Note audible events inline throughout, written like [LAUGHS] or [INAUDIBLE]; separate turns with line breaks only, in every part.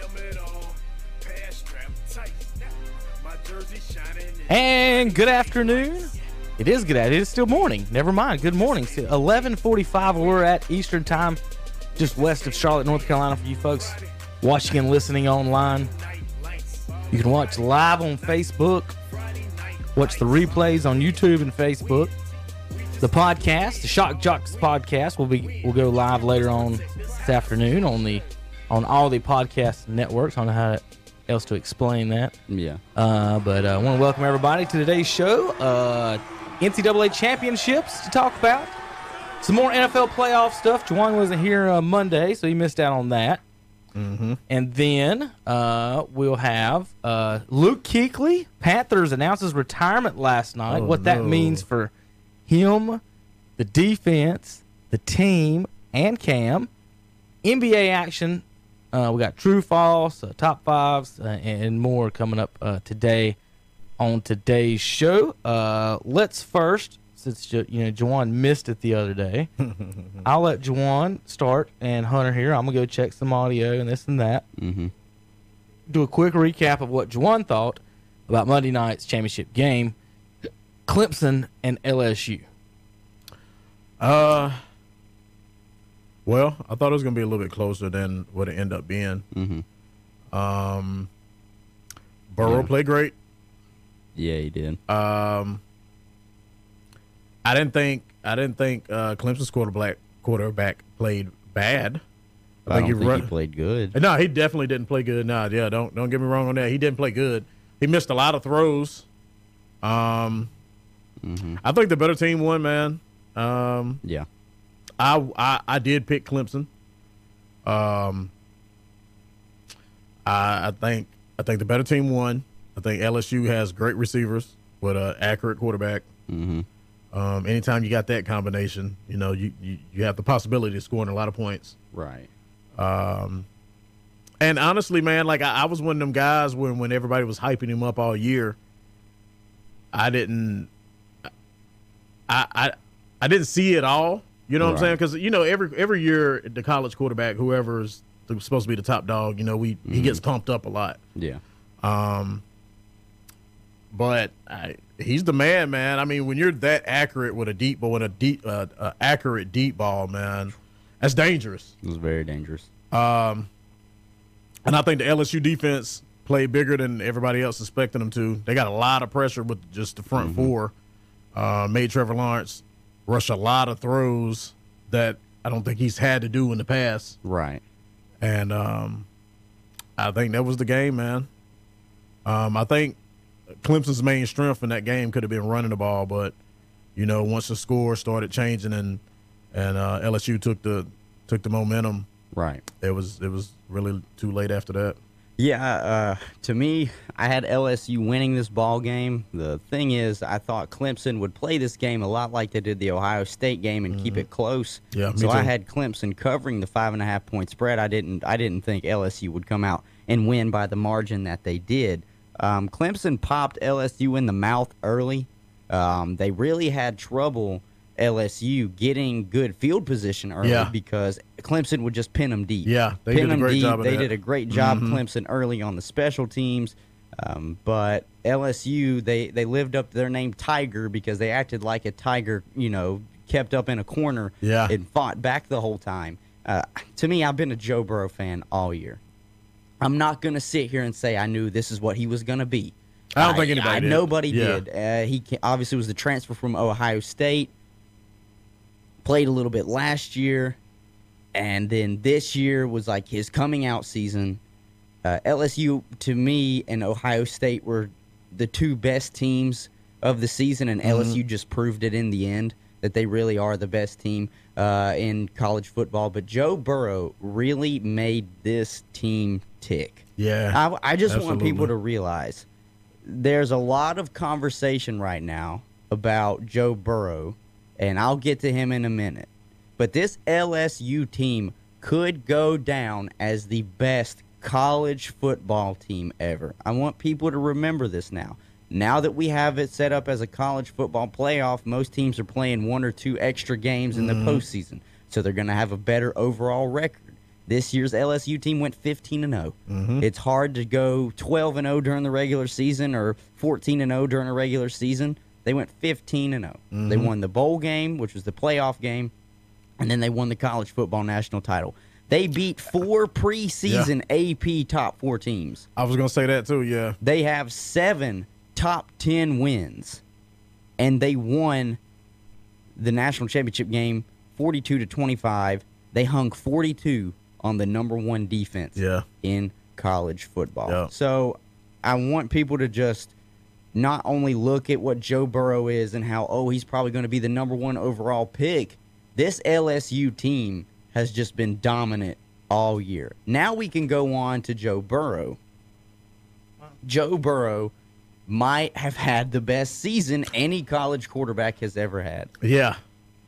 helmet on, pants strapped tight. My jersey shining.
And good afternoon. It is good. It is still morning. Never mind. Good morning. It's 11:45 where we're at Eastern Time, just west of Charlotte, North Carolina. For you folks watching and listening online, you can watch live on Facebook, watch the replays on YouTube and Facebook. The podcast, the Shock Jocks podcast, will be will go live later on this afternoon on the on all the podcast networks. I don't know how else to explain that.
Yeah.
Uh, but uh, I want to welcome everybody to today's show. Uh, NCAA championships to talk about. Some more NFL playoff stuff. Juwan wasn't here uh, Monday, so he missed out on that.
Mm-hmm.
And then uh, we'll have uh, Luke Kuechly. Panthers announces retirement last night.
Oh,
what that
no.
means for him, the defense, the team, and Cam. NBA action. Uh, we got true, false, uh, top fives, uh, and and more coming up uh, today on today's show. Uh, let's first, since Ju- you know Jawan missed it the other [LAUGHS] day, I'll let Jawan start and Hunter here. I'm gonna go check some audio and this and that.
Mm-hmm.
Do a quick recap of what Jawan thought about Monday night's championship game, Clemson and LSU.
Uh, well, I thought it was gonna be a little bit closer than what it ended up being.
Mm-hmm. Mm.
Um, Burrow
Yeah.
played great.
Yeah, he did.
Um, I didn't think I didn't think uh, Clemson's quarterback quarterback played bad.
I, don't
he
think
run-
he played good.
No, he definitely didn't play good. No, yeah, don't don't get me wrong on that. He didn't play good. He missed a lot of throws. Um,
Mm-hmm.
I think the better team won, man. Um,
Yeah.
I I, I did pick Clemson. Um, I I think I think the better team won. I think LSU has great receivers with an accurate quarterback.
Mm-hmm.
Um, anytime you got that combination, you know you, you you have the possibility of scoring a lot of points.
Right.
Um, and honestly, man, like I, I was one of them guys when when everybody was hyping him up all year. I didn't, I I, I didn't see it all. You know what I'm
Right.
saying? Because you know every every year the college quarterback, whoever's the, supposed to be the top dog, you know we he gets pumped up a lot.
Yeah.
Um, but I, he's the man, man. I mean, when you're that accurate with a deep ball, with a deep, uh, uh, accurate deep ball, man, that's dangerous.
It was very dangerous.
Um, and I think the LSU defense played bigger than everybody else expecting them to. They got a lot of pressure with just the front four. Uh, made Trevor Lawrence rush a lot of throws that I don't think he's had to do in the past.
Right.
And um, I think that was the game, man. Um, I think Clemson's main strength in that game could have been running the ball, but you know, once the score started changing and and uh, LSU took the took the momentum,
Right.
it was it was really too late after that.
Yeah, uh, to me, I had LSU winning this ball game. The thing is, I thought Clemson would play this game a lot like they did the Ohio State game and keep it close.
Mm-hmm. Yeah, me
so I
too.
had Clemson covering the five and a half point spread. I didn't. I didn't think LSU would come out and win by the margin that they did. Um, Clemson popped LSU in the mouth early. Um, they really had trouble LSU getting good field position early
Yeah.
because Clemson would just pin them deep.
Yeah, they
pin
did a
'em
great
deep.
job of
They
that.
did a great job,
Mm-hmm.
Clemson, early on the special teams. Um, but LSU, they, they lived up to their name, Tiger, because they acted like a tiger, you know, kept up in a corner
Yeah.
and fought back the whole time. Uh, to me, I've been a Joe Burrow fan all year. I'm not going to sit here and say I knew this is what he was going to be.
I don't think anybody did.
Nobody
Yeah.
did. Uh, he ca- obviously was the transfer from Ohio State, played a little bit last year, and then this year was like his coming out season. Uh, LSU to me and Ohio State were the two best teams of the season, and LSU just proved it in the end that they really are the best team uh, in college football. But Joe Burrow really made this team tick.
Yeah,
I, I just want people
Absolutely.
to realize there's a lot of conversation right now about Joe Burrow, and I'll get to him in a minute. But this LSU team could go down as the best college football team ever. I want people to remember this now. Now that we have it set up as a college football playoff, most teams are
Mm-hmm.
playing one or two extra games in the postseason. So they're going to have a better overall record. This year's LSU team went 15 and 0. It's hard to go 12 and 0 during the regular season or 14 and 0 during a regular season. They went 15 and 0. They won the bowl game, which was the playoff game, and then they won the college football national title. They beat four preseason AP top 4 teams
I was gonna say that too. Yeah,
they have seven top 10 wins and they won the national championship game 42 to 25 they hung 42 on the number one defense
Yeah.
in college football
Yeah.
so i want people to just not only look at what joe burrow is and how oh he's probably going to be the number one overall pick this lsu team has just been dominant all year now we can go on to joe burrow Joe Burrow might have had the best season any college quarterback has ever had.
yeah.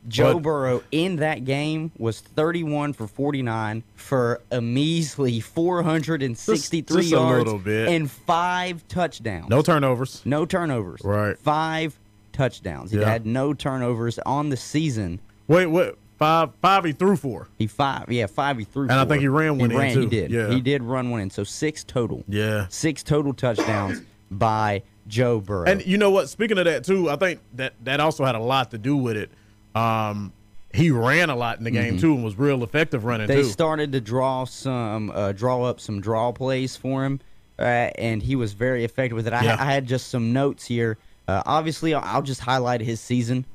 Joe
But-
Burrow in that game was 31 for 49 for a measly 463
Just- just a
yards
little bit.
and five touchdowns.
No turnovers.
No turnovers.
Right.
Five touchdowns. He
Yeah.
had no turnovers on the season.
Wait, what? Five, five. He threw for.
He five, yeah, five he threw.
And I
for.
think he ran one
he
in,
ran, He
too.
did.
Yeah.
He did run one in. So six total.
Yeah.
Six total touchdowns by Joe Burrow.
And you know what? Speaking of that too, I think that that also had a lot to do with it. Um, he ran a lot in the game too, and was real effective running
Mm-hmm. they
too.
started to draw some uh, draw up some draw plays for him uh, and he was very effective with it i,
Yeah.
I had just some notes here uh, obviously I'll, I'll just highlight his season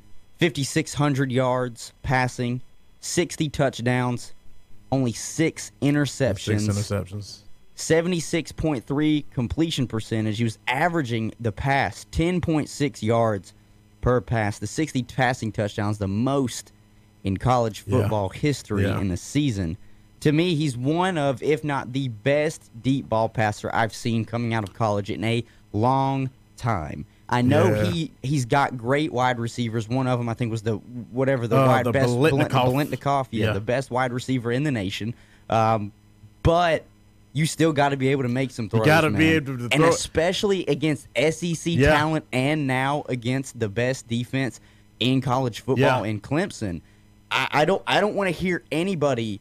5600 yards passing 60 touchdowns only six interceptions,
Six interceptions.
76.3 completion percentage he was averaging the pass 10.6 yards per pass the 60 passing touchdowns the most in college
Yeah.
football history
Yeah.
in the season. To me, he's one of, if not the best deep ball passer I've seen coming out of college in a long time. I know
Yeah.
he he's got great wide receivers. One of them, I think, was the whatever the
Uh,
wide
the
best Blin-
Biletnikoff.
Biletnikoff, yeah,
Yeah.
the best wide receiver in the nation. Um, but you still got to be able to make some throws.
gotta be
man.
able to
and
throw-
especially against SEC
Yeah.
talent, and now against the best defense in college football
Yeah.
in Clemson. I, I don't I don't want to hear anybody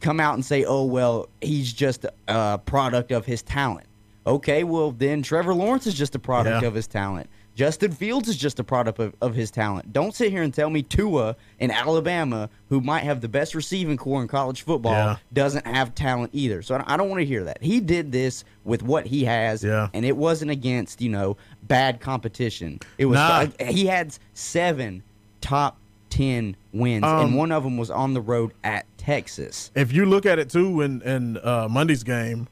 come out and say, "Oh well, he's just a product of his talent." Okay, well then Trevor Lawrence is just a product
Yeah.
of his talent. Justin Fields is just a product of, of his talent. Don't sit here and tell me Tua in Alabama, who might have the best receiving core in college football,
Yeah.
doesn't have talent either. So I don't- I don't want to hear that. He did this with what he has,
Yeah.
and it wasn't against you know bad competition. It was
Nah.
he had seven top ten wins,
Um,
and one of them was on the road at Texas.
If you look at it too, in in uh, Monday's game,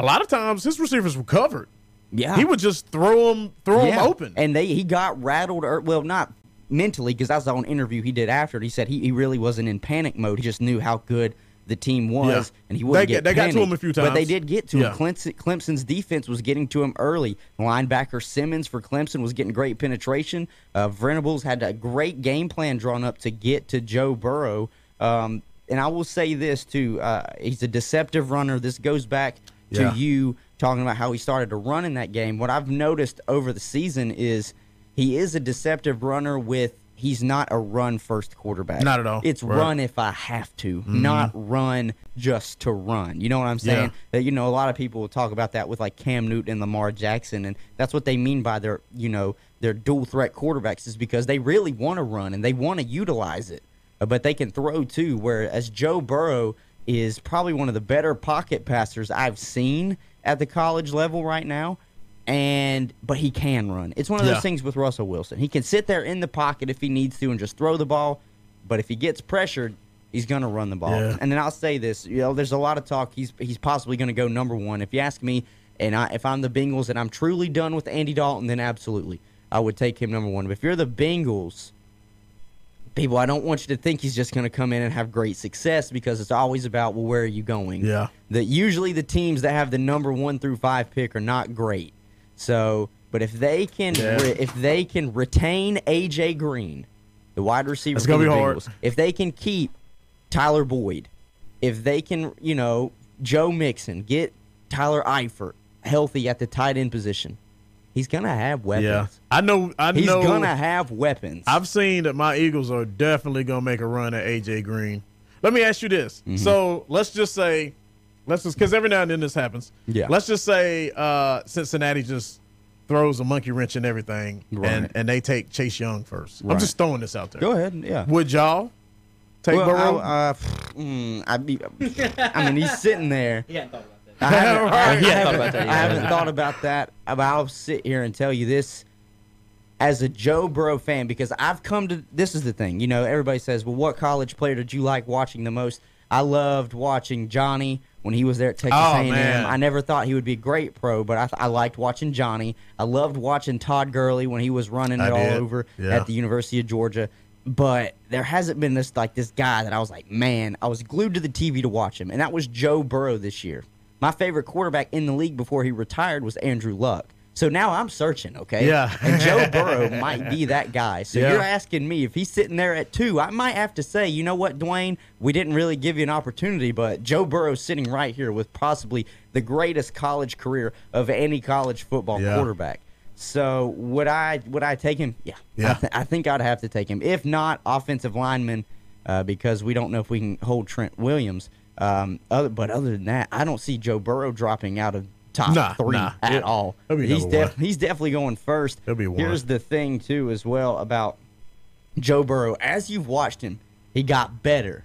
a lot of times his receivers were covered.
Yeah,
He would just throw them, throw
Ah. Yeah.
them open.
and they he got rattled. Or, well, not mentally because I saw an interview he did after it. He said he, he really wasn't in panic mode. He just knew how good the team was,
Yeah.
and he wouldn't get.
They get- they got to
panicked.
him a few
but they
times.
did get to
Yeah.
him. Clemson, Clemson's defense was getting to him early. Linebacker Simmons for Clemson was getting great penetration. Uh, Venables had a great game plan drawn up to get to Joe Burrow. Um, and I will say this too: uh, he's a deceptive runner. This goes back to
Yeah.
you talking about how he started to run in that game. What I've noticed over the season is he is a deceptive runner. With he's not a run first quarterback.
Not at all.
It's
Right.
run if I have to, not run just to run. You know what I'm saying?
Yeah.
That you know a lot of people will talk about that with like Cam Newton and Lamar Jackson, and that's what they mean by their you know their dual threat quarterbacks is because they really want to run and they want to utilize it, uh, but they can throw too. Whereas Joe Burrow is probably one of the better pocket passers I've seen at the college level right now. And but he can run. It's one of
Yeah.
those things with Russell Wilson. He can sit there in the pocket if he needs to and just throw the ball, but if he gets pressured, he's going to run the ball.
Yeah.
And then I'll say this, you know, there's a lot of talk he's he's possibly going to go number 1. If you ask me, and I if I'm the Bengals and I'm truly done with Andy Dalton, then absolutely. I would take him number 1. But if you're the Bengals, people, I don't want you to think he's just going to come in and have great success because it's always about, well, where are you going?
Yeah.
That usually the teams that have the number one through five pick are not great. So, but if they can,
Yeah.
re- if they can retain AJ Green, the wide receiver,
That's gonna
for the
be hard.
Bengals, If they can keep Tyler Boyd, if they can, you know, Joe Mixon, get Tyler Eifert healthy at the tight end position, he's gonna have weapons.
yeah, I know. I
He's
know.
gonna have weapons.
I've seen that my Eagles are definitely gonna make a run at AJ Green. Let me ask you this.
Mm-hmm.
So let's just say, let's just because every now and then this happens.
Yeah.
Let's just say uh, Cincinnati just throws a monkey wrench in everything,
Right.
and and they take Chase Young first.
Right.
I'm just throwing this out there.
Go ahead. Yeah.
Would y'all take
Well,
Burrow?
I, uh, mm, I'd be, I mean, he's sitting there.
He hadn't thought about that.
I haven't, I
[LAUGHS] Right.
haven't-
Yeah,
thought about that,
I
yeah.
haven't thought about that. But I'll sit here and tell you this as a Joe Burrow fan because I've come to this is the thing. You know, everybody says, "Well, what college player did you like watching the most?" I loved watching Johnny when he was there at Texas
Oh,
A&M.
man.
I never thought he would be a great pro, but I, th- I liked watching Johnny. I loved watching Todd Gurley when he was running
I
it all
did.
over
Yeah.
at the University of Georgia. But there hasn't been this like this guy that I was like, man, I was glued to the TV to watch him, and that was Joe Burrow this year. My favorite quarterback in the league before he retired was Andrew Luck. So now I'm searching, okay?
Yeah.
and
[LAUGHS]
Joe Burrow might be that guy. So
Yeah.
you're asking me if he's sitting there at two, I might have to say, you know what, Dwayne, we didn't really give you an opportunity, but Joe Burrow's sitting right here with possibly the greatest college career of any college football
Yeah.
quarterback. So would I would I take him? Yeah,
Yeah.
I, th- I think I'd have to take him. If not, offensive lineman, uh, because we don't know if we can hold Trent Williams. Um, other, but other than that, I don't see Joe Burrow dropping out of top
Nah,
three
nah.
at
Yeah.
all.
He'll be
He's
number one.
def- he's definitely going first.
He'll be one.
Here's the thing too, as well about Joe Burrow. As you've watched him, he got better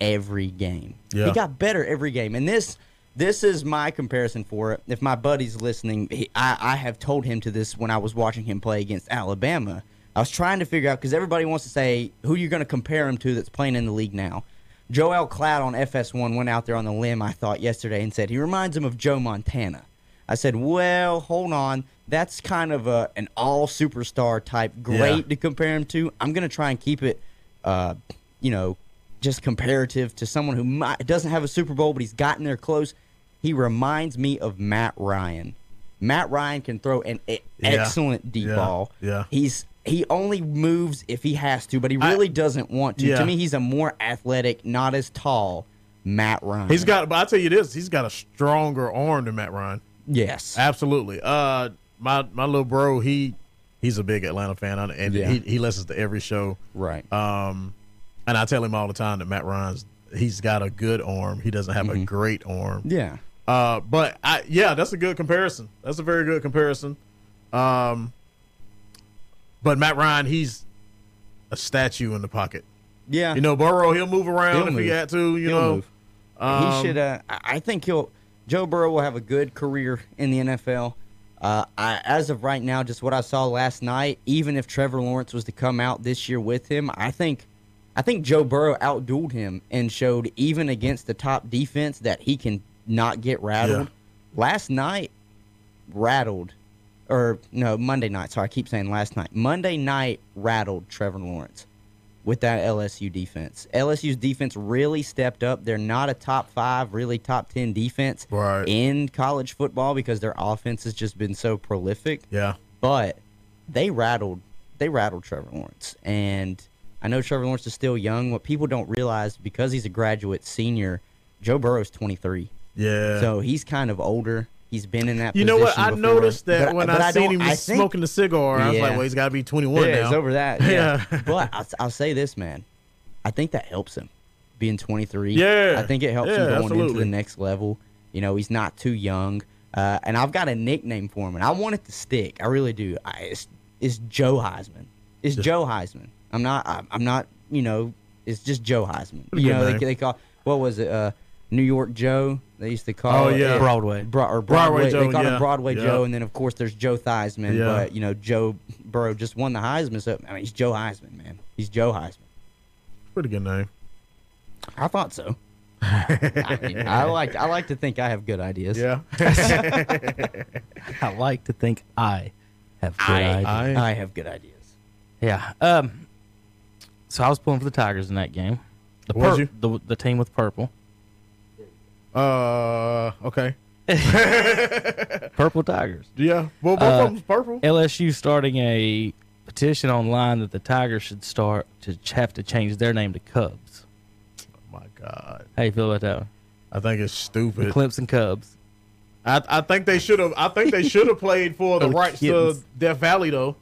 every game.
Yeah.
He got better every game, and this this is my comparison for it. If my buddy's listening, he, I, I have told him to this when I was watching him play against Alabama. I was trying to figure out because everybody wants to say who you're going to compare him to that's playing in the league now. Joel Cloud on FS1 went out there on the limb, I thought, yesterday and said he reminds him of Joe Montana. I said, well, hold on. That's kind of a, an all superstar type great to compare him to. I'm going to try and keep it, uh, you know, just comparative to someone who might, doesn't have a Super Bowl, but he's gotten there close. He reminds me of Matt Ryan. Matt Ryan can throw an e-
Yeah.
excellent deep
Yeah.
ball.
Yeah.
He's he only moves if he has to, but he really doesn't want to.
Yeah.
To me, he's a more athletic, not as tall Matt Ryan.
he's got, but I tell you this, he's got a stronger arm than Matt Ryan.
yes.
Absolutely. Uh, my my little bro, he he's a big Atlanta fan, and- and
Yeah.
he, he listens to every show.
Right.
Um, and I tell him all the time that Matt Ryan's he's got a good arm. He doesn't
Mm-hmm.
have a great arm.
yeah.
Uh, but I yeah, that's a good comparison. That's a very good comparison. Um, but Matt Ryan, he's a statue in the pocket.
Yeah.
You know, Burrow, he'll move around
He'll
if he
move.
had to. You
He'll
know,
move.
Um,
he should. Uh, I I think he'll. Joe Burrow will have a good career in the NFL. Uh, I, as of right now, just what I saw last night, even if Trevor Lawrence was to come out this year with him, I think, I think Joe Burrow outdueled him and showed even against the top defense that he can not get rattled. Last night, rattled, or no, Monday night. Sorry, I keep saying last night. Monday night rattled Trevor Lawrence with that LSU defense. LSU's defense really stepped up. They're not a top five, really top ten defense
Right.
in college football because their offense has just been so prolific.
yeah,
But they rattled they rattled Trevor Lawrence. And I know Trevor Lawrence is still young. What people don't realize because he's a graduate senior, Joe Burrow's twenty three.
yeah.
So he's kind of older. He's been in that.
You know what? I
position before.
noticed that
But
when
but
I, seen
don't-
him
I think-
smoking the cigar, I was like,
Yeah.
"Well, he's got to be 21
Yeah,
now."
it's over
[LAUGHS]
that. Yeah.
Yeah.
but I, I'll say this, man. I think that helps him being 23.
Yeah.
I think it helps
Yeah,
him going into
absolutely.
the next level. You know, he's not too young. Uh, and I've got a nickname for him, and I want it to stick. I really do. I, it's, it's Joe Heisman. It's Joe Heisman. I'm not. I'm, I'm not. You know, it's just Joe Heisman.
good
You know,
name.
they, they call what was it? Uh, New York Joe. They used to call.
Oh, yeah.
it-
Broadway.
Bro- or Broadway.
Broadway Joe,
they called
yeah.
him Broadway
Yeah.
Joe, and then of course there's Joe Theismann.
Yeah.
But you know, Joe Burrow just won the Heisman. So I mean, he's Joe Heisman, man. He's Joe Heisman.
Pretty good name.
I thought so. I, mean,
[LAUGHS]
I like I like to think I have good ideas.
Yeah. [LAUGHS]
I like to think I have good
I,
ideas.
idea.
I have good ideas.
Yeah. Um. So I was pulling for the Tigers in that game. The
Was
pur-
you?
the the team with purple,
uh. Okay.
purple Tigers.
Yeah. Well, both
Uh,
of them's purple.
LSU starting a petition online that the Tigers should start to ch- have to change their name to Cubs.
my God.
How you feel about that? One?
I think it's
The
stupid.
Clemson Cubs.
I, I think they should have. I think they should have played for the
Oh,
rights to
kittens.
Death Valley though.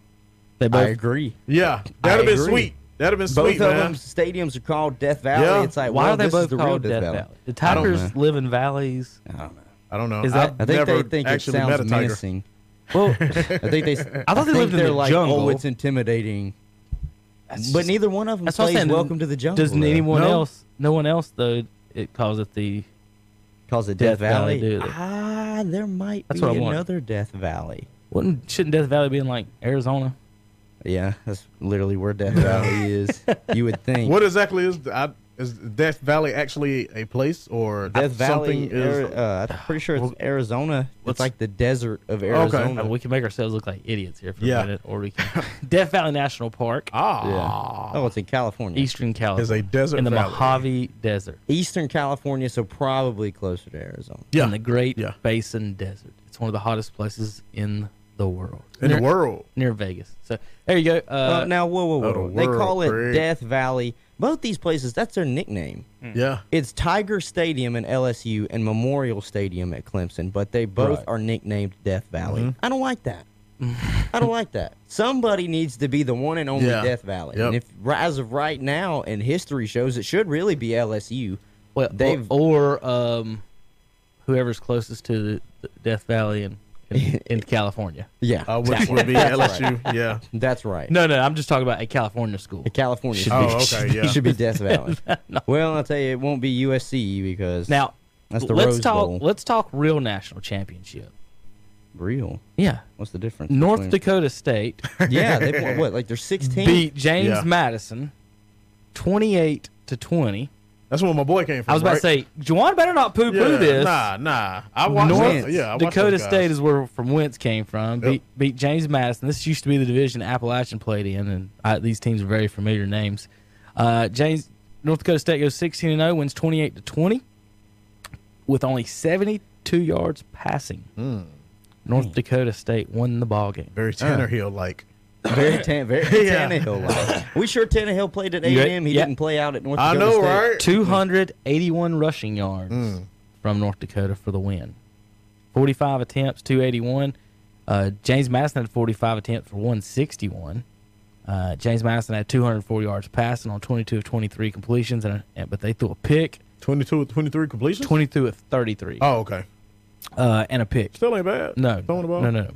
They both
agree.
Yeah,
I
that'd have been
agree.
sweet. That'd have been
Both
sweet,
of
man.
them stadiums are called Death Valley.
Yeah.
It's like,
Why
well,
are they
this
both
is the real
called
Death, Valley.
The
I don't
tigers
know.
live in
[LAUGHS]
valleys.
I don't know.
I don't know.
Is that-
I think
never
they think it
actually met a
sounds
tiger.
menacing.
[LAUGHS] Well,
I think they.
[LAUGHS]
I
thought they
think
lived in
they're
the
like,
jungle.
Oh, it's intimidating.
That's
but
just-
neither one of them
that's what I'm
plays
saying.
Welcome to the Jungle.
doesn't
though.
anyone
No.
else? No one else though. It calls it the.
calls it
Death
Death,
Valley
Valley?
do they?
Ah, there might
That's
be
what I want.
another Death Valley.
Wouldn't shouldn't Death Valley be in like Arizona?
Yeah, that's literally where Death [LAUGHS] Valley is. You would think.
What exactly is I, is Death Valley actually a place or
Death
something
Valley,
is?
Ari- uh, I'm pretty sure it's Arizona. It's
what's-
like the desert of
Okay.
Arizona.
Uh, we can make ourselves look like idiots here for
Yeah.
a minute, or we can. Death Valley National Park,
ah,
Oh, it's in California.
Eastern California,
is a desert
in the
valley.
Mojave Desert,
Eastern California, so probably closer to Arizona.
Yeah,
in the Great
Yeah.
Basin Desert. It's one of the hottest places in the world,
in the
near,
world.
near Vegas. So there you go. Uh,
Uh, now, whoa, whoa, whoa.
oh,
they call
world,
it
Craig.
Death Valley. Both these places, that's their nickname.
Yeah,
It's Tiger Stadium in LSU and Memorial Stadium at Clemson, but they both
Right. Mm-hmm.
are nicknamed Death Valley. I don't
[LAUGHS]
like that. I don't like that. Somebody needs to be the one and only
Yeah.
Death Valley.
Yep.
And if ri- as of right now, and history shows, it should really be LSU.
well,
they've-
or, or, um, whoever's closest to the, the Death Valley in
[LAUGHS]
in, in California.
Yeah,
uh, which would be LSU. Yeah.
that's right.
No, no, I'm just talking about a California school.
The California
Should
[LAUGHS] should be,
Oh, okay. Yeah.
should be
[LAUGHS]
Death Valley. Well, I'll tell you, it won't be USC because
Now,
that's the
let's
Rose
talk.
Bowl.
Let's talk real national championship.
real.
Yeah,
What's the difference?
North
between-
Dakota State
Yeah, they won, what like they're sixteen.
beat James
Yeah.
Madison, twenty-eight to twenty.
That's where my boy came from.
I was about
right?
to say, Juwan better not poo-poo
yeah,
this.
Nah, nah. I watched.
North
yeah, I watched
Dakota
those guys.
State is where from whence came from.
Yep.
Beat, beat James Madison. This used to be the division Appalachian played in, and I, these teams are very familiar names. Uh, James North Dakota State goes sixteen and zero, wins twenty eight to twenty, with only seventy two yards passing.
Hmm.
North Dakota State won the ball game.
very Tanner Hill like.
Very, tan- very
Yeah.
Tannehill. like. We sure Tannehill played at A
You-
and M. He
yeah.
didn't play out at North.
I
Dakota
know,
State.
right?
Two hundred eighty one rushing yards
Hmm.
from North Dakota for the win. Forty five attempts, two eighty one. Uh, James Madison had 45 attempts for 161. Uh, James Madison had 204 yards passing on 22 of 23 completions, and, and but they threw a pick,
22, 23 completions.
22 of 33,
Oh, okay.
uh, and a pick.
Still ain't bad.
No,
Throwing the ball.
no, no, no.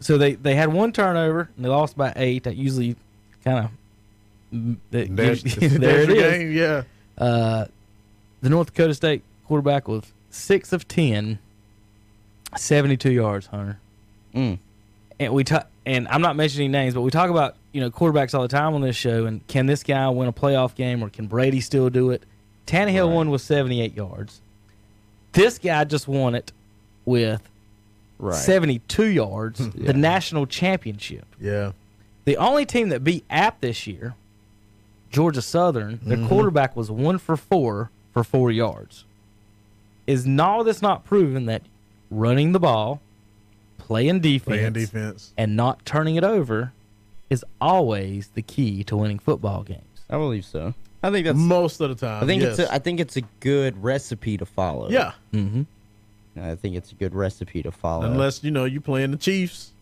So they they had one turnover and they lost by eight. That usually kind of there, [LAUGHS]
There's,
there
there's
it
your
is.
Game. Yeah.
Uh, the North Dakota State quarterback was six of 10, 72 yards, Hunter.
Mm.
And we ta- and I'm not mentioning names, but we talk about you know quarterbacks all the time on this show. And can this guy win a playoff game, or can Brady still do it? Tannehill
Right.
won with 78 yards. This guy just won it with
Right.
72 [LAUGHS] yards, the national championship.
Yeah.
The only team that beat App this year, Georgia Southern, their
Mm-hmm.
quarterback was one for four for four yards. Is all this not proven that running the ball, playing defense,
Playing defense.
and not turning it over is always the key to winning football games?
I believe so. I think that's.
Most of the time.
I think
Mm, yes.
it's. A, I think it's a good recipe to follow.
yeah.
Mm-hmm.
I think it's a good recipe to follow.
Unless you know you playing the Chiefs.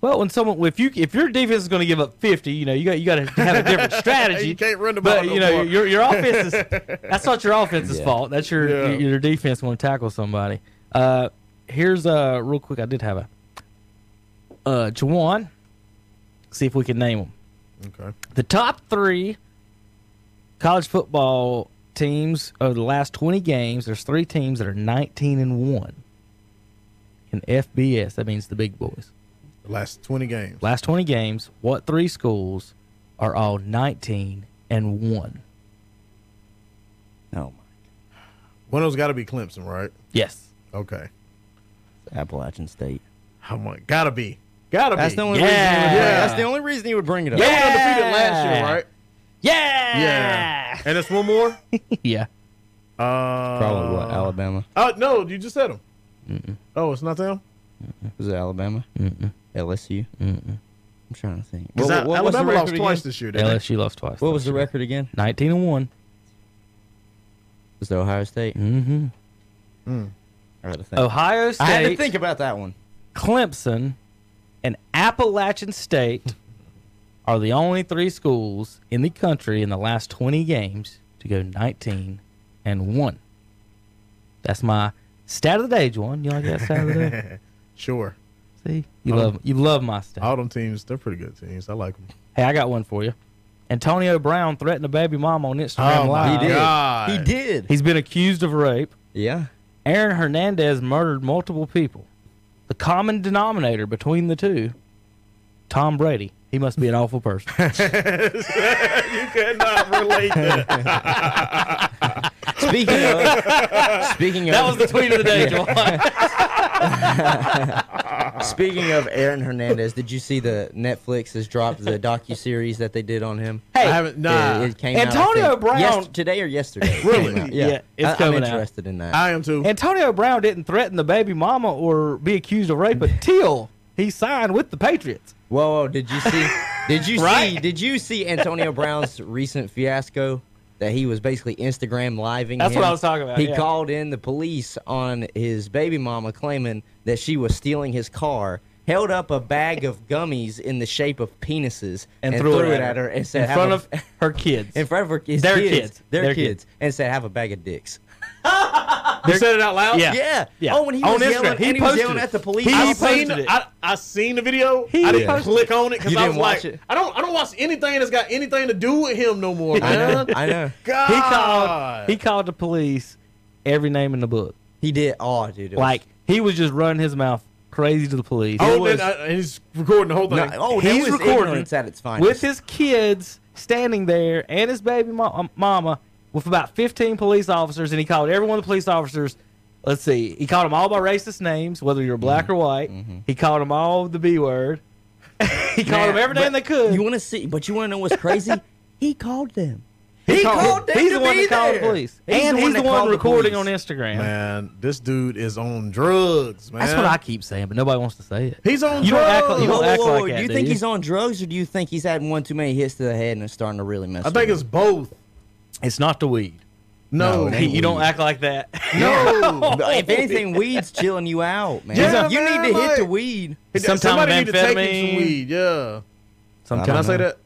Well, when someone if you if your defense is going to give up fifty, you know you got you got to have a
[LAUGHS]
different strategy.
You can't run the
but
ball no
you know
more.
your your offense
[LAUGHS]
is that's not your offense's
Yeah.
fault. That's your
Yeah.
your defense want to tackle somebody. Uh, here's uh real quick. I did have a uh Jawan. See if we can name them.
Okay.
The top three college football teams over the last twenty games. There's three teams that are nineteen and one in FBS. That means the big boys
The last twenty games.
last 20 games, what three schools are all 19 and 1?
No,
One of them's got to be Clemson, right?
Yes.
Okay.
Appalachian State.
I'm like, gotta be, gotta
That's
be.
the only
Yeah.
reason. He would bring,
Yeah.
That's the only reason he would bring it up.
Yeah.
They were undefeated last year, right?
Yeah. Ah.
Yeah. And it's one more.
yeah.
Uh,
Probably what Alabama.
Uh, no, you just said them. Oh, it's not them.
Was it Alabama? LSU. I'm trying to think.
Because
What- what- what was the
Alabama lost
record
twice
again?
this year. didn't they?
LSU lost twice.
What was the record again?
19 and 1.
Was it Ohio State?
Mm-hmm.
I gotta think.
Ohio
I had to
State,
think about that one.
Clemson, and Appalachian State are the only three schools in the country in the last 20 games to go 19 and 1. That's my stat of the day, Juan. You like that stat of the day?
[LAUGHS] Sure.
See? You
Oh.
love you love my stat.
All them teams, they're pretty good teams. I like them.
Hey, I got one for you. Antonio Brown threatened a baby mom on Instagram
Oh my
Live.
He did.
God.
He did.
He's been accused of rape.
yeah.
Aaron Hernandez murdered multiple people. The common denominator between the two, Tom Brady. He must be an awful person.
You could not relate that.
Speaking of,
[LAUGHS]
speaking of,
[LAUGHS] that was the tweet of the day, Juwan.
speaking of Aaron Hernandez, did you see the Netflix has dropped the docu series that they did on him?
I haven't. Nah.
It, it came
Antonio
out, I think,
Brown-
yes- today or yesterday. it came
Really?
out. [LAUGHS] Yeah,
Yeah, it's
I,
coming
I'm
out.
interested in that.
[LAUGHS] I am too.
[LAUGHS] Antonio Brown didn't threaten the baby mama or be accused of rape until he signed with the Patriots.
Whoa, whoa! Did you see?
[LAUGHS]
Did you see?
Right?
Did you see
[LAUGHS]
Antonio Brown's recent fiasco that he was basically Instagram living?
That's
him?
what I was talking about,
He
yeah.
called in the police on his baby mama, claiming that she was stealing his car. Held up a bag of gummies in the shape of penises
And threw it at her.
and said,
In
"Have
front
a-
of her [LAUGHS] kids.
[LAUGHS] in front of her his
Their
kids,
kids.
their,
Their
kids, and said, "Have a bag of dicks."
You said it out loud?
Yeah.
Yeah.
Yeah.
Oh, when he
On
was yelling,
Instagram. He
and he was
posted
yelling
it.
at the police.
He
I
I
was
posted
seen
it.
I, I seen the video.
He
I didn't
posted
click on it because
You
I
didn't
was
watch
like,
it?
I don't I don't watch anything that's got anything to do with him no more,
I
man.
[LAUGHS]
know.
[LAUGHS]
I know.
God.
he called he called the police every name in the book.
He did. Oh, dude. it was-
Like he was just running his mouth crazy to the police.
oh,
was-
and, I- and he's recording the whole thing.
No, oh, that
He's
was
recording
ignorance at its finest.
with his kids standing there and his baby mo- um, mama with about 15 police officers and he called every one of the police officers let's see he called them all by racist names whether you're black or white he called them all the b word [LAUGHS] he called them every name they could
You want to see, but you want to know what's crazy? [LAUGHS] he called them.
he
called them
he's
to
the one
be
that called the
there.
police
He's
and
the one
he's
that
the one
called the
recording on
police.
instagram
man, this dude is on drugs, man.
that's what i keep saying but nobody wants to say it
He's on
You don't
drugs.
act like- you don't
Whoa,
act
whoa, whoa,
like
do
that,
you
do
think
you?
he's on drugs, or do you think he's had one too many hits to the head and it's starting to really mess?
I think
with
it's both.
it's not the weed
No,
No, it
He-
ain't
you don't act like [LAUGHS] that
no. [LAUGHS]
him. if anything, weed's chilling you out, man.
Yeah,
you
man,
need to hit the
like-
weed.
Sometime
somebody need to take him
amphetamine.
some weed. Yeah.
Sometimes
Can I,
don't
say
know.
that?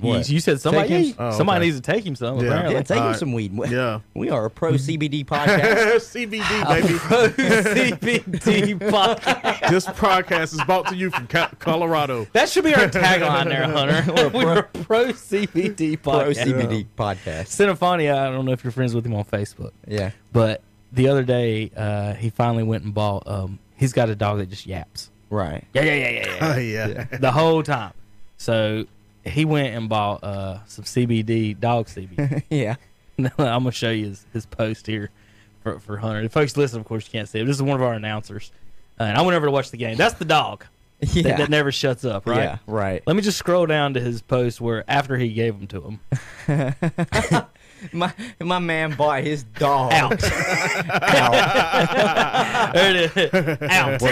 you,
What?
you said somebody
Take him-
yeah,
Oh, okay.
somebody needs to take him some
Yeah.
apparently [LAUGHS]
Yeah, take him
Alright.
some weed.
Yeah.
[LAUGHS] we are a pro
[LAUGHS]
CBD podcast.
CBD baby.
[LAUGHS] CBD podcast.
this podcast is brought to you from Ca- Colorado.
That should be our tagline there, Hunter. [LAUGHS] We're a pro CBD
pro
podcast.
CBD podcast.
Cinefania, I don't know if you're friends with him on Facebook,
Yeah.
but the other day uh, he finally went and bought. Um, he's got a dog that just yaps.
Right. [LAUGHS]
Yeah, yeah, yeah, yeah, yeah.
Oh yeah.
the whole time. So he went and bought uh, some CBD dog [LAUGHS]
[LAUGHS]
CBD.
Yeah.
I'm gonna show you his, his post here for, for Hunter. The folks listen, of course, you can't see it. This is one of our announcers, uh, and I went over to watch the game. That's the dog that,
Yeah.
that never shuts up, right?
Yeah. Right.
Let me just scroll down to his post where after he gave them to
[LAUGHS]
him
My my man bought his dog
out. [LAUGHS] there it is.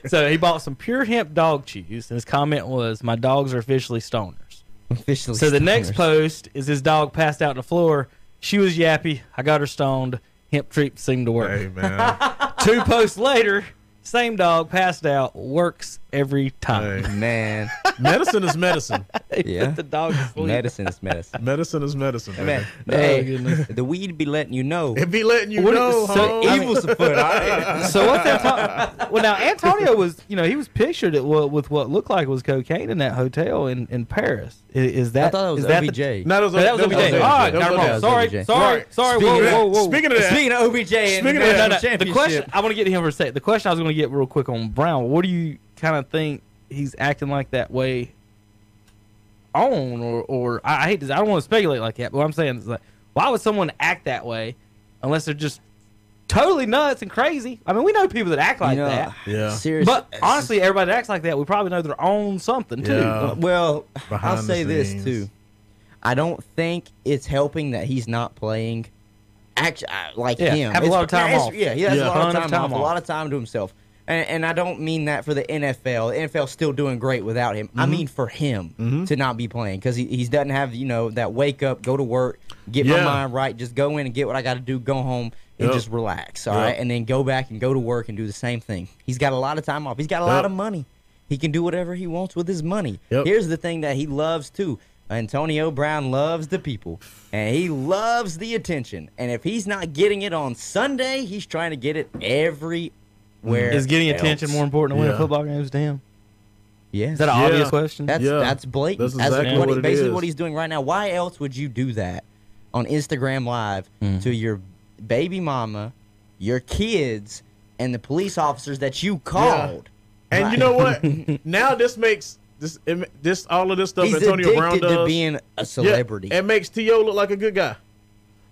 [LAUGHS]
Out. [LAUGHS] so he bought some pure hemp dog chews, and his comment was, "My dogs are officially stoners."
officially.
So the next
stoners.
post is his dog passed out on the floor. She was yappy. I got her stoned. Hemp treat seemed to work.
Hey man.
[LAUGHS] Two posts later, same dog passed out. Works every time.
Hey.
man,
medicine is medicine.
[LAUGHS] They
Yeah.
put the dog to sleep.
medicine is
[LAUGHS]
medicine.
Medicine is medicine.
Man,
Man.
hey,
goodness.
the weed be letting you know.
It be letting you
What is-
know,
so
homie.
I mean-
Evil's afoot. [LAUGHS] I-
So what's that? talk- well, now Antonio was, you know, he was pictured at what, with what looked like was cocaine in that hotel in, in Paris. I- Is, that
I thought it was
is that the-
OBJ.
No, that was,
No, that was
that
OBJ.
was
All
OBJ.
right,
That was
got it
OBJ.
That
wrong. Sorry,
was OBJ.
sorry,
Right.
sorry.
Speaking
whoa,
of that-
whoa, whoa.
Speaking of that,
Speaking of OBJ and
Speaking
the
of that,
no, no,
national
The
championship,
question I want to get to him for a sec. The question I was going to get real quick on Brown. What do you kind of think he's acting like that way on, or or I, I hate this. I don't want to speculate like that, but what I'm saying is like, why would someone act that way unless they're just totally nuts and crazy? I mean, we know people that act like
you know,
that.
Yeah.
Seriously,
But honestly, everybody that acts like that, we probably know they're on something too.
Yeah.
Uh, well,
Behind
I'll
the
say this
scenes.
too. I don't think it's helping that he's not playing. Actually, like
Yeah,
him,
have a
It's-
lot of time
it's-
off.
Yeah, he has
Yeah.
a lot
Ton
of
of
time,
time
off,
off.
a lot of time to himself. And, and I don't mean that for the NFL. The NFL's still doing great without him.
Mm-hmm.
I mean for him to not be playing because he, he doesn't have you know that wake up, go to work, get my
Yeah.
mind right, just go in and get what I got to do, go home and
Yep.
just relax, all right,
Yep.
and then go back and go to work and do the same thing. He's got a lot of time off. He's got a lot
Yep.
of money. He can do whatever he wants with his money.
Yep.
Here's the thing that he loves too. Antonio Brown loves the people and he loves the attention. And if he's not getting it on Sunday, he's trying to get it everywhere.
Is getting
else.
attention more important than winning
Yeah.
football games to him?
Yes.
Is that an
Yeah.
obvious question?
That's
Yeah.
that's blatant.
That's
That's,
exactly
what
what it
basically
is.
what he's doing right now. Why else would you do that on Instagram Live
Mm.
to your baby mama, your kids, and the police officers that you called?
And you know what? now this makes this it ma- this all of this stuff
He's
Antonio
addicted
Brown does
to being a
yeah,
celebrity.
it makes T.O. look like a good guy.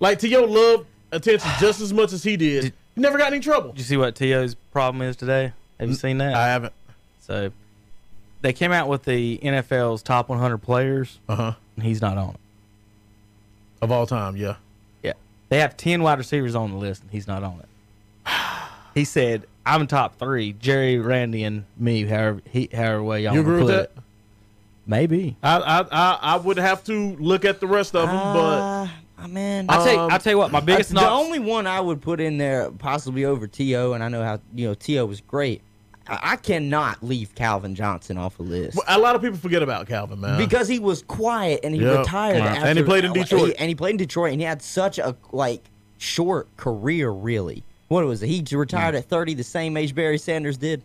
Like T.O. loved attention just as much as he did.
Did-
he never got in any trouble.
Did you see what To's problem is today? Have you seen that?
I haven't.
so they came out with the NFL's top 100 players,
Uh huh.
and he's not on it.
Of all time, yeah.
Yeah. They have 10 wide receivers on the list, and he's not on it. [SIGHS] He said, I'm top three Jerry, Randy, and me, however, he, however way y'all
You
wanna
agree with
put
that?
it. Maybe.
I, I I I would have to look at the rest of them, but
uh, I mean,
I'll tell, you,
Um,
I'll tell you what, my biggest
the
knock.
only one I would put in there possibly over To, and I know how you know To was great. I, I cannot leave Calvin Johnson off the list.
a lot of people forget about Calvin, man.
because he was quiet and he
Yep.
retired
Right.
after,
And he played in
like,
Detroit.
he- and he played in Detroit, and he had such a like short career, really. What was it? He j- retired at thirty, the same age Barry Sanders did.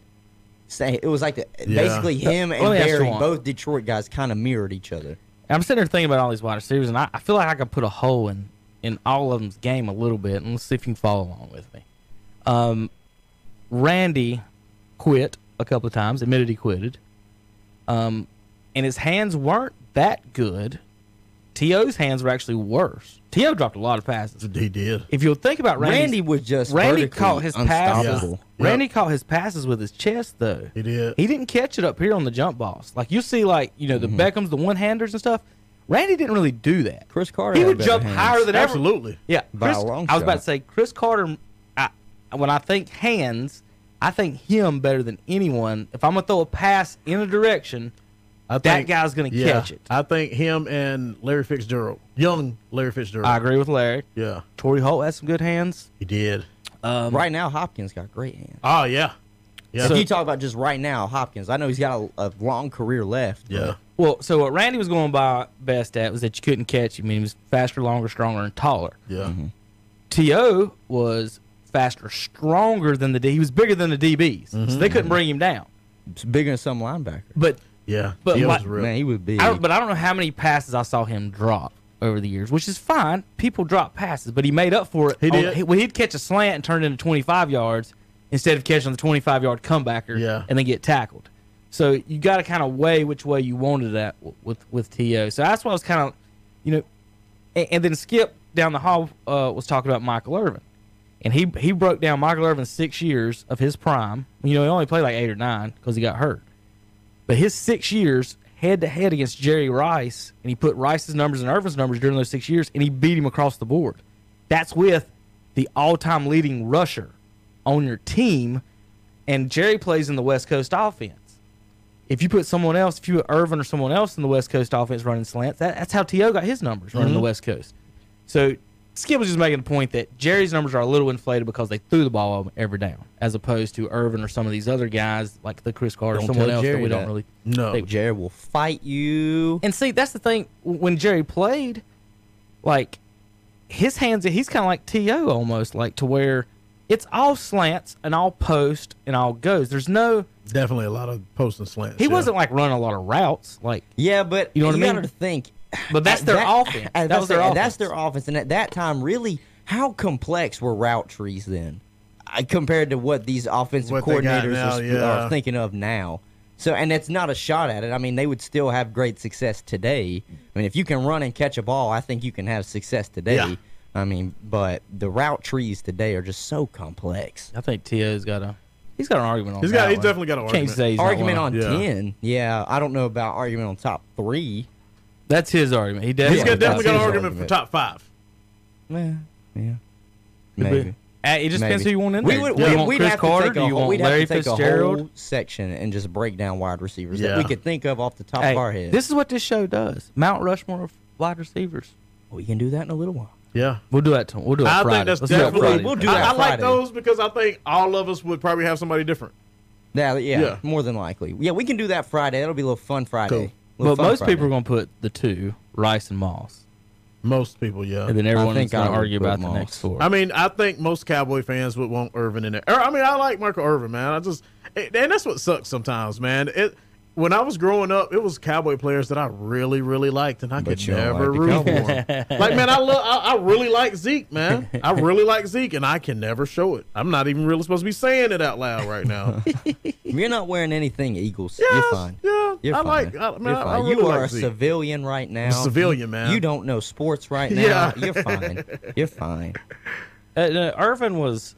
Say it was like the,
Yeah.
basically him and
Let me ask you
Barry,
one.
both Detroit guys, kind of mirrored each other.
I'm sitting there thinking about all these wide receivers, and I, I feel like I could put a hole in in all of them's game a little bit, and let's see if you can follow along with me. Um, Randy quit a couple of times, admitted he quitted, um, and his hands weren't that good. To's hands were actually worse. To dropped a lot of passes.
he did.
If you'll think about Randy's,
Randy was just
Randy
vertically
caught his passes.
unstoppable.
Yeah.
Randy caught his passes with his chest though.
He did.
He didn't catch it up here on the jump balls. Like you see, like you know the
Mm-hmm.
Beckham's, the one handers and stuff. Randy didn't really do that.
Chris Carter.
he
had
would
better
jump
hands.
higher than ever.
Absolutely.
Yeah,
By a
Chris-
long
I was about
shot.
to say Chris Carter. I, when I think hands, I think him better than anyone. If I'm gonna throw a pass in a direction,
I
That guy's gonna
yeah,
catch it.
I think him and Larry Fitzgerald, young Larry Fitzgerald.
I agree with Larry.
Yeah,
Torrey Holt has some good hands.
he did.
Um,
Right now, Hopkins got great hands.
Oh yeah, yeah,
if you talk about just right now, Hopkins, I know he's got a, a long career left. but
yeah.
Well, so what Randy was going by best at was that you couldn't catch him. I mean, he was faster, longer, stronger, and taller.
Yeah.
To was faster, stronger than the D. He was bigger than the DBs, so they couldn't bring him down.
It's bigger than some linebacker.
But
Yeah.
But
He
what-
was real.
Man, he would be.
I don't, but I don't know how many passes I saw him drop over the years, which is fine. People drop passes, but he made up for it.
He
on-
did.
well, he'd catch a slant and turn it into 25 yards instead of catching the 25 yard comebacker
Yeah.
and then get tackled. So you got to kind of weigh which way you wanted that w- with with To. So that's why I was kind of, you know, and, and then Skip down the hall uh, was talking about Michael Irvin, and he he broke down Michael Irvin's six years of his prime. You know, he only played like eight or nine because he got hurt. But his six years head to head against Jerry Rice, and he put Rice's numbers and Irvin's numbers during those six years, and he beat him across the board. That's with the all time leading rusher on your team, and Jerry plays in the West Coast offense. If you put someone else, if you put Irvin or someone else in the West Coast offense running slants, that, that's how T.O. got his numbers running the
Mm-hmm.
West Coast. So Skip was just making the point that Jerry's numbers are a little inflated because they threw the ball every down, as opposed to Irvin or some of these other guys like the Chris Carter,
Don't
someone
tell
else that
Jerry
we don't
that.
really
No.
They-
Jared will fight you.
and see, that's the thing. w- When Jerry played, like his hands, he's kind of like To almost, like to where it's all slants and all post and all goes. There's no.
Definitely a lot of post and slants.
He
yeah.
wasn't like running a lot of routes. Like,
Yeah, but you
know what I mean?
gotta think.
But that's their offense.
and
That was
That's
their
their, and that's
offense.
their offense. And at that time, really, how complex were route trees then, I, compared to what these offensive
What they got
coordinators
now,
are, sp-
yeah.
are thinking of now? So, and it's not a shot at it. I mean, they would still have great success today. I mean, if you can run and catch a ball, I think you can have success today.
Yeah.
I mean, but the route trees today are just so complex.
I think To's got a. He's got an argument on.
He's
that
got. He's
one.
definitely got an
Can't
argument.
say he's not
argument
wrong.
on
Yeah.
ten, yeah. I don't know about argument on top three.
That's his argument. He
He's
definitely.
got, definitely got an
His
argument for
argument.
top five.
Yeah, yeah.
Could be.
Maybe.
Uh, it just depends
Maybe.
who you want in
We
there.
would,
Do you
we,
want
we'd
Chris
have
Carter?
to take
Do
a,
you
whole-
want
we'd
Larry
have to take a
Fitzgerald?
whole section and just break down wide receivers
Yeah.
that we could think of off the top
Hey,
of our head.
this is what this show does. Mount Rushmore of wide receivers.
we can do that in a little while.
Yeah.
We'll do that. To, we'll do it
I
Friday.
think that's
Let's do it
definitely.
Friday.
We'll do
I-
that
I, like
Friday.
those because I think all of us would probably have somebody different.
Now, yeah,
Yeah.
more than likely. Yeah, we can do that Friday. That'll be a little fun Friday.
Cool.
Little
But
fun
most
Friday.
people are going to put the two, Rice and Moss.
Most people, yeah.
And then everyone's
think I
going to
would
argue
put
about the
Moss.
next four.
I mean, I think most Cowboy fans would want Irvin in there. Or, I mean, I like Michael Irvin, man. I just it, and that's what sucks sometimes, man. It when I was growing up, it was Cowboy players that I really, really liked, and I
But
could
you don't
never
like
root
the
for. 'em. like, man, I love, I, I really like Zeke, man.
[LAUGHS]
I really like Zeke, and I can never show it. I'm not even really supposed to be saying it out loud right now. yeah,
[LAUGHS] You're not wearing anything Eagles. You're fine.
yeah.
You're
I
fine.
like, I, man,
You're
I- I
fine.
really
you are
like
a
Zeke.
civilian right now.
civilian, man.
You don't know sports right now.
[LAUGHS] Yeah.
You're fine. You're
[LAUGHS]
fine.
Uh, no, Irvin was,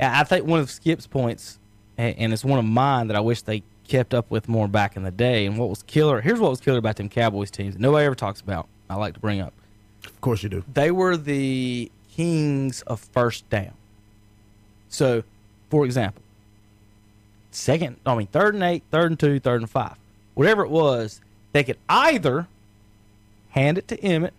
I I think, one of Skip's points, and, and it's one of mine that I wish they kept up with more back in the day. And what was killer, here's what was killer about them Cowboys teams that nobody ever talks about, I like to bring up.
of course you do.
They were the kings of first down. So, for example, second, I mean, third and eight, third and two, third and five, whatever it was, they could either hand it to Emmett,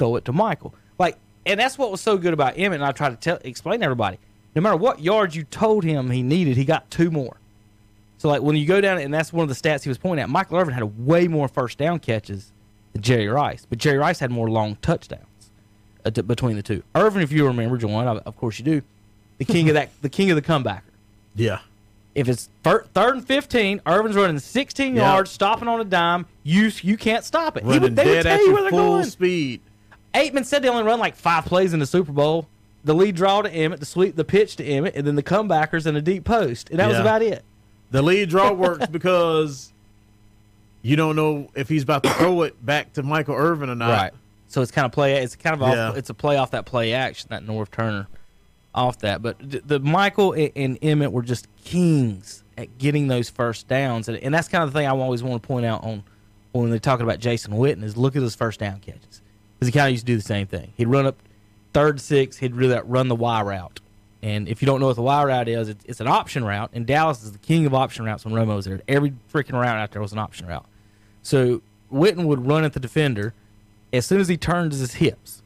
throw it to Michael. Like, and that's what was so good about Emmett. And I try to tell, explain to everybody. No matter what yards you told him he needed, he got two more. So, like, when you go down, and that's one of the stats he was pointing at, Michael Irvin had way more first down catches than Jerry Rice, but Jerry Rice had more long touchdowns uh, t- between the two. Irvin, if you remember, John, of of course you do, the king of that, the king of the comebacker.
Yeah,
If it's thir- third and fifteen, Irvin's running sixteen
Yeah.
yards, stopping on a dime. You you can't stop it. He
running
would, they would
dead
tell
at
you
your
where they're
full
going.
speed.
Aitman said they only run like five plays in the Super Bowl: the lead draw to Emmett, the sweep, the pitch to Emmett, and then the comebackers and the deep post, and that was
Yeah.
about it.
The lead draw
[LAUGHS]
works because you don't know if he's about to throw it back to Michael Irvin or not.
So it's kind of play. It's kind of off,
Yeah.
it's a play off that play action that North Turner off that. But d- the Michael and, and Emmett were just kings at getting those first downs, and, and that's kind of the thing I always want to point out on when they're talking about Jason Witten is look at his first down catches because he kind of used to do the same thing. He'd run up third six, he'd do that run the Y route. And if you don't know what the Y route is, it's, it's an option route. And Dallas is the king of option routes when Romo was there. Every freaking route out there was an option route. So Witten would run at the defender as soon as he turns his hips,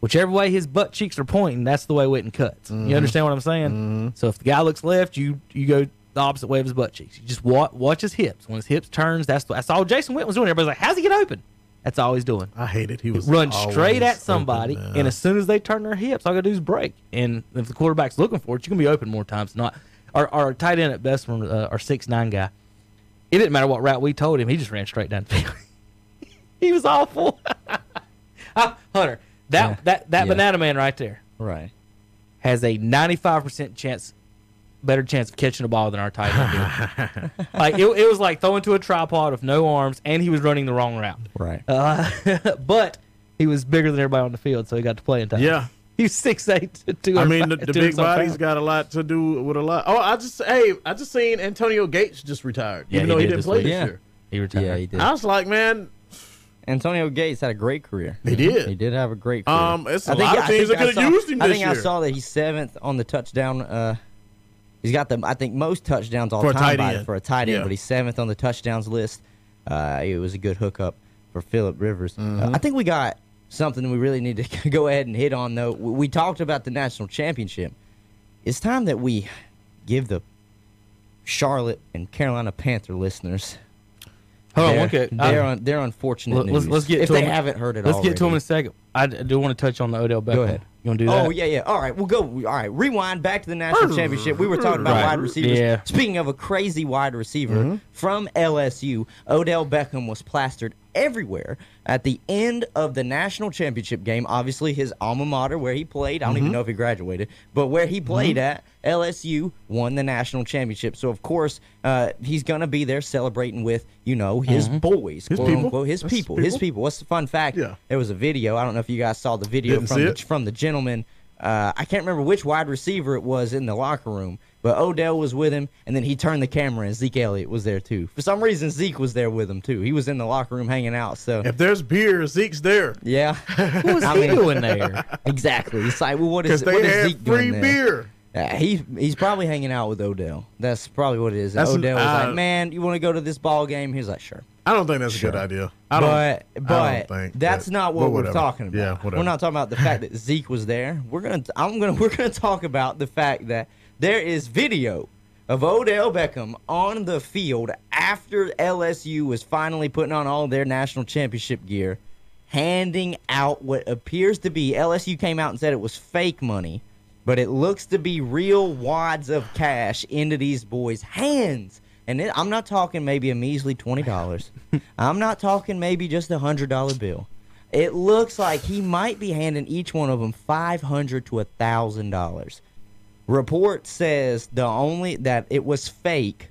whichever way his butt cheeks are pointing, that's the way Witten cuts. You understand what I'm saying? So if the guy looks left, you you go the opposite way of his butt cheeks. You just watch, watch his hips. When his hips turns, that's that's all Jason Witten was doing. Everybody's like, "How's he get open?" That's all he's doing.
I hate it. He was
Run
always
straight at somebody,
open, man.
and as soon as they turn their hips, all I gotta do is break. And if the quarterback's looking for it, you can be open more times than not. Our, our tight end at best, one, uh, our six nine guy, it didn't matter what route we told him; he just ran straight down the field. [LAUGHS] he was awful. [LAUGHS] Ah, Hunter, that
Yeah.
that that
Yeah.
banana man right there
Right.
has a ninety five percent chance, better chance of catching the ball than our tight end. did. like it, it was like throwing to a tripod with no arms, and he was running the wrong route.
Right.
Uh, but he was bigger than everybody on the field, so he got to play in time.
[LAUGHS] Yeah.
he's six eight.
I mean, the, the big body's got a lot to do with a lot. Oh, I just hey, I just seen Antonio Gates just retired,
Yeah,
even
he
though he,
did
didn't
this
play
week.
this
Yeah.
year.
He retired.
yeah, he did.
I was like, man,
Antonio Gates had a great career.
He did.
He did have a great career.
um, it's a
I think-
lot of
I
teams that
think I
could
saw-
have used him
I
this
think
year.
I saw that he's seventh on the touchdown. Uh, he's got the I think most touchdowns all
For a
time
tight
by-
end.
for a tight end,
Yeah.
but he's seventh on the touchdowns list. Uh, it was a good hookup for Philip Rivers.
Mm-hmm.
Uh, I think we got something we really need to [LAUGHS] go ahead and hit on though. We, we talked about the national championship. It's time that we give the Charlotte and Carolina Panther listeners.
Hold on,
their-
one quick.
Their,
I-
un, their unfortunate
Let- let's-
news.
let's get
if
to
they
them.
haven't heard it
Let's
already.
get to him in a second. I d- do want to touch on the Odell Beckham.
Go ahead.
You want to do that?
Oh yeah, yeah. All right, we'll go. All right, rewind back to the national championship. We were talking about
Right.
wide receivers.
Yeah.
Speaking of a crazy wide receiver from LSU, Odell Beckham was plastered everywhere at the end of the national championship game. Obviously, his alma mater where he played. I don't even know if he graduated, but where he played at LSU won the national championship. So of course, uh, he's gonna be there celebrating with you know his boys,
His
quote
people.
unquote, his
That's his
people, his
people.
people. What's the fun fact?
Yeah.
There was a video. I don't know if you guys saw the video
Didn't
from
see
the,
it.
from the gentleman. Uh, I can't remember which wide receiver it was in the locker room, but Odell was with him, and then he turned the camera, and Zeke Elliott was there too. For some reason, Zeke was there with him too. He was in the locker room hanging out. So
if there's beer, Zeke's there [LAUGHS]
yeah,
What was
I
he
mean-
doing there?
exactly. It's like, well, what
because
is
they
what is
had
Zeke
free
doing there?
beer.
Uh, he he's probably hanging out with Odell. That's probably what it is. And
That's-
Odell was
I-
like, "Man, you want to go to this ball game?" He's like, "Sure."
I don't think that's a good idea. I don't.
but but
I don't think
that's
that-
not
but
what we're
whatever.
talking about.
Yeah, whatever.
We're not talking about the fact that [LAUGHS] Zeke was there. We're gonna I'm gonna we're gonna talk about the fact that there is video of Odell Beckham on the field after LSU was finally putting on all their national championship gear, handing out what appears to be LSU came out and said it was fake money, but it looks to be real wads of cash into these boys' hands. And it, I'm not talking maybe a measly $20. I'm not talking maybe just a $100 bill. It looks like he might be handing each one of them 500 to $1,000. Report says the only that it was fake,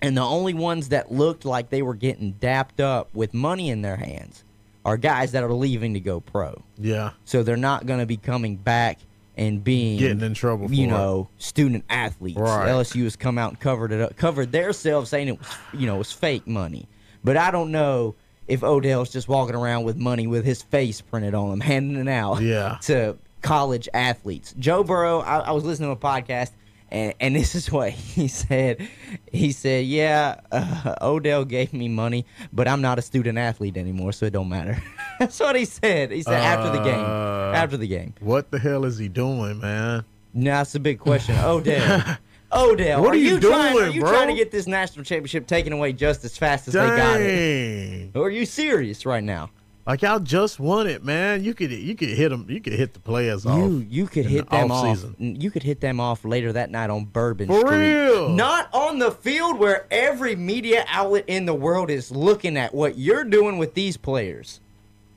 and the only ones that looked like they were getting dapped up with money in their hands are guys that are leaving to go pro.
Yeah.
So they're not going to be coming back and being
Getting in trouble for
You
it.
know, student athletes.
Right.
LSU has come out and covered it up, covered themselves, saying it was you know it was fake money. But I don't know if Odell's just walking around with money with his face printed on him, handing it out
Yeah.
[LAUGHS] to college athletes. Joe Burrow, I, I was listening to a podcast, and, and this is what [LAUGHS] he said. He said, "Yeah, uh, Odell gave me money, but I'm not a student athlete anymore, so it don't matter." [LAUGHS] That's what he said. He said after the game.
Uh.
After the game.
What the hell is he doing, man?
Now that's a big
[LAUGHS]
question, Odell. Odell,
What
are
are you
trying, Are
doing,
you
bro?
trying to get this national championship taken away just as fast as they got it?
Dang.
Or are you serious right now?
Like y'all just won it, man. You could you could hit them. You could hit the players off.
You you could
in
hit
the
them off.
offseason.
n- You could hit them off later that night on Bourbon
For
Street.
real?
Not on the field where every media outlet in the world is looking at what you're doing with these players.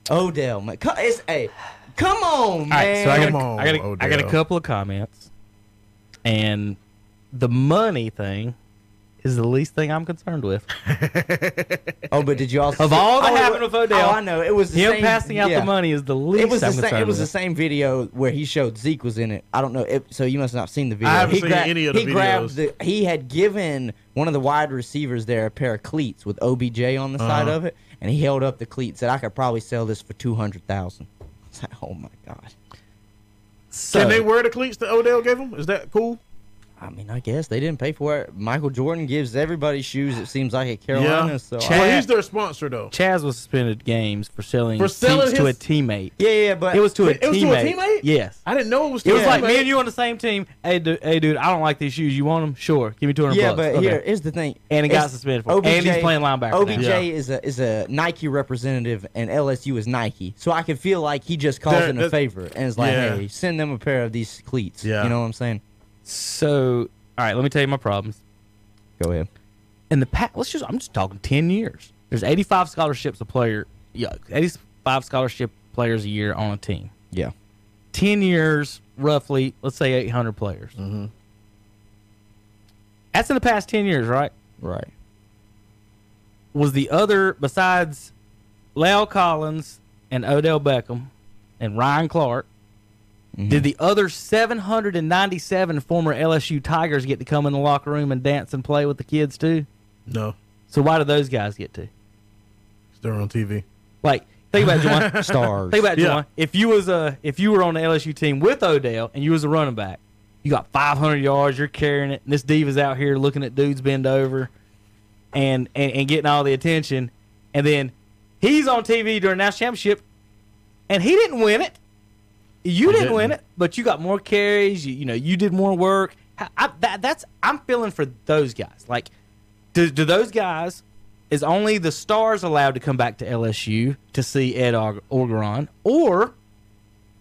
Odell, man, co- it's a come on,
All right,
man.
so I got,
Come
a,
on,
I, got a, I got a
Odell.
couple of comments, and the money thing is the least thing I'm concerned with.
oh, but did you also
Of all that
oh, it
happened
wa-
with Odell,
Oh, I know it was the
Him
same-
passing out
yeah.
the money is the least
It was the
I'm
same.
concerned
It was the
with.
same video where he showed Zeke was in it. I don't know. It, so you must not have seen the video.
I haven't
he
seen any of the
he Grabbed
videos.
the, he had given one of the wide receivers there a pair of cleats with OBJ on the
Uh-huh.
side of it, and he held up the cleat. Said, "I could probably sell this for two hundred thousand. [LAUGHS] I was like, "Oh my god."
So,
Can they wear the cleats that Odell gave them? Is that cool?
I mean, I guess they didn't pay for it. Michael Jordan gives everybody shoes. It seems like at Carolina.
yeah.
So I-
well, he's their sponsor though.
Chaz was suspended games for selling,
For selling
seats to a
his-
teammate.
yeah, yeah, but
It was to a
It was to a
teammate.
teammate?
Yes.
I didn't know it was.
It
to
was
a
like
teammate.
me and you on the same team. Hey, dude, hey, dude I don't like these shoes. You want them? Sure. Give me two hundred.
Yeah,
bucks.
but
Okay.
here is the thing.
And he got
It's-
suspended for it. And he's playing linebacker now.
OBJ
Yeah.
is a is a Nike representative, and LSU is Nike. So I can feel like he just calls
There-
in a
that's-
favor and is like,
Yeah.
"Hey, send them a pair of these cleats."
Yeah.
You know what I'm saying?
So, all right, let me tell you my problems.
Go ahead.
in the past, let's just, I'm just talking 10 years. There's 85 scholarships a player, yeah, 85 scholarship players a year on a team.
Yeah.
10 years, roughly, let's say 800 players. Mm-hmm. That's in the past 10 years, right? [LAUGHS]
Right.
Was the other, besides Lyle Collins and Odell Beckham and Ryan Clark, did the other 797 former LSU Tigers get to come in the locker room and dance and play with the kids too?
No,
So why do those guys get to?
it's they're on TV.
Like, think about it,
[LAUGHS]
Juwan.
Stars.
Think about it,
Yeah.
Juwan. If you was a if you were on the LSU team with Odell and you was a running back, you got 500 yards, you're carrying it, and this diva's out here looking at dudes bend over, and and, and getting all the attention, and then he's on TV during the national championship, and he didn't win it. You didn't, win it,
didn't.
but you got more carries. You, you know, you did more work. I, I, that, that's I'm feeling for those guys. Like, do, do those guys? Is only the stars allowed to come back to LSU to see Ed Or- Orgeron, or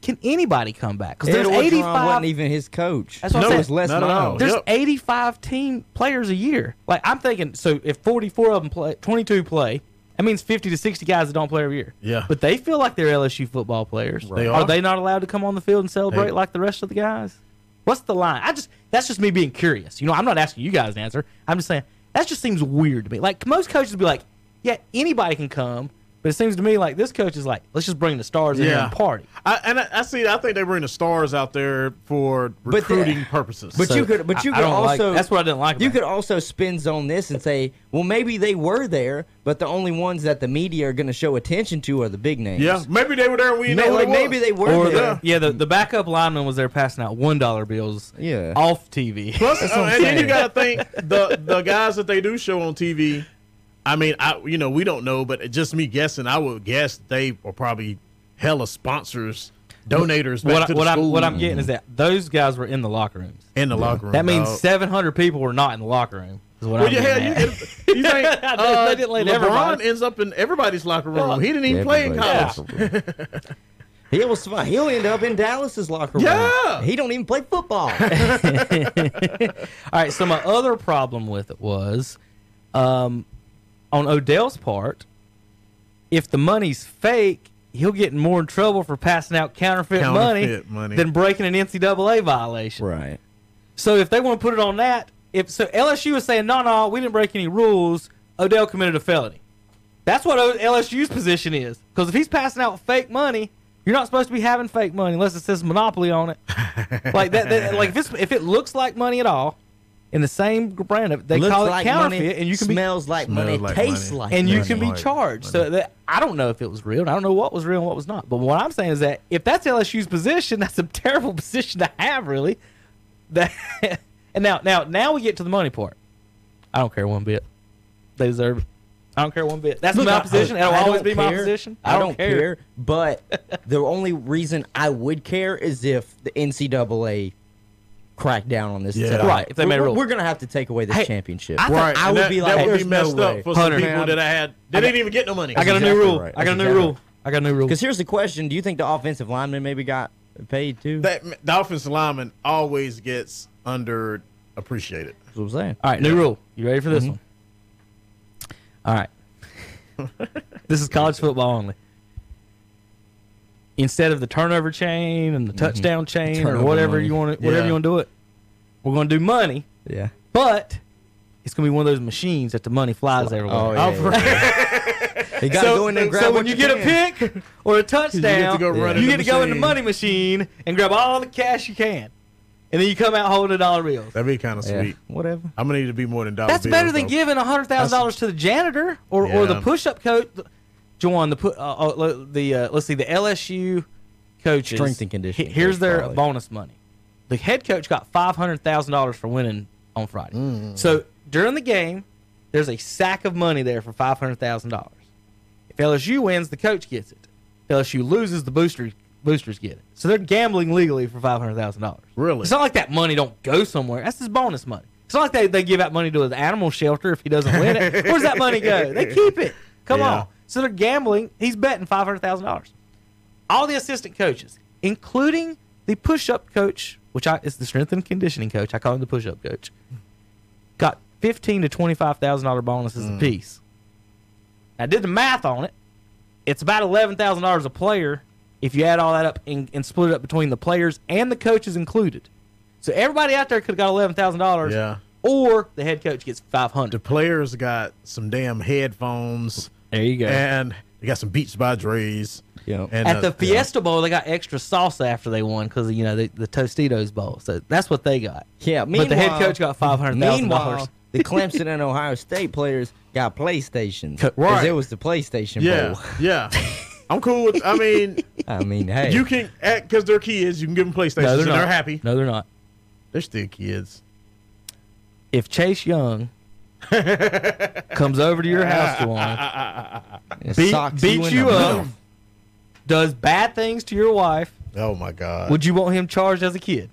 can anybody come back? Because
Ed
there's
Orgeron
85.
wasn't even his coach.
That's what I'm
no,
saying.
it's Les
Not at all.
Miles.
there's
Yep.
85 team players a year. Like I'm thinking, so if 44 of them play, 22 play, that means 50 to 60 guys that don't play every year.
Yeah.
But they feel like they're LSU football players.
They
are.
are.
they not allowed to come on the field and celebrate
They-
like the rest of the guys? What's the line? I just that's just me being curious. You know, I'm not asking you guys to answer. I'm just saying that just seems weird to me. Like most coaches would be like, yeah, anybody can come, but it seems to me like this coach is like, let's just bring the stars in here
Yeah.
and party.
I, and I, I see. I think they bring the stars out there for
the-
recruiting purposes.
But
So,
you could, but
I-
you
I
could
don't like-
also.
that's what I didn't like
You
about
could also spin zone this and say, well, maybe they were there, but the only ones that the media are going to show attention to are the big names.
yeah, maybe they were there. and We
You
didn't
know,
know what
like
it was.
maybe they were
Or
there.
the, yeah, the, the backup lineman was there passing out one dollar bills.
Yeah.
off TV.
Plus,
[LAUGHS]
That's what
uh,
I'm
and then
saying.
you gotta think the the guys that they do show on TV. I mean, I you know we don't know, but just me guessing, I would guess they are probably hella sponsors Donators back
What,
to
I,
the
what, I'm,
school
what I'm getting is that those guys were in the locker rooms.
in the locker room.
That means
dog.
700 people were not in the locker room. Is what
Well,
I'm
yeah,
getting
hell, you,
at.
it, you think
[LAUGHS] I know,
uh,
they didn't let
LeBron
everybody.
ends up in everybody's locker room? he didn't even play in
Yeah.
college.
[LAUGHS] He'll survive. He'll end up in Dallas's locker room.
Yeah.
He don't even play
[LAUGHS]
football.
[LAUGHS] All right. So my other problem with it was, um, on Odell's part, if the money's fake, he'll get in more in trouble for passing out counterfeit,
Counterfeit money.
than breaking an NCAA violation.
right.
So if they want to put it on that, if so, LSU is saying no, no, we didn't break any rules. Odell committed a felony. That's what O- LSU's position is. Because if he's passing out fake money, you're not supposed to be having fake money unless it says monopoly
[LAUGHS]
on it. like that, that- like if it's, if it looks like money at all, in the same brand of they
Looks
call it
like
counterfeit,
money,
and you can be
smells like
Smells
money,
like
tastes
money.
like
and you
money.
can be
Money.
charged. So that, I don't know if it was real. and I don't know what was real and what was not. But what I'm saying is that if that's LSU's position, [LAUGHS] that's a terrible position to have, really. That [LAUGHS] and now, now, now we get to the money part. I don't care one bit. They deserve it. I don't care one bit. That's
Look,
my
I-
position. It'll
I don't
always be my
care.
position.
I don't care. But the only reason I would care is if the NCAA cracked down on this.
Yeah.
today.
Right, if they made a
We're-
rule.
We're gonna have to take away this
Hey,
championship.
I-
Right.
I
and
would
that,
be like,
that would be
there's no
messed
way. [LAUGHS]
up for some
Hunter.
people that I had. They didn't even get no money.
I got a new
exactly
rule.
right.
I got a
That's
new
exactly
rule. I got a new rule.
Because here's the question: Do you think the offensive lineman maybe got paid too? That's
that the offensive lineman always gets underappreciated.
what I'm saying.
All right, new rule. You ready for
Mm-hmm.
this one?
[LAUGHS]
All right. this is college football only. Instead of the turnover chain and the touchdown chain or
Mm-hmm. Turnover
whatever
money.
you want, to, whatever
Yeah.
you want to do it, we're going to do money.
Yeah.
But it's going to be one of those machines that the money flies everywhere.
Oh yeah.
for-
yeah. They gotta
[LAUGHS] So,
go in there and grab
so
what
when you get
can.
a pick
[LAUGHS]
or a touchdown, you get to
go
go,
run in
in,
the
the
machine.
money machine and grab all the cash you can, and then you come out holding dollar bills.
That'd be kind of
Yeah,
sweet.
Whatever.
I'm gonna need to be more than dollar.
That's
bills,
better than
though.
giving hundred thousand dollars to the janitor or, or the
Yeah.
push-up coach. Join the put uh, uh, le- the uh, let's see the LSU coaches
Strength and conditioning
He- Here's
coach,
their
probably.
bonus money. The head coach got five hundred thousand dollars for winning on Friday.
Mm.
So during the game, there's a sack of money there for five hundred thousand dollars. If LSU wins, the coach gets it. If LSU loses, the boosters boosters get it. So they're gambling legally for five hundred thousand dollars.
Really?
It's not like that money don't go somewhere. That's his bonus money. It's not like they, they give out money to his animal shelter if he doesn't win
[LAUGHS]
it. Where's that money go? They keep it. Come
Yeah.
on. So they're gambling. He's betting five hundred thousand dollars. All the assistant coaches, including the push-up coach, which I is the strength and conditioning coach. I call him the push-up coach. Got fifteen to twenty-five thousand dollar bonuses
Mm.
apiece. I did the math on it. It's about eleven thousand dollars a player if you add all that up and, and split it up between the players and the coaches included. So everybody out there could have got eleven thousand dollars,
Yeah.
or the head coach gets five
The
hundred.
players got some damn headphones,
There you go.
and they got some Beats by Dre's.
Yeah.
And,
At
uh,
the Fiesta Bowl, they got extra salsa after they won because you know the, the Tostitos Bowl. So that's what they got.
Yeah,
but the head
meanwhile-
coach got five hundred thousand dollars.
Meanwhile, the Clemson and Ohio State players got PlayStations.
Co-
right.
Because it was the PlayStation
Yeah.
Bowl. [LAUGHS]
Yeah. I'm cool with.
[LAUGHS]
I mean,
I mean, hey.
you can because they're kids. You can give them PlayStations, and they're happy.
No, they're not.
They're still kids.
If Chase Young comes over to your house to one,
can
beat, beats you up, does bad things to your wife,
Oh my God.
would you want him charged as a kid?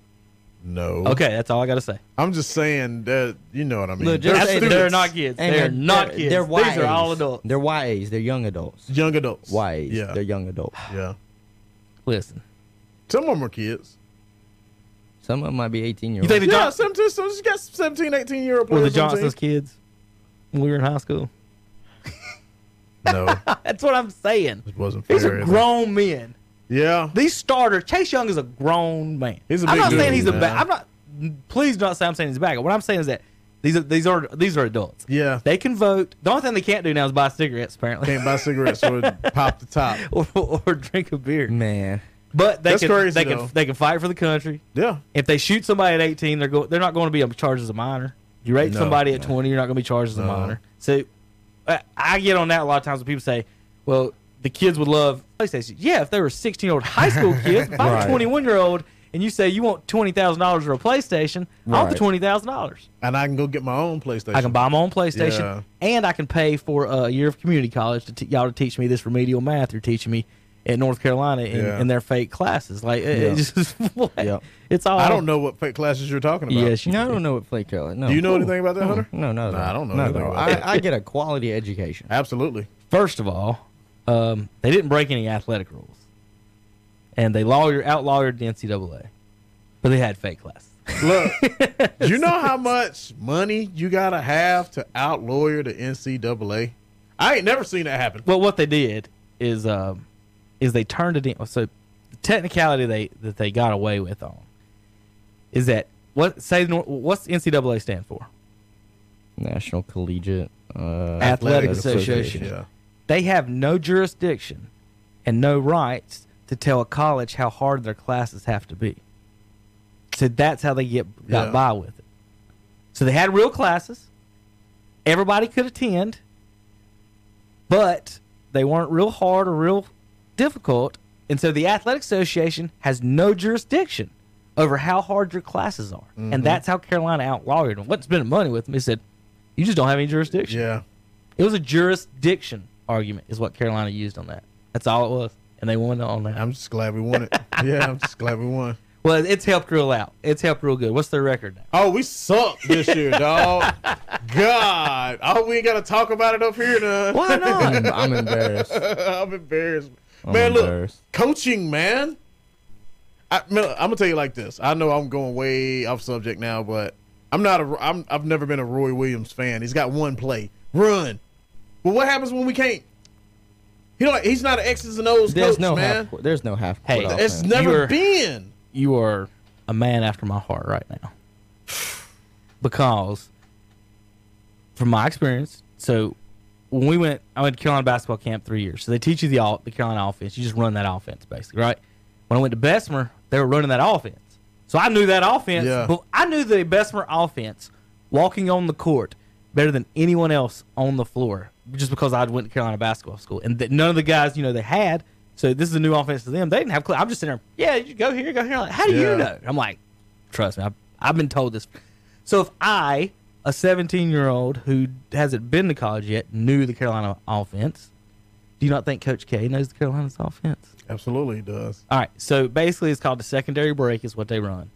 no.
Okay, that's all I got to say.
I'm just saying that you know what I mean.
Look, just
They're
say
That's-
students.
they're not kids.
And
They're not
they're,
kids.
They're YAs.
These are all adults.
They're YAs. They're young adults.
young adults.
YAs.
Yeah.
They're young adults.
yeah.
Listen,
Some of them are kids.
Some of them might be 18 year
you
olds.
think the,
Yeah,
John-
17, so just got 17, 18 year old
were
players.
the
on the
Johnson's
team.
kids when we were in high school?
[LAUGHS] No,
That's what I'm saying.
it wasn't fair.
These are
either.
grown men.
Yeah.
These starters. Chase Young is a grown man.
He's a
I'm
big
not saying
dude,
he's a
man.
bad. I'm not. Please do not say I'm saying he's a bad. guy. What I'm saying is that these are these are these are adults.
Yeah.
They can vote. The only thing they can't do now is buy cigarettes, apparently,
Can't buy cigarettes or pop the top.
or, [LAUGHS] or drink a beer.
Man.
But they
That's
can
crazy,
they
though.
can they can fight for the country.
Yeah.
If they shoot somebody at 18, they're go- they're not going to be charged as a minor. You rape
No,
somebody at
no.
20, you're not going to be charged as a
No.
minor. So I, I get on that a lot of times when people say, "Well, the kids would love PlayStation." Yeah, if they were 16 year old high
[LAUGHS]
school kids, if I'm
Right.
a 21 year old and you say you want twenty thousand dollars or a PlayStation, I want the
Right.
twenty thousand dollars.
And I can go get my own PlayStation.
I can buy my own PlayStation,
Yeah.
and I can pay for a year of community college to t- y'all to teach me this remedial math you're teaching me at North Carolina in,
Yeah.
in their fake classes. Like it, it
Yeah.
just [LAUGHS] what?
Yeah.
it's all
I don't know what fake classes you're talking about.
Yes, you
No, I
do.
don't know what Flake Carolina. No.
Do you know anything about that,
No,
Hunter?
No, no.
Nah, I don't know
No,
anything
no.
about that.
I, I get a quality education.
Absolutely.
First of all, um, they didn't break any athletic rules, and they lawyer outlawed the NCAA, but they had fake classes.
Look, you know how much money you gotta have to out lawyer the NCAA? I ain't never seen that happen.
[LAUGHS] Well, what they did is um, is they turned it in. So the technicality they that they got away with on is that what say the Nor- what's the NCAA stand for?
National Collegiate uh,
Athletic
Association.
Yeah.
They have no jurisdiction and no rights to tell a college how hard their classes have to be. So that's how they get got
Yeah.
by with it. So they had real classes. Everybody could attend, but they weren't real hard or real difficult. And so the athletic association has no jurisdiction over how hard your classes are. And that's how Carolina outlawed them. Wasn't spending money with them. He said, You just don't have any jurisdiction.
Yeah.
It was a jurisdiction argument, is what Carolina used on that. That's all it was, and they won on that.
I'm just glad we won it. yeah, I'm just glad we won.
Well, it's helped real out. It's helped real good. What's their record now?
Oh, we suck this year, dog. God. Oh, we ain't gotta talk about it up here now.
Why not?
I'm, I'm embarrassed.
[LAUGHS] I'm embarrassed.
I'm
man,
embarrassed.
look, coaching, man. I, man, I'm gonna tell you like this. I know I'm going way off subject now, but I'm not a. I'm, I've never been a Roy Williams fan. He's got one play, run. But what happens when we can't? He don't. He's not an X's and O's
There's
coach,
no
man.
half. There's no half.
Hey,
court
It's
offense.
never
You're-
been.
you are a man after my heart right now, because from my experience, so when we went, I went to Carolina basketball camp three years. So they teach you the all the Carolina offense. You just run that offense basically, right? When I went to Bessemer, they were running that offense. So I knew that offense.
Yeah.
But I knew the Bessemer offense walking on the court better than anyone else on the floor just because I went to Carolina basketball school. And that none of the guys, you know, they had. So this is a new offense to them. They didn't have clue. I'm just sitting there, yeah, you go here, go here. Like, How do
Yeah.
you know? I'm like, trust me, I've, I've been told this. So if I, a 17 year old who hasn't been to college yet, knew the Carolina offense, do you not think Coach K knows the Carolina's offense?
Absolutely, he does.
All right. So basically, it's called the secondary break. Is what they run.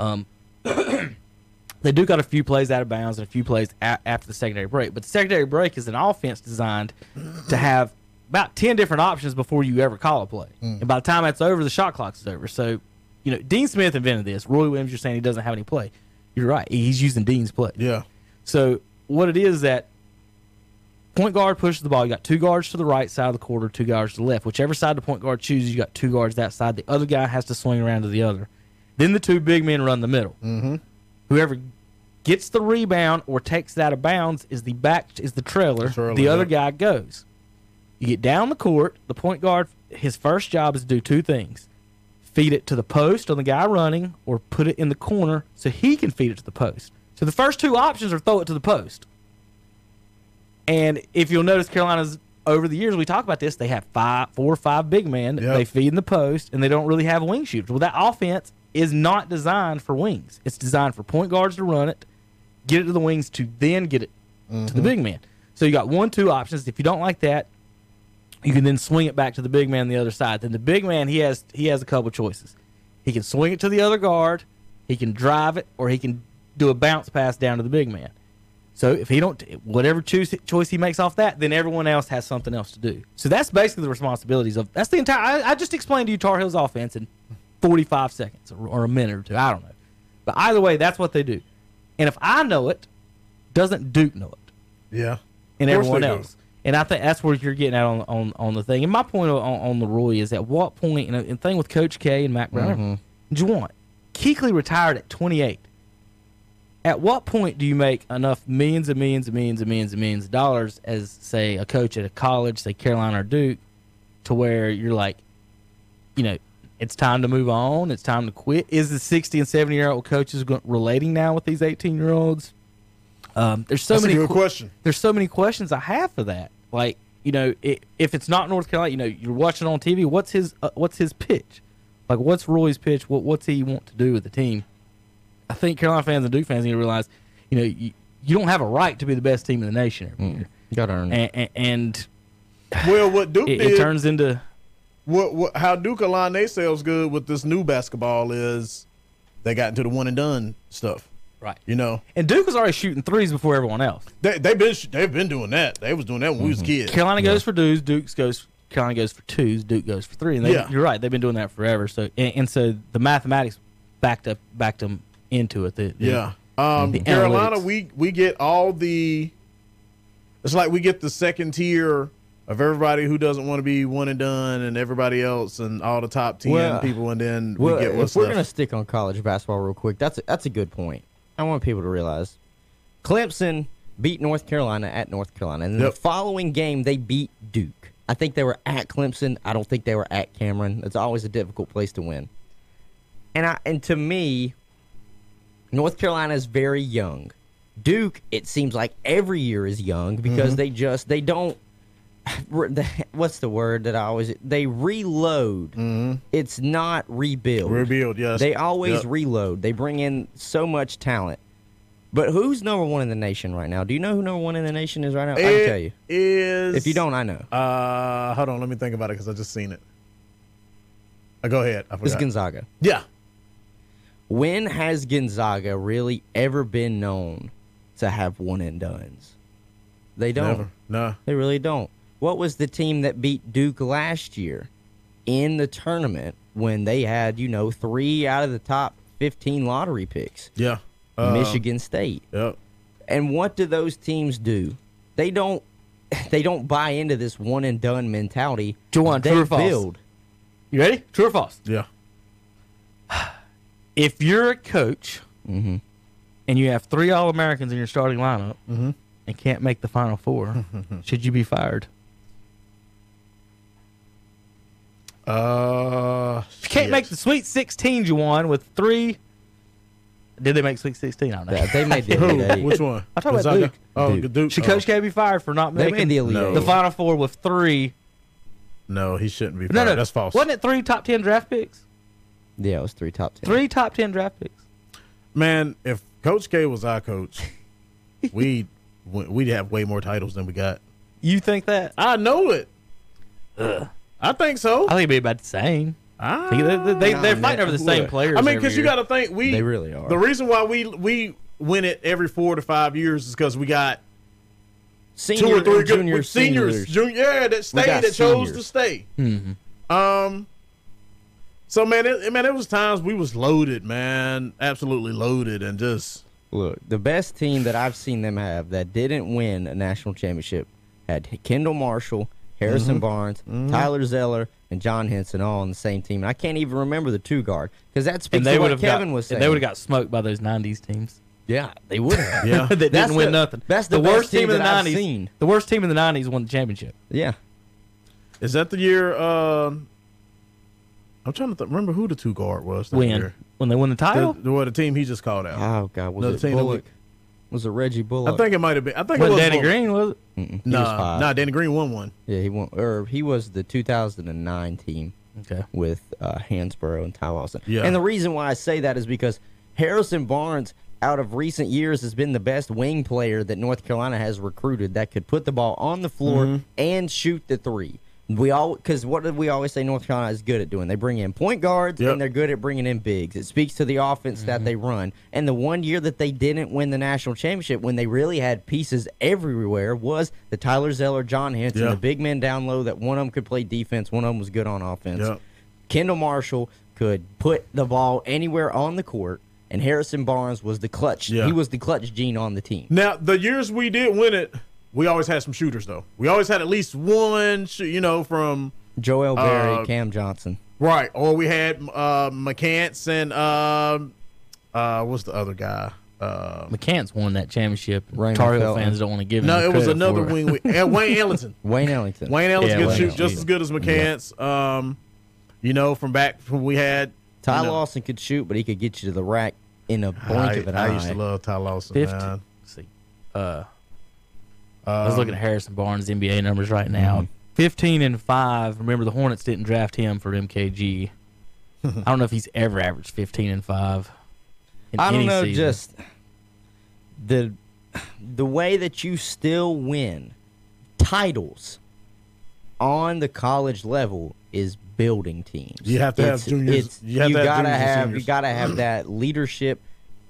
Um, [COUGHS] they do got a few plays out of bounds and a few plays a- after the secondary break. But the secondary break is an offense designed to have about ten different options before you ever call a play. And by the time that's over, the shot clock is over. So, you know, Dean Smith invented this. Roy Williams, you're saying he doesn't have any play. You're right. He's using Dean's play.
Yeah,
So what it is that point guard pushes the ball. You got two guards to the right side of the quarter, two guards to the left. Whichever side the point guard chooses, you got two guards that side. The other guy has to swing around to the other. Then the two big men run the middle. Mm-hmm. Whoever gets the rebound or takes it out of bounds is the back is the trailer.
Trailer,
the other
yep.
guy goes. You get down the court. The point guard, his first job is to do two things: feed it to the post on the guy running, or put it in the corner so he can feed it to the post. So the first two options are throw it to the post. And if you'll notice, Carolina's over the years we talk about this. They have five, four or five big men. that
Yep.
They feed in the post, and they don't really have wing shooters. Well, that offense is not designed for wings. It's designed for point guards to run it, get it to the wings to then get it to the big man. So you got one, two options. If you don't like that, you can then swing it back to the big man on the other side. Then the big man he has he has a couple choices. He can swing it to the other guard, he can drive it, or he can do a bounce pass down to the big man. So if he don't whatever choose, choice he makes off that, then everyone else has something else to do. So that's basically the responsibilities of that's the entire. I, I just explained to you Tar Heels offense in 45 seconds or, or a minute or two. I don't know, but either way, that's what they do. And if I know it, doesn't Duke know it?
yeah.
and
Of course
everyone
they do.
else. And I think that's where you're getting at on on, on the thing. And my point on, on the Roy is at what point, and the thing with Coach K and Mac
Mm-hmm.
Brown, do you want? Keekley retired at 28. At what point do you make enough millions and millions and millions and millions and millions of dollars as, say, a coach at a college, say Carolina or Duke, to where you're like, you know, it's time to move on. It's time to quit. Is the 60 and 70 year old coaches go- relating now with these 18 year olds? Um, there's so
That's
many
a good
que-
question.
there's so many questions I have for that. Like, you know, i if it's not North Carolina, you know, you're watching on TV. What's his uh, What's his pitch? Like, what's Roy's pitch? What What's he want to do with the team? I think Carolina fans and Duke fans need to realize, you know, you, you don't have a right to be the best team in the nation every year,
Gotta earn it.
and, and, and
Well, what Duke
it,
did
it turns into
what, what how Duke align themselves good with this new basketball is they got into the one and done stuff.
Right.
You know,
And Duke was already shooting threes before everyone else.
they they've been they've been doing that. They was doing that when we was
Mm-hmm.
kids.
Carolina goes for twos, Duke's goes. Carolina goes for twos, Duke goes for three. And they,
Yeah.
you're right; they've been doing that forever. So and, and so the mathematics backed up backed them into it. The- the-
Yeah. Um,
The
Carolina,
analytics.
we we get all the. It's like we get the second tier of everybody who doesn't want to be one and done, and everybody else, and all the top ten
Well,
people, and then
Well,
we get what's
if we're
left.
gonna stick on college basketball real quick, that's a, that's a good point. I want people to realize Clemson beat North Carolina at North Carolina, and
Yep.
the following game they beat Duke. I think they were at Clemson. I don't think they were at Cameron. It's always a difficult place to win. And I and to me, North Carolina is very young. Duke, it seems like every year is young because
Mm-hmm.
they just they don't. What's the word that I always? They reload. It's not rebuild.
Mm-hmm. Rebuild, yes.
They always
Yep.
reload. They bring in so much talent. But who's number one in the nation right now? Do you know who number one in the nation is right now? I
It
can tell you.
is-
If you don't, I know.
uh, hold on, let me think about it because I just seen it. Uh, go ahead. I
It's
forgot.
Gonzaga.
yeah,
When has Gonzaga really ever been known to have one and done's? They don't.
never, no.
They really don't. What was the team that beat Duke last year in the tournament when they had, you know, three out of the top 15 lottery picks?
Yeah. Uh,
Michigan State.
Yep.
And what do those teams do? They don't [LAUGHS] they don't buy into this one and done mentality.
Juwan,
they
true or false?
build.
You ready? True or false?
Yeah.
If you're a coach
Mm-hmm.
and you have three All Americans in your starting lineup
Mm-hmm.
and can't make the Final
[LAUGHS]
Four, should you be fired?
Uh,
If you can't
yes.
make the Sweet 16, Juwan, with three. Did they make Sweet 16? I don't know.
Yeah, they made the
[LAUGHS] Who?
Elite Eight.
Which one?
I talking about
Gonzaga?
Duke.
Oh,
Duke.
Duke.
Should Coach
oh.
K be fired for not
They
making
made the Elite
No.
Eight.
the Final Four with three?
No, he shouldn't be.
No,
fired.
no,
that's false.
Wasn't it three top ten draft picks?
Yeah, it was three top ten.
Three top ten draft picks.
Man, if Coach K was
[LAUGHS]
our coach, we we'd have way more titles than we got.
You think that?
I know it. I think so.
I think it'd be about the same.
I,
They, they,
Nah,
they, are fighting
man,
over the same
look.
players.
I mean,
because
because you got to think we
They really are.
The reason why we we win it every four to five years is because we got
Senior
two or three
and
good
junior
with seniors,
seniors.
junior, yeah, that stayed,
got
that chose to
seniors. Mm-hmm.
stay. Um, so man, it, man, it was times we was loaded, man, absolutely loaded, and just
Look, the best team that I've seen them have that didn't win a national championship had Kendall Marshall, Harrison Barnes, Tyler Zeller, and John Henson all on the same team. And I can't even remember the two guard because that speaks
and they
to
would
what
have
Kevin
got,
was saying.
and they would have got smoked by those '90s teams.
[LAUGHS] yeah, they would have.
yeah,
[LAUGHS] that
That's
didn't win
the-
nothing.
that's the best
worst team,
team
in the
that I've
'90s.
seen.
The worst team in the '90s won the championship.
yeah.
Is that the year? Um, I'm trying to th- remember who the two guard was. That
When
year.
when they won the
The,
title,
the, well, the team he just called out.
Oh God, was
Another
it
team that we-
Bullock? Was it Reggie Bullock?
I think it might have been. I think it
wasn't
was
Danny
one-
Green was it?
Mm-mm, he was
Nah,
five.
nah, Danny Green won one.
Yeah, he won. Or he was the 2009 team
Okay.
with uh, Hansborough and Ty Lawson.
Yeah.
And the reason why I say that is because Harrison Barnes, out of recent years, has been the best wing player that North Carolina has recruited that could put the ball on the floor
Mm-hmm.
and shoot the three. We all because what did we always say North Carolina is good at doing? They bring in point guards
Yep.
and they're good at bringing in bigs. It speaks to the offense
Mm-hmm.
that they run. And the one year that they didn't win the national championship when they really had pieces everywhere was the Tyler Zeller, John Henson,
Yeah.
the big men down low that one of them could play defense, one of them was good on offense.
Yep.
Kendall Marshall could put the ball anywhere on the court, and Harrison Barnes was the clutch.
Yeah.
He was the clutch gene on the team.
Now the years we did win it, we always had some shooters though. We always had at least one, sh- you know, from
Joel Berry,
Uh,
Cam Johnson.
right, or we had uh, McCants and um, uh, what's the other guy? Uh,
McCants won that championship.
Raymond
Tar Heel
Felton.
fans don't want to
Mm-hmm.
give him
no,
the
it was
credit
another
for it.
wing. We, and
[LAUGHS]
Wayne Ellington.
Wayne Ellington.
Wayne Ellis
Yeah,
could
Wayne
shoot
Elling's
just as good as McCants. Um, you know, from back from we had
Ty
you know,
Lawson could shoot, but he could get you to the rack in a blink
I,
of an
I
eye.
used to love Ty Lawson.
Fifty.
Man. Um,
see, uh, I was looking at Harrison Barnes' NBA numbers right now.
mm-hmm.
Fifteen and five. Remember, the Hornets didn't draft him for
[LAUGHS]
MKG. I don't know if he's ever averaged fifteen and five. in
I don't
any
know,
season.
just the the way that you still win titles on the college level is building teams.
You have to have
It's-
juniors-
it's-
you have to have
gotta
juniors and
have you
seniors.
gotta have that leadership.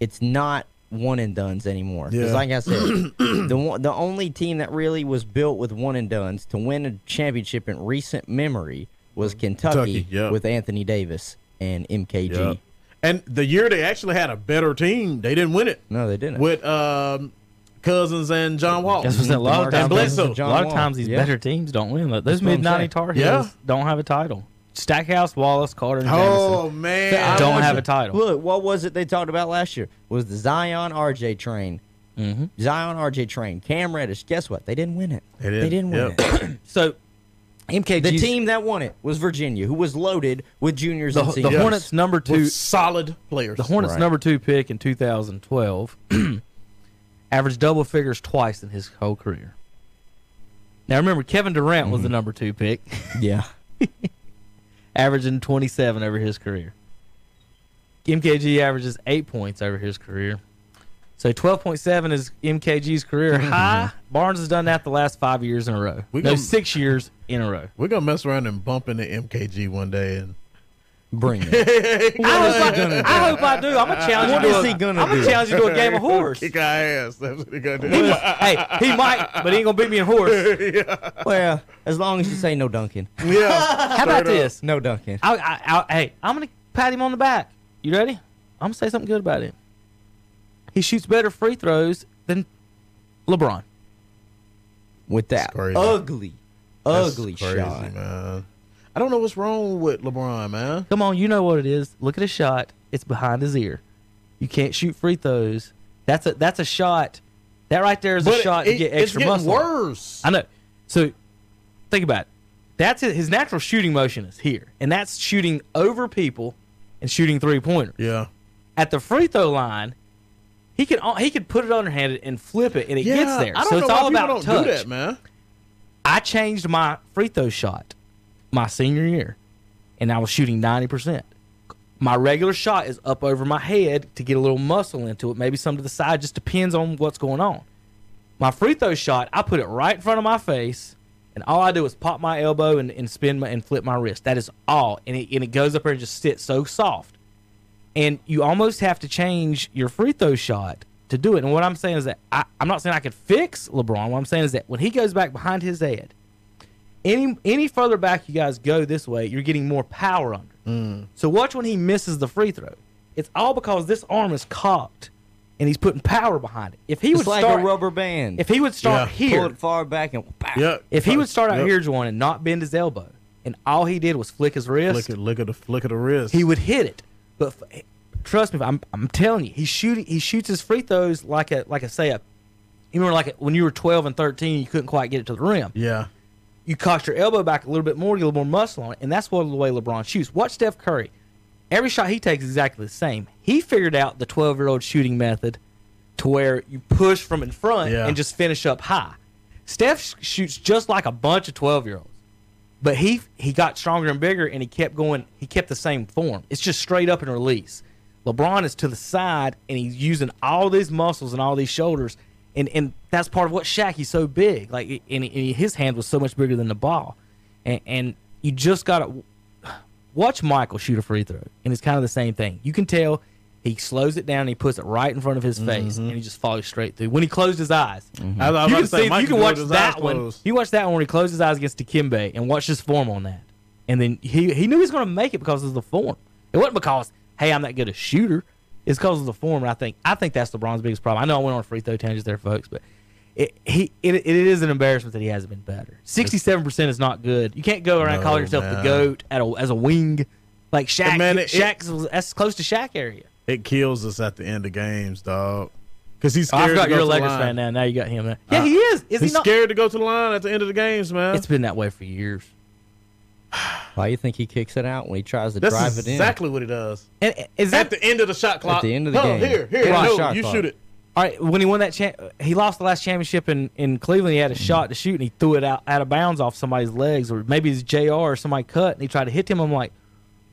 It's not one and duns anymore. 'Cause
Yeah.
like I
[CLEARS THROAT]
said, the one, the only team that really was built with one and duns to win a championship in recent memory was Kentucky,
Kentucky, yeah.
with Anthony Davis and MKG.
Yeah. And the year they actually had a better team, they didn't win it
No, they didn't.
with um, Cousins and John Wall.
That's what I'm saying. A lot
DeMarcus
of times,
Cousins and
a
John
lot of
Wall.
times these
Yeah.
better teams don't win. Like, those
what I'm
mid '90
saying.
Tar Heels
Yeah.
don't have a title. Stackhouse, Wallace, Carter, and
Oh
Jamison
man,
don't have a title.
Look, what was it they talked about last year? Was the Zion RJ train.
Mhm.
Zion RJ train. Cam Reddish. Guess what? They didn't win it.
They didn't.
didn't win
Yep.
it.
So MKG,
The team that won it was Virginia, who was loaded with juniors
the,
and
the
seniors. [LAUGHS]
Hornets number two,
with solid players.
the Hornets
Right.
number two pick in 2012, [CLEARS THROAT] averaged double figures twice in his whole career. Now remember, Kevin Durant
Mm-hmm.
was the number two pick, [LAUGHS]
Yeah.
averaging 27 over his career. MKG averages eight points over his career. So 12.7 is MKG's career
Mm-hmm.
high. Barnes has done that the last five years in a row.
We
no,
gonna-
six years in a row.
We're gonna mess around and bump into MKG one day, and
Bring it.
I hope I, I hope I do. I'm gonna challenge
What
you. to
is
a-
he gonna
I'm gonna
do?
challenge [LAUGHS] you to a
[LAUGHS]
game of horse.
[LAUGHS] kick our ass. That's what they're gonna
He
do. [LAUGHS]
was- hey, he might, but he ain't gonna beat me in horse.
[LAUGHS] well, as long as you say no dunking.
[LAUGHS]
yeah,
How about this?
No dunking.
I, I, I, hey, I'm gonna pat him on the back. You ready? I'm gonna say something good about him. He shoots better free throws than LeBron.
With that
crazy.
ugly,
That's
ugly
crazy,
shot.
man. I don't know what's wrong with LeBron, man.
Come on, you know what it is. Look at his shot. It's behind his ear. You can't shoot free throws. That's a that's a shot. That right there is a shot to
it-
get
it's
extra
getting
muscle.
worse.
I know. So think about it. That's it. his natural shooting motion is here, and that's shooting over people and shooting three pointers.
yeah,
At the free throw line, he can uh, he could put it underhanded and flip it, and it
yeah.
gets there.
I don't
so
know
it's
why
all
people
about
don't
touch.
do that, man.
I changed my free throw shot my senior year, and I was shooting ninety percent. My regular shot is up over my head to get a little muscle into it, maybe some to the side. Just depends on what's going on. My free throw shot, I put it right in front of my face, and all I do is pop my elbow and, and spin my, and flip my wrist. That is all, and it, and it goes up there and just sits so soft. And you almost have to change your free throw shot to do it. And what I'm saying is that I, I'm not saying I could fix LeBron. What I'm saying is that when he goes back behind his head, any any further back you guys go this way, you're getting more power under.
Mm.
So watch when he misses the free throw. It's all because this arm is cocked, and he's putting power behind it. If he
It's
would
like
start,
a rubber band.
if he would start
Yeah.
pull
here,
it far back and pow.
Yeah,
if he would start out
Yep.
here, Juwan, and not bend his elbow, and all he did was flick his wrist,
Look at look at the flick of the wrist.
he would hit it. But f- trust me, I'm, I'm telling you, he shooting he shoots his free throws like a like a say a. You remember like when you were 12 and 13, you couldn't quite get it to the rim.
Yeah,
You cocked your elbow back a little bit more, you get a little more muscle on it, and that's what the way LeBron shoots. Watch Steph Curry. Every shot he takes is exactly the same. He figured out the 12 year old shooting method to where you push from in front
Yeah.
and just finish up high. Steph sh- shoots just like a bunch of 12 year olds, but he he got stronger and bigger and he kept going. He kept the same form. It's just straight up and release. LeBron is to the side and he's using all these muscles and all these shoulders. And, and that's part of what Shaq, he's so big. Like, and, and his hand was so much bigger than the ball. And, and you just got to watch Michael shoot a free throw, and it's kind of the same thing. You can tell he slows it down, and he puts it right in front of his face, and he just follows straight through. When he closed his eyes,
I, I was
you
about
can
to say,
see,
Mike
you can
do it
watch
with his
that
eyes
one.
closed.
You watch that one when he closed his eyes against Dikembe, and watch his form on that. And then he he knew he was going to make it because of the form. It wasn't because hey, I'm that good a shooter. It's because of the form. And I think I think that's LeBron's biggest problem. I know I went on a free throw tangent there, folks, but. It, he it, it is an embarrassment that he hasn't been better. Sixty seven percent is not good. You can't go around
No,
calling yourself the
man.
goat at a, as a wing, like Shaq.
And man, it-
Shaq's was, that's close to Shaq area.
It kills us at the end of games, dog. Because he's
Oh, I
scared.
forgot
to go
you're a
to the
Lakers
line.
fan now. Now you got him. Yeah,
Uh,
he is. Is
he's
he not?
scared to go to the line at the end of the games, man.
It's been that way for years.
Why you think he kicks it out when he tries to
That's
drive it in?
exactly what he does.
And is that
at the end of the shot clock.
the end of the
"Oh,
game.
Here, here,
Right,
no,
shot
you
clock.
shoot it.
All right, when he won that, cha- he lost the last championship in, in Cleveland. He had a shot to shoot, and he threw it out out of bounds off somebody's legs, or maybe his Jr. or somebody cut, and he tried to hit him. I'm like,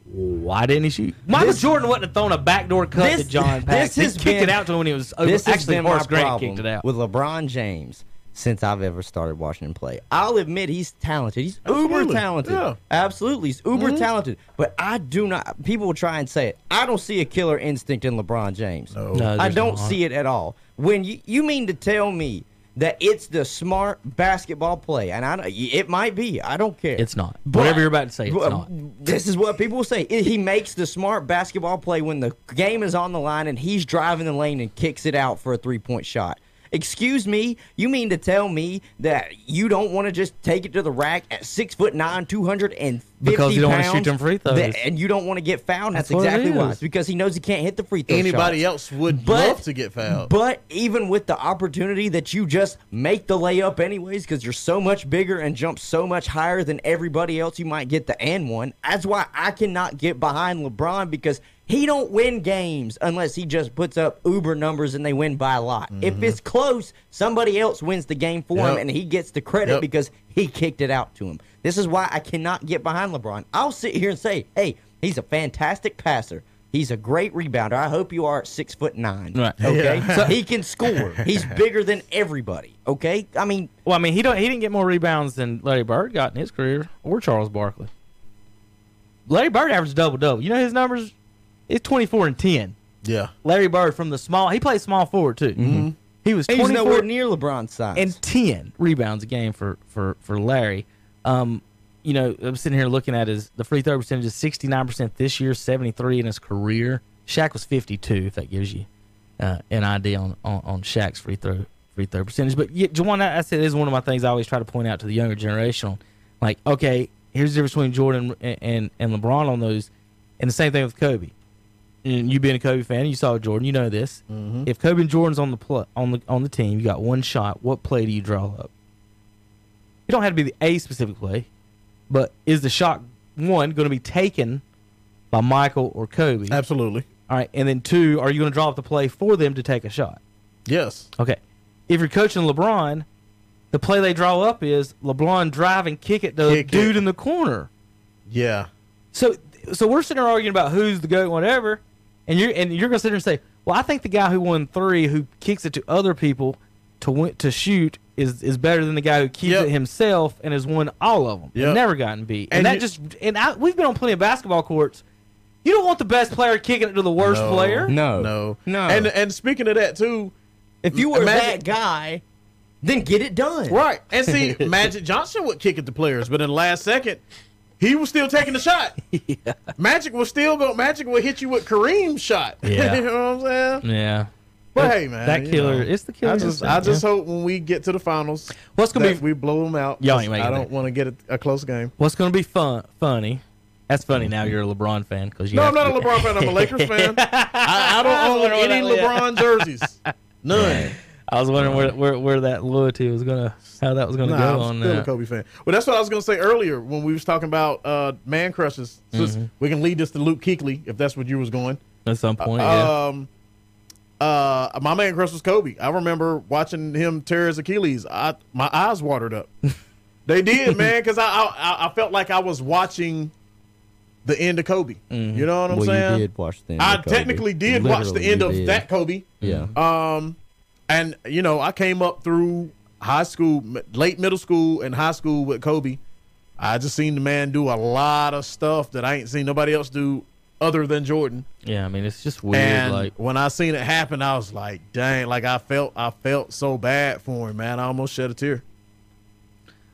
why didn't he shoot? Michael Jordan wouldn't have thrown a backdoor cut
this-
to John [LAUGHS]
this
Paxson. He
has
kicked
been-
it out to him when he was over.
This has
Actually,
been my
Horace Grant
problem
kicked it out.
with LeBron James. since I've ever started watching him play. I'll admit he's talented. He's uber
Absolutely.
talented.
Yeah.
Absolutely, he's uber talented. But I do not. People will try and say it. I don't see a killer instinct in LeBron James.
No.
No,
I
there's
don't
not.
see it at all. When you you mean to tell me that it's the smart basketball play, and I don't- it might be. I don't care.
It's not.
But-
Whatever you're about to say, it's
Well,
not.
This is what people will say. I- He makes the smart basketball play when the game is on the line and he's driving the lane and kicks it out for a three point shot. Excuse me, you mean to tell me that you don't want to just take it to the rack at six foot nine, two hundred and fifty
Because you don't wanna shoot
pounds
them free throws.
that- and you don't want to get fouled. That's,
That's what it
exactly why.
is.
It's because he knows he can't hit the free throw. shots.
Anybody else would
But-
love to get fouled.
But even with the opportunity that you just make the layup anyways, because you're so much bigger and jump so much higher than everybody else, you might get the and one. That's why I cannot get behind LeBron because he don't win games unless he just puts up uber numbers and they win by a lot. If it's close, somebody else wins the game for him
Mm-hmm. Yep.
and he gets the credit
Yep.
because he kicked it out to him. This is why I cannot get behind LeBron. I'll sit here and say, hey, he's a fantastic passer. He's a great rebounder. I hope you are at six foot nine.
Right.
Okay.
[LAUGHS]
Yeah.
So he can score. He's bigger than everybody. Okay. I mean,
Well, I mean, he don't he didn't get more rebounds than Larry Bird got in his career or Charles Barkley. Larry Bird averaged double double. You know his numbers? It's twenty four and ten.
yeah.
Larry Bird from the small he played small forward too. Mm-hmm. He was
he's
twenty
nowhere
four
near LeBron's size.
and ten rebounds a game for for for Larry. Um, you know, I'm sitting here looking at his the free throw percentage is 69 percent this year, 73 in his career. Shaq was 52. If that gives you uh, an idea on, on on Shaq's free throw free throw percentage. But yeah, Juwan, I, I said is one of my things I always try to point out to the younger generation. Like, okay, here's the difference between Jordan and and, and LeBron on those, and the same thing with Kobe. And you being a Kobe fan, you saw Jordan. You know this. If Kobe and Jordan's on the pl- on the on the team, you got one shot. What play do you draw up? It don't have to be the a specific play, but is the shot one going to be taken by Michael or Kobe?
Absolutely.
All right, and then two, are you going to draw up the play for them to take a shot?
Yes.
Okay, if you're coaching LeBron, the play they draw up is LeBron drive and kick it to the
Kick it.
dude in the corner.
Yeah.
So so we're sitting there arguing about who's the goat, whatever, and you're and you're gonna sit there and say, well, I think the guy who won three, who kicks it to other people to win, to shoot, is is better than the guy who keeps
Yep.
it himself and has won all of them,
Yep.
and never gotten beat. And,
And
that
you-
just and I, we've been on plenty of basketball courts. You don't want the best player kicking it to the worst
No.
player.
no,
No.
no.
And and speaking of that too,
if you were
Imagine-
that guy, then get it done.
right?
[LAUGHS]
And see, Magic Johnson would kick at the players, but in the last second, he was still taking
[LAUGHS]
the shot. Magic will still go. Magic will hit you with Kareem's shot. [LAUGHS]
Yeah.
you know what I'm saying?
Yeah.
But hey, man,
that
you
killer-
know,
it's the killer
I just, I
instinct,
just
yeah.
hope when we get to the finals,
What's gonna
that
be-
we blow them out.
Y'all
'cause
ain't making
I
it
don't
there.
want to get a, a close game.
What's gonna be fun? Funny. That's funny. Now you're a LeBron fan because you.
No,
have
I'm not
to
a
be-
LeBron fan. I'm
[LAUGHS]
a Lakers fan. [LAUGHS] I, I don't own
Where
any
that- yeah. [LAUGHS]
LeBron jerseys. None.
I was wondering where, where where that loyalty was gonna how that was gonna
Uh, Nah,
go
I'm
on
still
that.
a Kobe fan. Well, that's what I was gonna say earlier when we was talking about uh, man crushes. Since
Mm-hmm.
We can lead this to Luke Kuechly if that's what you was going.
at some point. yeah.
Um, uh, my man crush was Kobe. I remember watching him tear his Achilles. I my eyes
[LAUGHS]
watered up. they did, man, because I, I I felt like I was watching the end of Kobe. You know what I'm
Mm-hmm. Well,
saying?
you did watch the end
I
of Kobe.
technically did watch the
Literally,
end
you
of
did.
that Kobe.
Yeah.
Um, and you know, I came up through high school, m- late middle school, and high school with Kobe. I just seen the man do a lot of stuff that I ain't seen nobody else do other than Jordan.
Yeah, I mean it's just weird.
and
like
when I seen it happen, I was like, "Dang!" Like I felt, I felt so bad for him, man. I almost shed a tear.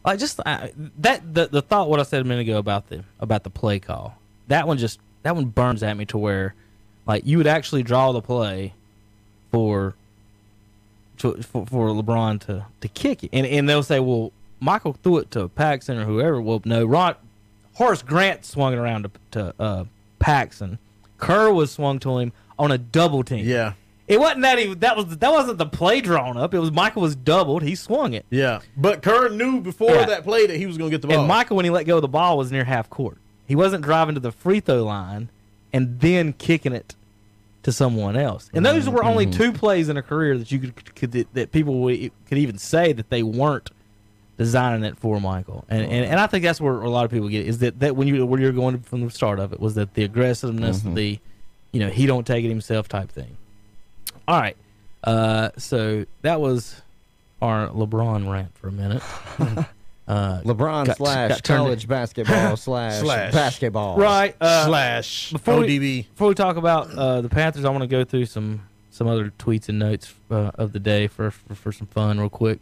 like just I, that the the thought what I said a minute ago about the about the play call. That one just that one burns at me to where like you would actually draw the play for to, for, for LeBron to to kick it. And and they'll say, "Well, Michael threw it to Paxson or whoever." Well, no, Rod Horace Grant swung it around to to uh, Paxson. Kerr was swung to him on a double team.
Yeah,
It wasn't that he that was that wasn't the play drawn up. It was Michael was doubled. He swung it,
yeah. But Kerr knew before
Yeah.
that play that he was gonna get the ball.
and Michael when he let go of the ball was near half court. He wasn't driving to the free throw line and then kicking it to someone else. And those were only two plays in a career that you could, could that, that people would, e, could even say that they weren't designing it for Michael. And and, and I think that's where a lot of people get it, is that that when you where you're going from the start of it was that the aggressiveness, the you know he don't take it himself type thing. All right, uh, so that was our LeBron rant for a minute. uh,
LeBron
Got-
slash
got turned- [LAUGHS]
college basketball slash,
Slash.
basketball.
right. Uh,
slash
before we-
ODB.
Before we talk about uh, the Panthers, I want to go through some some other tweets and notes uh, of the day for, for for some fun, real quick.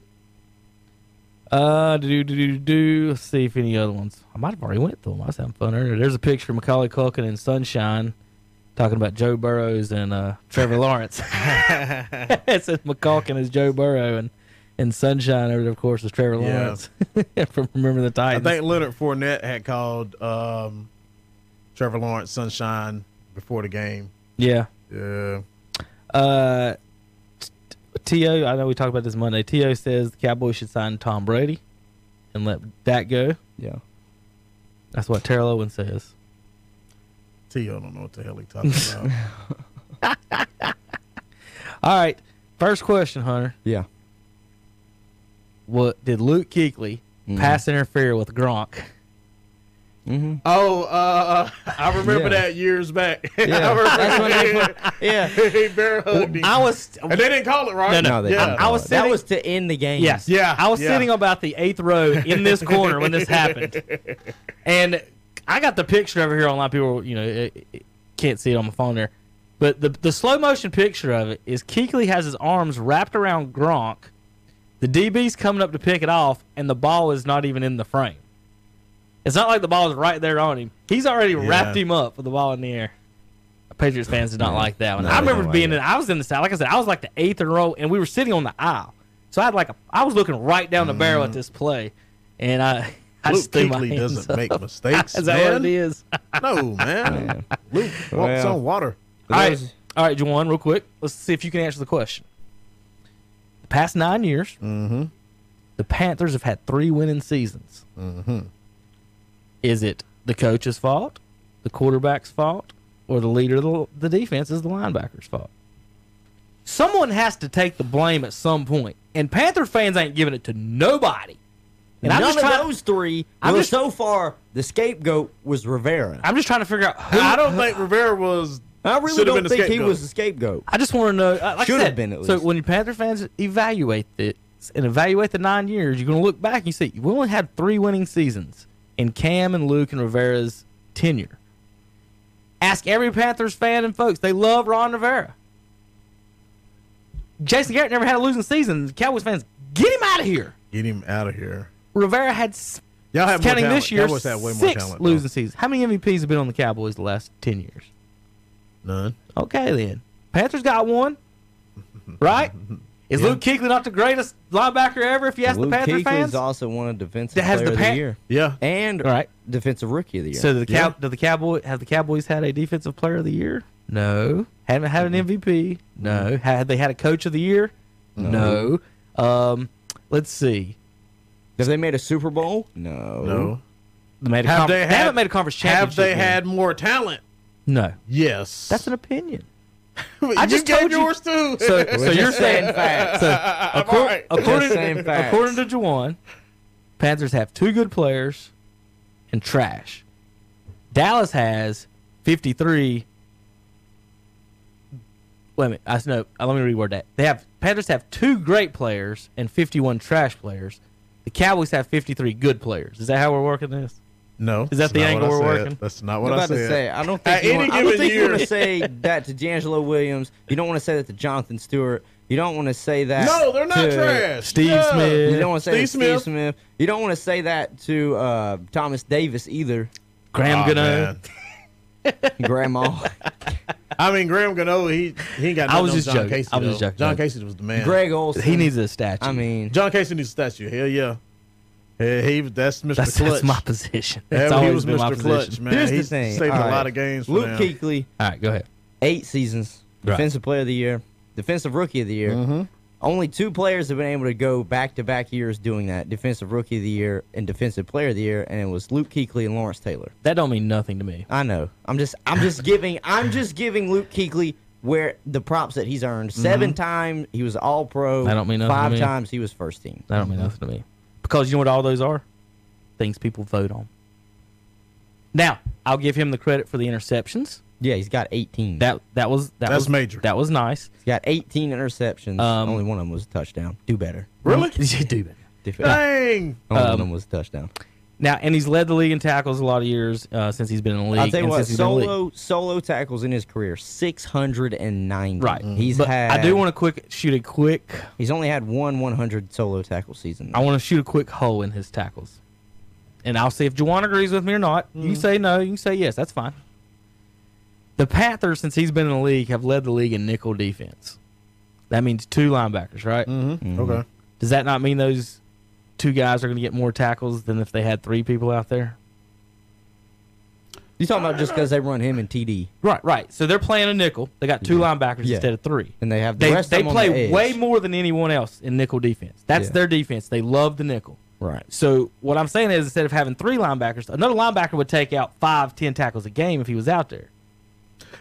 Uh, do do do do. Let's see if any other ones. I might have already went through them. I was having fun earlier. There's a picture of Macaulay Culkin and Sunshine talking about Joe Burrows and uh, Trevor
[LAUGHS]
Lawrence. [LAUGHS] it says McCulkin is Joe Burrow and and Sunshine over there, of course, is Trevor
Yeah.
Lawrence [LAUGHS] from Remember the
I
Titans.
think Leonard Fournette had called um, Trevor Lawrence Sunshine before the game.
yeah.
Yeah.
Uh, T.O., I know we talked about this Monday. T.O. says the Cowboys should sign Tom Brady and let that go.
Yeah.
That's what Terrell Owens says.
T.O. don't know what the hell he talking about.
All right. First question, Hunter.
Yeah.
What did Luke Kuechly pass interfere with Gronk? [LAUGHS]
Mm-hmm.
oh, uh, I remember
Yeah.
that years back. [LAUGHS]
Yeah. That's what
I
they-
remember
Yeah.
he, [LAUGHS] he bare hugged me.
I was
and they didn't call it, right?
No, they
yeah.
didn't
I
call
was
it.
sitting-
that was to end the game.
yes,
Yeah,
I was
yeah.
sitting about the eighth row in
[LAUGHS]
this corner when this happened, and I got the picture over here online. People, you know, it, it- can't see it on my phone there, but the the slow motion picture of it is Keekly has his arms wrapped around Gronk. The DB's coming up to pick it off, and the ball is not even in the frame. It's not like the ball is right there on him. He's already wrapped him up with the ball in the air. Patriots fans did not like that one.
No,
I
they
remember
don't like
being
it.
in. I was in the side. Like I said, I was like the eighth in row, and we were sitting on the aisle. So I had like a. I was looking right down the barrel
Mm-hmm.
at this play, and I. [LAUGHS] I
Luke
just threw my
Kuechly
hands
doesn't
up.
make
[LAUGHS]
mistakes,
Is that what it
man.
is?
No, man. Luke walks
Well.
on water.
All right, all right, Juwan, real quick. Let's see if you can answer the question. The past nine years, the Panthers have had three winning seasons. Is it the coach's fault, the quarterback's fault, or the leader of the, the defense is the linebacker's fault? Someone has to take the blame at some point, and Panther fans ain't giving it to nobody. And I'm
None
just
of
trying.
those three.
I'm
were
just-
so far, the scapegoat was Rivera.
I'm just trying to figure out who.
I don't think Rivera was.
I really
should've
don't
been the
think he
scapegoat.
was the scapegoat.
I just want to know. uh, Like I
Should have
said,
been, at
So
least.
when you Panther fans evaluate this and evaluate the nine years, you're going to look back and you see we only had three winning seasons in Cam and Luke and Rivera's tenure. Ask every Panthers fan and folks; they love Ron Rivera. Jason Garrett never had a losing season. Cowboys fans, get him out of here.
Get him out of here.
Rivera had, s-
Y'all have more
counting
talent.
this year,
Cowboys have way more
six
talent, though.
losing seasons. How many MVPs have been on the Cowboys the last ten years?
None.
Okay then. Panthers got one. Right? Is Luke Kuechly not the greatest linebacker ever if you ask
Luke
the Panther
Kuechly
fans?
is also one of defensive
That has
player
the
of the
Pan-
year
Yeah.
and
All right.
defensive rookie of the year.
So the cow
Yeah.
do the Cowboy have the Cowboys had a defensive player of the year? No. Haven't had an MVP? No. Mm-hmm. Had they had a coach of the year? No. Um let's see.
Have they made a Super Bowl? No.
No.
They, made a
Have
conf-
they
they
had-
haven't made a conference
Have
championship.
they
yet.
had more talent?
No.
Yes. [LAUGHS]
That's an opinion.
But
I
you
just
gave
told you-
yours too.
So, so you're saying
facts.
So, accor-
alright.
according,
Just saying facts.
according to Jawan, Panthers have two good players and trash. Dallas has 53. Wait a minute. I s- no. uh, Let me reword that. They have Panthers have two great players and 51 trash players. The Cowboys have 53 good players. Is that how we're working this?
[LAUGHS] no.
Is that
that's
the
not
angle
what I
we're
said.
working?
That's not
I'm
what I
about
said.
to say, I don't
At
think,
any
you want, I don't
given
think you want
year.
to say that to D'Angelo Williams. You don't want to say that to Jonathan Stewart. You don't want to say that.
No, they're not
to-
trash.
Steve
No.
Smith.
You don't want to say
Steve
Steve, Steve
Smith.
Smith. You don't want to say that to uh, Thomas Davis either, [LAUGHS]
Graham
Aw,
Gano.
man.
Grandma.
[LAUGHS] I mean, Graham Gano, he, he ain't got
I was
nothing
just
on John
joking.
Casey,
I was
though.
just joking.
John Casey was the man.
Greg Olson.
He needs a statue.
I mean,
John Casey needs a statue. Hell yeah. Yeah, he was- that's Mr.
that's,
Clutch.
that's my position.
Yeah,
That's
he
always
was
been my
Mr. Clutch,
position.
man.
Here's the
He's
thing.
saved a
All
lot
right.
of games. for
Luke
them.
Kuechly,
All right, go ahead.
eight seasons,
Right.
defensive player of the year, defensive rookie of the year. Only two players have been able to go back to back years doing that defensive rookie of the year and defensive player of the year, and it was Luke Kuechly and Lawrence Taylor.
That don't mean nothing to me.
I know. I'm just I'm
[LAUGHS]
just giving I'm just giving Luke Kuechly where the props that he's earned. 7 times he was all pro.
I Mm-hmm. don't mean nothing to
five
me.
times he was first team.
That don't mean nothing to me. Because you know what all those are? Things people vote on. Now, I'll give him the credit for the interceptions.
Yeah, he's got 18.
That that was that
That's
was
major.
That was nice.
he's got 18 interceptions.
Um,
Only one of them was a touchdown. Do better.
[LAUGHS]
Really?
Dude.
Do better.
Dang.
Only one
Um,
of them was a touchdown.
Now, and he's led the league in tackles a lot of years uh, since he's been in the league.
I'll tell you
and
what,
since he's been in the league.
solo solo tackles in his career, 690.
Right.
Mm-hmm. He's
but
had
I do want to quick shoot a quick.
He's only had one 100 solo tackle season.
I want to shoot a quick hole in his tackles, and I'll see if Juwan agrees with me or not. You can say no. You can say yes. That's fine. The Panthers, since he's been in the league, have led the league in nickel defense. That means two linebackers, right?
Mm-hmm. Okay.
Does that not mean those two guys are going to get more tackles than if they had three people out there?
You talking about just because they run him and TD
Right, right. So they're playing a nickel. They got two linebackers
Yeah.
instead of three.
and they have the
They,
rest
they
of them on the
play
edge.
way more than anyone else in nickel defense. That's
Yeah.
their defense. They love the nickel.
Right.
So what I'm saying is, instead of having three linebackers, another linebacker would take out five, ten tackles a game if he was out there.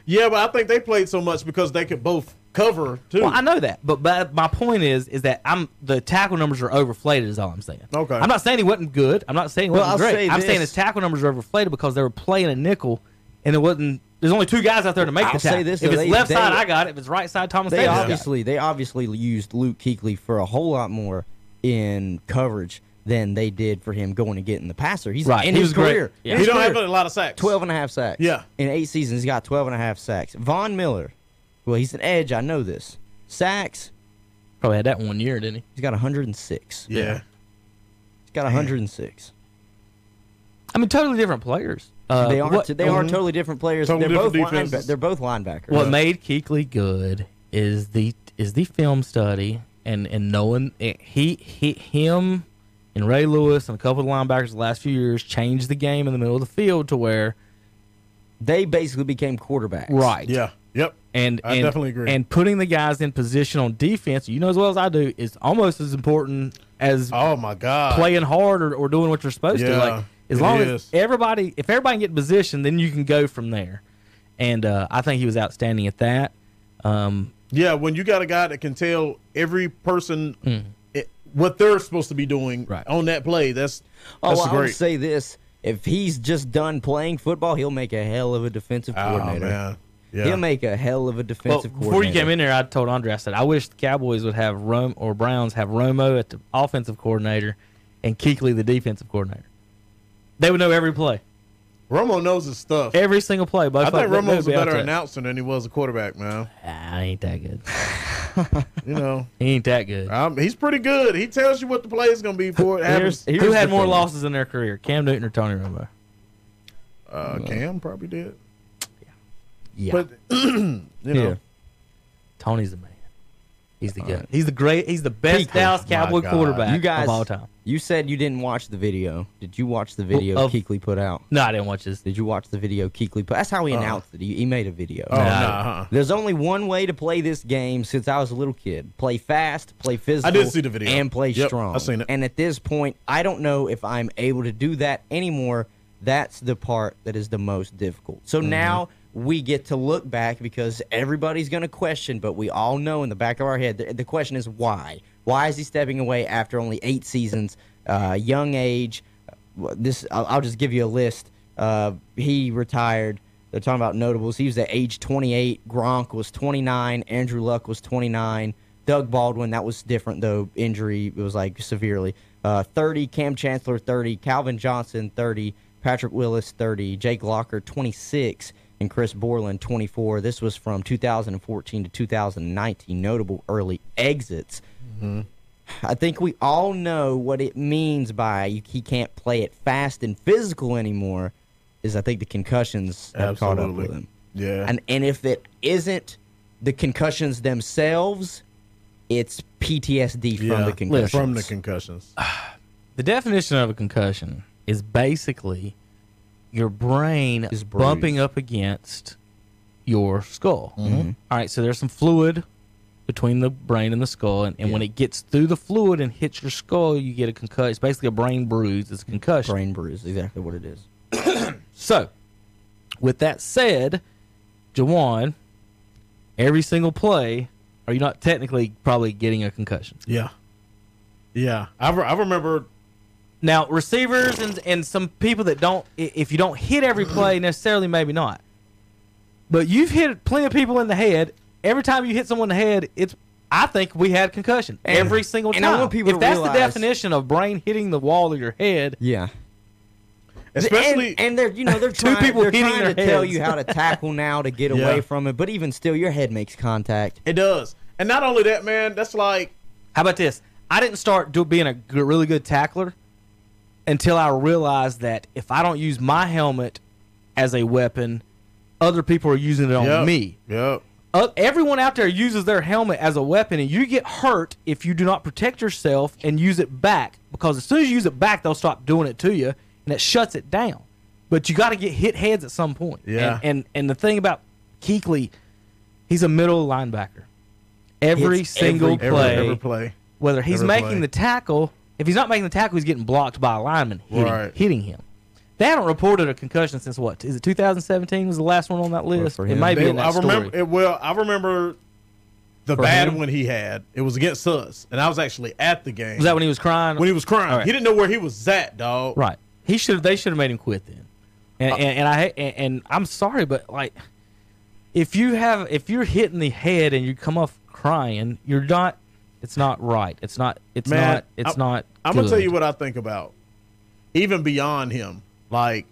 Yeah, but I think they played so much because they could both cover too.
Well, I know that, but but my point is, is that I'm the tackle numbers are overflated. Is all I'm saying.
Okay.
I'm not saying he wasn't good. I'm not saying he
Well,
wasn't
I'll
great.
say
I'm saying
this.
his tackle numbers are overflated because they were playing a nickel, and there wasn't. There's only two guys out there to make
I'll
the
say
tackle.
this,
if
though,
it's
they-
left
they-
side, I got it. If it's right side, Thomas
They
Davis. got it.
obviously they obviously used Luke Kuechly for a whole lot more in coverage than they did for him going and getting the passer. He's
Right.
in
He
his
was great.
career.
Yeah.
in
he
his
don't have
career,
a lot of sacks.
12 and a half sacks.
Yeah.
In 8 seasons he's got 12 and a half sacks. Von Miller. Well, he's an edge, I know this. Sacks,
probably had that one year, didn't he?
he's got 106.
Yeah.
He's got 106.
I mean, totally different players. Uh,
they are
What,
they are totally different players.
Totally
they're
different
both linebackers.
defenses.
They're both linebackers.
what made Keekly good is the is the film study and and knowing it, he he him and Ray Lewis and a couple of the linebackers the last few years changed the game in the middle of the field to where
they basically became quarterbacks.
Yeah. Yep.
and
I
and-
definitely agree.
and putting the guys in position on defense you know as well as I do is almost as important as
Oh my God.
playing hard or, or doing what you're supposed to.
Yeah,
Like as
it
long as
is.
everybody, if everybody can get in position, then you can go from there. And uh, I think he was outstanding at that. Um,
Yeah, when you got a guy that can tell every person it, what they're supposed to be doing
Right.
on that play, that's
Oh,
that's
well, I would
great.
say this: if he's just done playing football, he'll make a hell of a defensive
oh
coordinator.
man, yeah,
He'll make a hell of a
well,
defensive coordinator.
before you came in there, I told Andre, I said, I wish the Cowboys would have Rome or Browns have Romo at the offensive coordinator and Keekly the defensive coordinator. They would know every play,
Romo knows his stuff.
every single play. Both
I
like,
think
they-
Romo's
they'd be
a
out
better
there.
announcer than he was a quarterback, man.
Ah, ain't that good.
[LAUGHS]
You know,
[LAUGHS] He ain't that good.
um, he's pretty good. He tells you what the play is going to be before it happens.
Here's-
Who had
the
more
thing.
losses in their career, Cam Newton or Tony Romo?
Uh, Cam probably did,
Yeah,
but [CLEARS THROAT] you know,
Yeah.
Tony's the man. He's the good. He's the great. He's the best Dallas Cowboy
God.
quarterback
You guys,
of all time.
you said you didn't watch the video. Did you watch the video
of-
Keekly put out?
No, I didn't watch this.
Did you watch the video Keekly put? That's how he announced it. He, he made a video.
Uh, oh,
Nah.
nah, uh-uh.
There's only one way to play this game since I was a little kid. Play fast, play physical,
see the video.
and play
Yep,
strong.
I seen it.
And at this point, I don't know if I'm able to do that anymore. That's the part that is the most difficult. So
Mm-hmm.
now we get to look back because everybody's going to question, but we all know in the back of our head the, the question is why? Why is he stepping away after only eight seasons, uh, young age? Uh, This I'll, I'll just give you a list. Uh, he retired. They're talking about notables. He was at age 28. Gronk was 29. Andrew Luck was 29. Doug Baldwin, that was different though. Injury it was like severely. Uh, 30. Cam Chancellor 30. Calvin Johnson 30. Patrick Willis 30. Jake Locker 26. And Chris Borland 24. This was from 2014 to 2019. Notable early exits. I think we all know what it means by you- he can't play it fast and physical anymore. Is I think the concussions have caught up
Absolutely.
with him,
yeah,
and and if it isn't the concussions themselves, it's PTSD from
yeah.
the concussions.
from the concussions.
Ah.
The definition of a concussion is basically your brain
Is bruised.
bumping up against your skull.
Mm-hmm.
Mm-hmm. All right, so there's some fluid between the brain and the skull, and, and when it gets through the fluid and hits your skull, you get a concussion. It's basically a brain bruise. It's a concussion.
brain bruise, exactly what it is.
So, with that said, Jawan, every single play, are you not technically probably getting a concussion?
Yeah, yeah. I, re- I remember.
Now, receivers
Mm-hmm.
and and some people that don't, i- if you don't hit every play necessarily, maybe not. But you've hit plenty of people in the head. Every time you hit someone in the head, it's I think we had concussion every single
and I
time.
want people
if
to
that's
realize-
the definition of brain hitting the wall of your head,
Yeah.
Especially
and, and they're you know they're
Two
trying,
people
they're
hitting
trying
their
to tell
heads.
you how to tackle now to get
Yeah.
away from it, but even still, your head makes contact.
it does. And not only that, man, that's like
how about this? I didn't start do, being a g- really good tackler until I realized that if I don't use my helmet as a weapon, other people are using it on
Yep.
me.
Yep.
Uh, everyone out there uses their helmet as a weapon, and you get hurt if you do not protect yourself and use it back. Because as soon as you use it back, they'll stop doing it to you, and it shuts it down. But you got to get hit heads at some point.
Yeah.
And and, and the thing about Keekley, he's a middle linebacker. Every
Hits
single
every-
Every,
play,
every play.
whether he's
every
making
play.
the tackle, if he's not making the tackle, he's getting blocked by a lineman hitting,
Right.
hitting him. They haven't reported a concussion since what? Is it 2017 was the last one on that list?
for
It
him.
may be
They-
in that
I
story.
remember it, well, I remember the
For
bad
him?
one he had. It was against us. And I was actually at the game.
Was that when he was crying?
when he was crying.
All right.
He didn't know where he was at, dog.
Right. He should. They should have made him quit then. And
Uh,
and, and I and, and I'm sorry, but like, if you have if you're hitting the head and you come off crying, you're not. It's not right. It's not. It's
Man,
not. It's
I'm-
not.
I'm gonna tell
good.
you what I think about. Even beyond him, like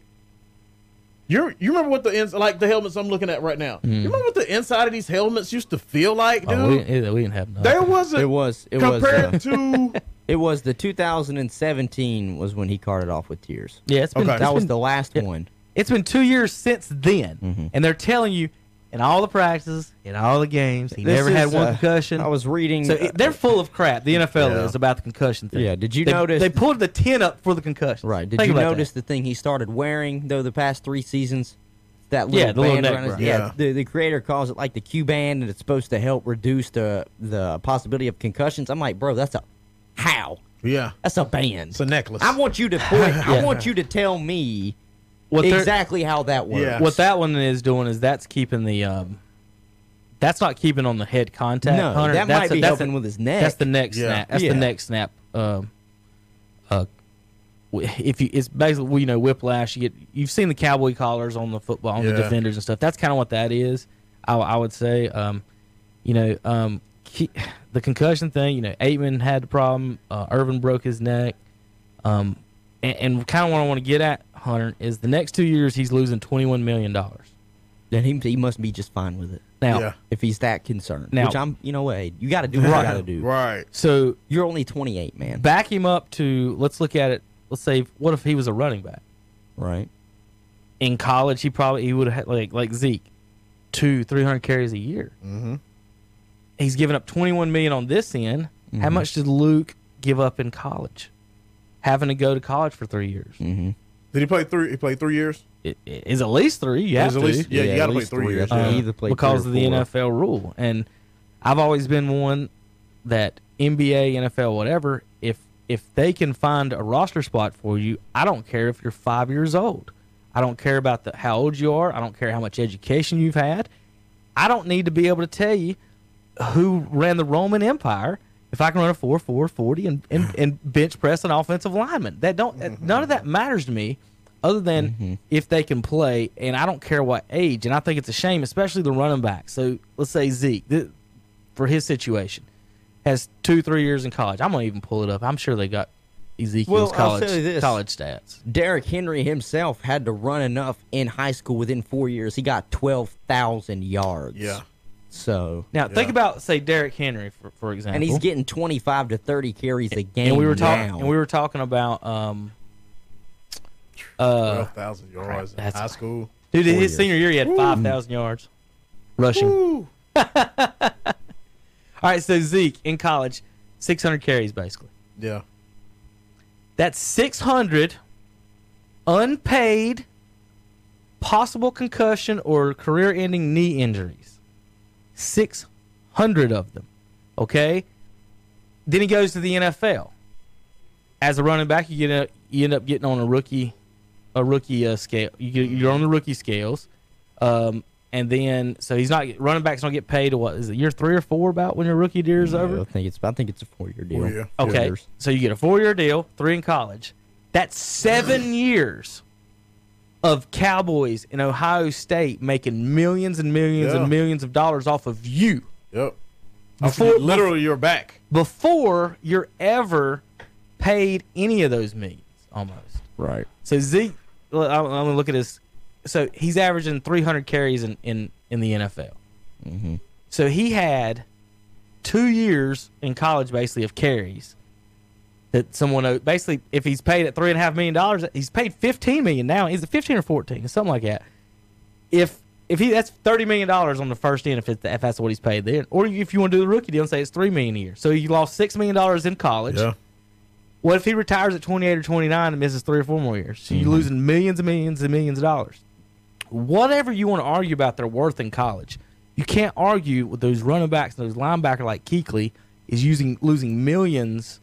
you're you remember what the ins like the helmets I'm looking at right now. You remember what the inside of these helmets used to feel like, dude?
Mm. Oh, we, didn't- we didn't have nothing.
they wasn't
It was it was
compared
[LAUGHS]
uh,
to
it was the 2017 was when he carted off with tears.
yeah, it's been,
Okay.
it's
That was
been-
the last one.
It's been two years since then,
Mm-hmm.
and they're telling you in all the practices, in all the games, he
This
never had
is,
one
uh,
concussion.
I was reading. uh,
So it, they're full of crap. The NFL
Yeah.
is about the concussion thing.
Yeah, did you
They-
notice-
they pulled the ten up for the concussion?
right. Did
Think
you
about that.
notice the thing he started wearing though the past three seasons? That little
Yeah, the little
band
neck
around his-
wrap.
yeah.
Yeah.
The, the creator calls it like the Q band, and it's supposed to help reduce the the possibility of concussions. I'm like, bro, that's a how
Yeah.
that's a band.
It's a necklace.
I want you to
[LAUGHS]
point, I want you to tell me
what they're-
exactly how that works.
Yeah.
What that one is doing is that's keeping the um, that's not keeping on the head contact.
No,
Hunter.
that
that's
might
a,
be
that's
helping
a-
with his neck.
That's the neck
Yeah.
snap. That's
Yeah.
the neck snap. Um, uh, w- if you, it's basically well, you know whiplash. You get you've seen the cowboy collars on the football on the
Yeah.
defenders and stuff. That's kind of what that is. I, I would say, um, you know, um, ke [SIGHS] the concussion thing. You know, Aitman had the problem. Uh, Irvin broke his neck. Um, and, and kind of what I want to get at, Hunter, is the next two years he's losing twenty one million dollars.
Then he, he must be just fine with it
Now,
Yeah.
if he's that concerned.
Now-
which I'm, you know what, hey, you got to do what you got to do.
Right.
so
You're only 28, man.
back him up to let's look at it. Let's say what if he was a running back
right.
in college? He probably he would have had like like Zeke, two three hundred carries a year. Mm-hmm. He's giving up twenty one million on this end. How much did Luke give up in college? Having to go to college for three years
Did he play three he played three years?
it, it is at least three. You have
Is at
to.
least- yeah, you
at
gotta play
least
three
three.
years.
I
Yeah.
think either play three
because
or
of the
four.
NFL rule. And I've always been one that NBA, NFL, whatever, if if they can find a roster spot for you, I don't care if you're five years old. I don't care about the how old you are. I don't care how much education you've had. I don't need to be able to tell you who ran the Roman Empire if I can run a 4 4 40 and,
[SIGHS]
and, and bench press an offensive lineman. That don't that-
Mm-hmm.
none of that matters to me other than if they can play and I don't care what age and I think it's a shame especially the running back. So let's say Zeke th- for his situation has 2 3 years in college. I'm going to even pull it up. I'm sure they got Ezekiel's
Well, I'll
college
tell you this.
college stats.
Derrick Henry himself had to run enough in high school within four years. He got 12,000 yards.
Yeah.
So,
Now think
Yeah.
about say Derrick Henry for, for example.
and he's getting 25 to 30 carries a game.
and we were talking
now.
and we were talking about um uh
Twelve thousand yards in
that's-
high school.
Dude, his
Four years.
senior year, he had 5,000 yards rushing. [LAUGHS]
Woo.
All right, so Zeke in college, 600 carries basically.
Yeah.
That's 600 unpaid possible concussion or career ending knee injuries. 600 of them. Okay? Then he goes to the NFL. As a running back, you get a, you end up getting on a rookie a rookie uh, scale. You get, you're on the rookie scales. Um and then, so he's not running backs don't get paid. to What is it? Year three or four about when your rookie year is
Yeah,
over.
I think it's I think it's a four year deal.
Four year.
Okay.
Years.
[CLEARS THROAT]
So you get a four year deal, three in college. That's seven years of cowboys in Ohio State making millions and millions
Yeah.
and millions of dollars off of you
Yep.
Before-
literally, you're back.
before you're ever paid any of those millions almost.
Right.
So Zeke, look, I'm, I'm gonna look at his. So he's averaging 300 carries in in in the NFL. So he had two years in college basically of carries that someone owed- basically if he's paid at three and a half million dollars, he's paid 15 million now. He's at 15 or 14, something like that. If if he that's 30 million dollars on the first end if, it, if that's what he's paid then, or if you want to do the rookie deal and say it's three million a year. So you lost six million dollars in college.
Yeah.
What if he retires at 28 or 29 and misses three or four more years? So you're losing millions and millions and millions of dollars. Whatever you want to argue about their worth in college, you can't argue with those running backs and those linebacker like Keekley is using losing millions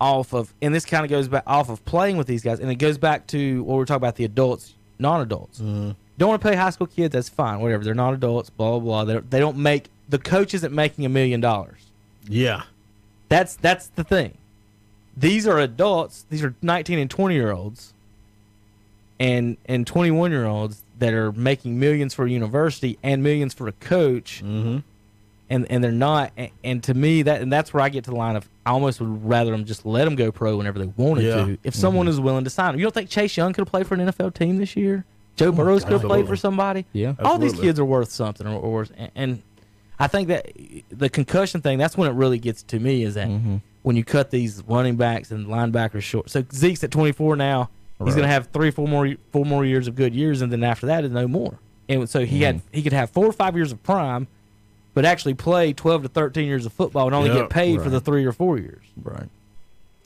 off of, and this kind of goes back off of playing with these guys, and it goes back to what we're talking about the adults, non-adults. Don't want to play high school kids? That's fine, whatever. They're not adults, blah blah. blah. They're, they don't make the coach isn't making a million dollars.
Yeah.
That's that's the thing. These are adults. These are 19 and 20 year olds, and and 21 year olds that are making millions for a university and millions for a coach,
Mm-hmm.
and and they're not. And, and to me, that and that's where I get to the line of I almost would rather them just let them go pro whenever they wanted
Yeah. Mm-hmm.
to. If someone is willing to sign them, you don't think Chase Young could have played for an NFL team this year? Joe Burrows could have played for
Oh Absolutely.
somebody.
Yeah.
all these
Absolutely.
kids are worth something, or, or worth, and- and I think that the concussion thing that's when it really gets to me is that
Mm-hmm.
when you cut these running backs and linebackers short. So Zeke's at 24 now. He's going to have three, four more, four more years of good years, and then after that is no more. And so he
Mm-hmm.
had he could have four or five years of prime, but actually play 12 to 13 years of football and only
Yeah,
get paid for the three or four years.
Right.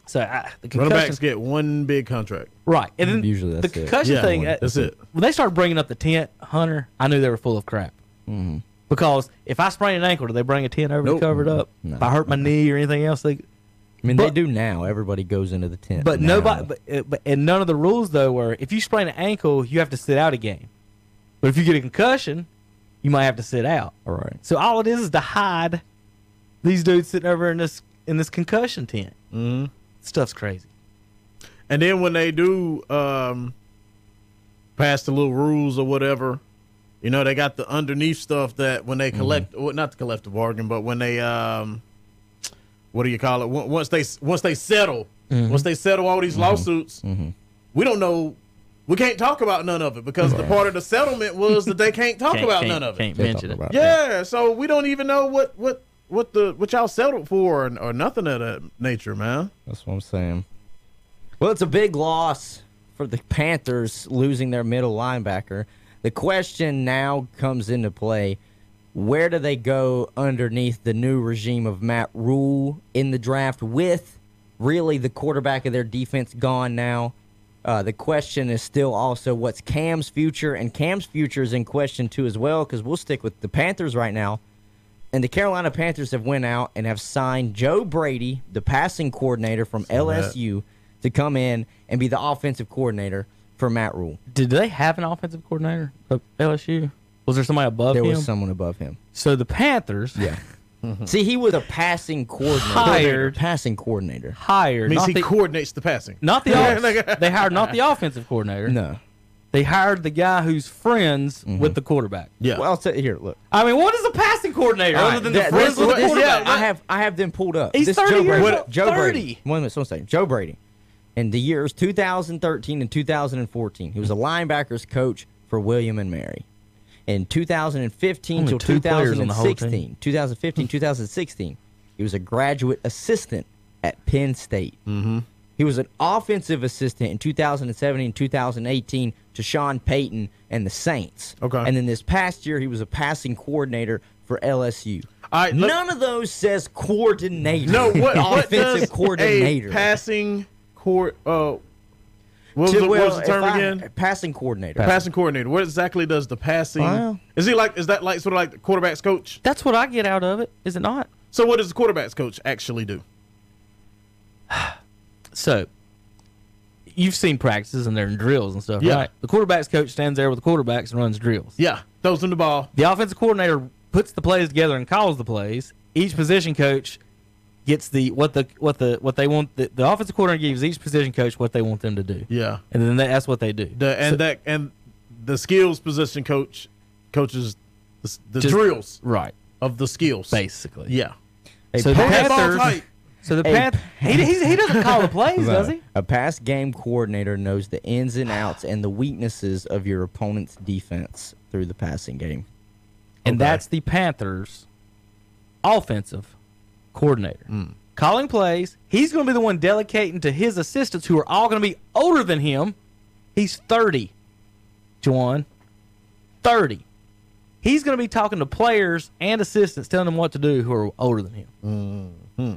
So I, the
Running
concussion,
backs get one big contract.
right? And then
Usually that's
the
it.
concussion
Yeah,
thing.
one.
uh,
That's it.
When they started bringing up the tent, Hunter, I knew they were full of crap.
Mm-hmm.
Because if I sprain an ankle, do they bring a tent over
Nope.
to cover it up?
No.
If I hurt my knee or anything else, they
I mean,
But-
they do now. Everybody goes into the tent.
But
now.
nobody, but, uh, but and none of the rules though were if you sprain an ankle, you have to sit out a game. But if you get a concussion, you might have to sit out.
All right.
So all it is is to hide these dudes sitting over in this in this concussion tent. Mm.
Mm-hmm.
Stuff's crazy.
And then when they do um, pass the little rules or whatever, you know, they got the underneath stuff that when they collect, well, not the collective bargain, but when they, um, what do you call it? Once once they once they settle, once they settle all these lawsuits, we don't know. We can't talk about none of it because the part of the settlement was that they can't talk about none of it.
Can't
They're
mention
talking
it.
about
Yeah, so we don't even know what what what the what y'all settled for or, or nothing of that nature, man.
That's what I'm saying. Well, it's a big loss for the Panthers losing their middle linebacker. The question now comes into play where do they go underneath the new regime of Matt Rule in the draft with really the quarterback of their defense gone now? Uh, the question is still also what's Cam's future, and Cam's future is in question too as well because we'll stick with the Panthers right now. And the Carolina Panthers have went out and have signed Joe Brady, the passing coordinator from LSU, to come in and be the offensive coordinator for Matt Rule.
Did they have an offensive coordinator at LSU? Was there somebody above
There
him?
was someone above him.
so the Panthers
See, he was a passing coordinator.
Hired.
passing coordinator.
hired
means
not
he
the,
coordinates the passing.
not [LAUGHS] the
Yeah,
off-
like-
they hired not the offensive coordinator.
No.
They hired the guy who's friends with the quarterback.
Yeah.
Well, I'll tell here, look.
I mean, what is a passing coordinator
All
other
right,
than
that-
the friends
this-
with the
this-
quarterback?
I have I have them pulled up.
He's
This
30
Joe
years
Brady.
old.
Joe
30.
Brady. One minute, so I'm saying Joe Brady. In the years 2013 and 2014, he was a linebackers coach for William and Mary. In 2015
Only
till
two players on the whole
2016, 2015, 2016, he was a graduate assistant at Penn State. He was an offensive assistant in 2017 and 2018 to Sean Payton and the Saints.
Okay.
And then this past year, he was a passing coordinator for LSU.
All right, let-
None of those says coordinator. [LAUGHS]
No, what what
offensive
does
coordinator?
a passing court? Uh, what was,
To-
the, what was
well,
the term
if I-
again?
Passing coordinator.
Passing coordinator. What exactly does the passing?
Well-
Is he like? Is that like sort of like the quarterbacks coach?
That's what I get out of it, is it not?
So what does the quarterbacks coach actually do?
So, you've seen practices and they're in drills and stuff,
Yeah.
right? The quarterbacks coach stands there with the quarterbacks and runs drills.
Yeah, throws him the ball.
The offensive coordinator puts the plays together and calls the plays. Each position coach gets the what the what the what they want the, the offensive coordinator gives each position coach what they want them to do,
Yeah.
and then that, that's what they do.
The and
So-
that and the skills position coach coaches the, s- the
Just-
drills
right,
of the skills.
basically.
Yeah.
A
So the
pass-
That ball
Panthers-
tight.
So the
A
Panth he, he, he doesn't call the
[LAUGHS]
plays,
No.
does he?
A pass game coordinator knows the ins and outs and the weaknesses of your opponent's defense through the passing game.
And
Okay.
that's the Panthers' offensive coordinator.
Hmm.
Calling plays. He's going to be the one delegating to his assistants, who are all going to be older than him. He's 30, Juwan. 30. He's going to be talking to players and assistants, telling them what to do, who are older than him.
Mm-hmm.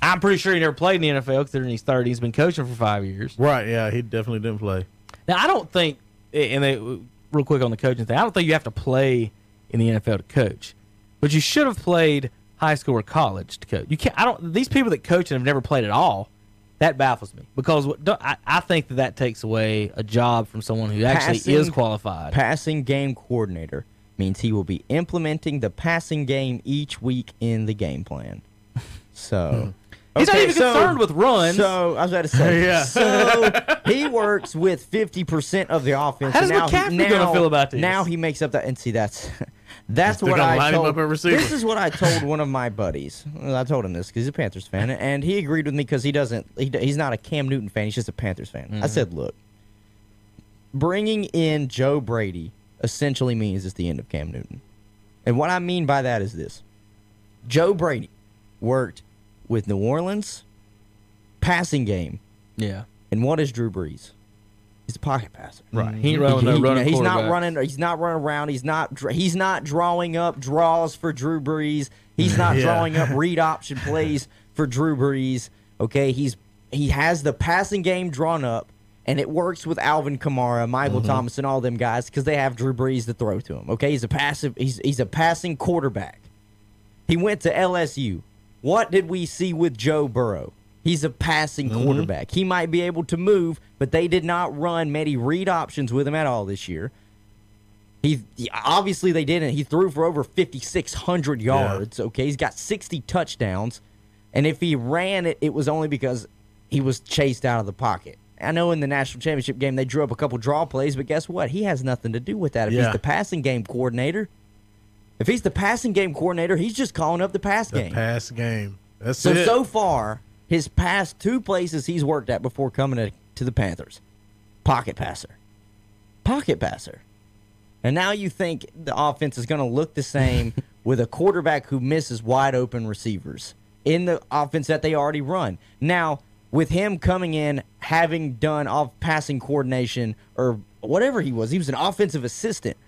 I'm pretty sure he never played in the NFL considering he's 30. He's been coaching for five years.
Right, yeah, he definitely didn't play.
Now, I don't think, and they, real quick on the coaching thing, I don't think you have to play in the NFL to coach, but you should have played high school or college to coach. You can't. I don't. These people that coach and have never played at all, that baffles me because what, don't, I, I think that that takes away a job from someone who actually
Passing-
is qualified.
Passing game coordinator means he will be implementing the passing game each week in the
[LAUGHS]
game plan. So
Hmm. He's not
Okay,
even
so-
concerned with runs.
So I was about
[LAUGHS]
to say,
Yeah.
so he works with fifty percent of the offense.
How does
Now he-
McCaffrey gonna
now-
feel about this?
Now he makes up that, and see that's [LAUGHS] that's
They're
what
gonna
I
line him
told.
up at receiver.
This is what I told one of my buddies. Well, I told him this because he's a Panthers fan, and he agreed with me because he doesn't. He, d- he's not a Cam Newton fan. He's just a Panthers fan.
Mm-hmm.
I said, look, bringing in Joe Brady essentially means it's the end of Cam Newton, and what I mean by that is this: Joe Brady worked with New Orleans passing game.
yeah,
And what is Drew Brees? He's a pocket passer.
right. He ain't running no
He-
running.
he's not
quarterback.
running. He's not running around. He's not. dr- He's not drawing up draws for Drew Brees. He's not
Yeah.
drawing up read option plays for Drew Brees. Okay, he's he has the passing game drawn up, and it works with Alvin Kamara, Michael Thomas, and all them guys because they have Drew Brees to throw to him. Okay, he's a passive. He's he's a passing quarterback. He went to LSU. What did we see with Joe Burrow? He's a passing quarterback. He might be able to move, but they did not run many read options with him at all this year. He he- obviously they didn't. He threw for over 5600 yards, okay? He's got 60 touchdowns. And if he ran it, it was only because he was chased out of the pocket. I know in the national championship game they drew up a couple draw plays, but guess what? He has nothing to do with that if
Yeah.
he's the passing game coordinator. If he's the passing game coordinator, he's just calling up the pass
The
game.
pass game. That's
so
it.
so far, his past two places he's worked at before coming to, to the Panthers, pocket passer, pocket passer, and now you think the offense is going to look the same with a quarterback who misses wide open receivers in the offense that they already run. Now with him coming in, having done off passing coordination or whatever he was, he was an offensive assistant.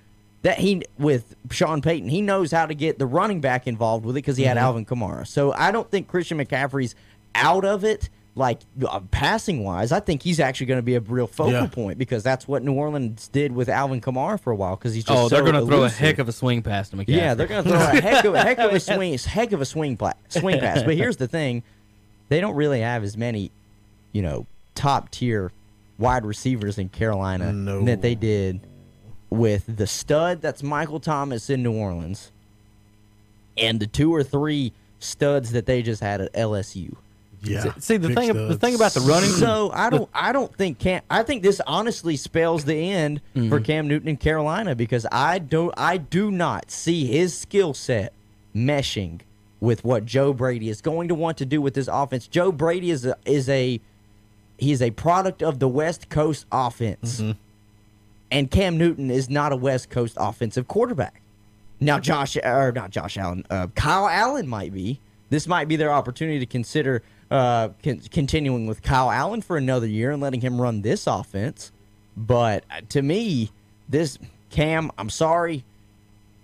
That he with Sean Payton, he knows how to get the running back involved with it because he had Alvin Kamara. So I don't think Christian McCaffrey's out of it, like uh, passing wise. I think he's actually going to be a real focal
Yeah.
point because that's what New Orleans did with Alvin Kamara for a while because he's just
Oh, they're
so
going to throw a
elusive.
heck of a swing pass to McCaffrey.
Yeah, they're going to throw a heck of a heck
[LAUGHS]
of a swing, heck of a swing pla- swing pass. But here's the thing, they don't really have as many, you know, top tier wide receivers in Carolina
No.
that they did with the stud that's Michael Thomas in New Orleans, and the two or three studs that they just had at LSU.
yeah.
See the
Big
thing, the
studs.
thing about the
[LAUGHS]
running.
So I don't I don't think Cam I think this honestly spells the end
Mm-hmm.
for Cam Newton in Carolina because I don't I do not see his skill set meshing with what Joe Brady is going to want to do with this offense. Joe Brady is a, is a he is a product of the West Coast offense.
Mm-hmm.
And Cam Newton is not a West Coast offensive quarterback. Now Josh or not Josh Allen, uh, Kyle Allen might be. This might be their opportunity to consider uh, con- continuing with Kyle Allen for another year and letting him run this offense. But uh, to me, this Cam, I'm sorry,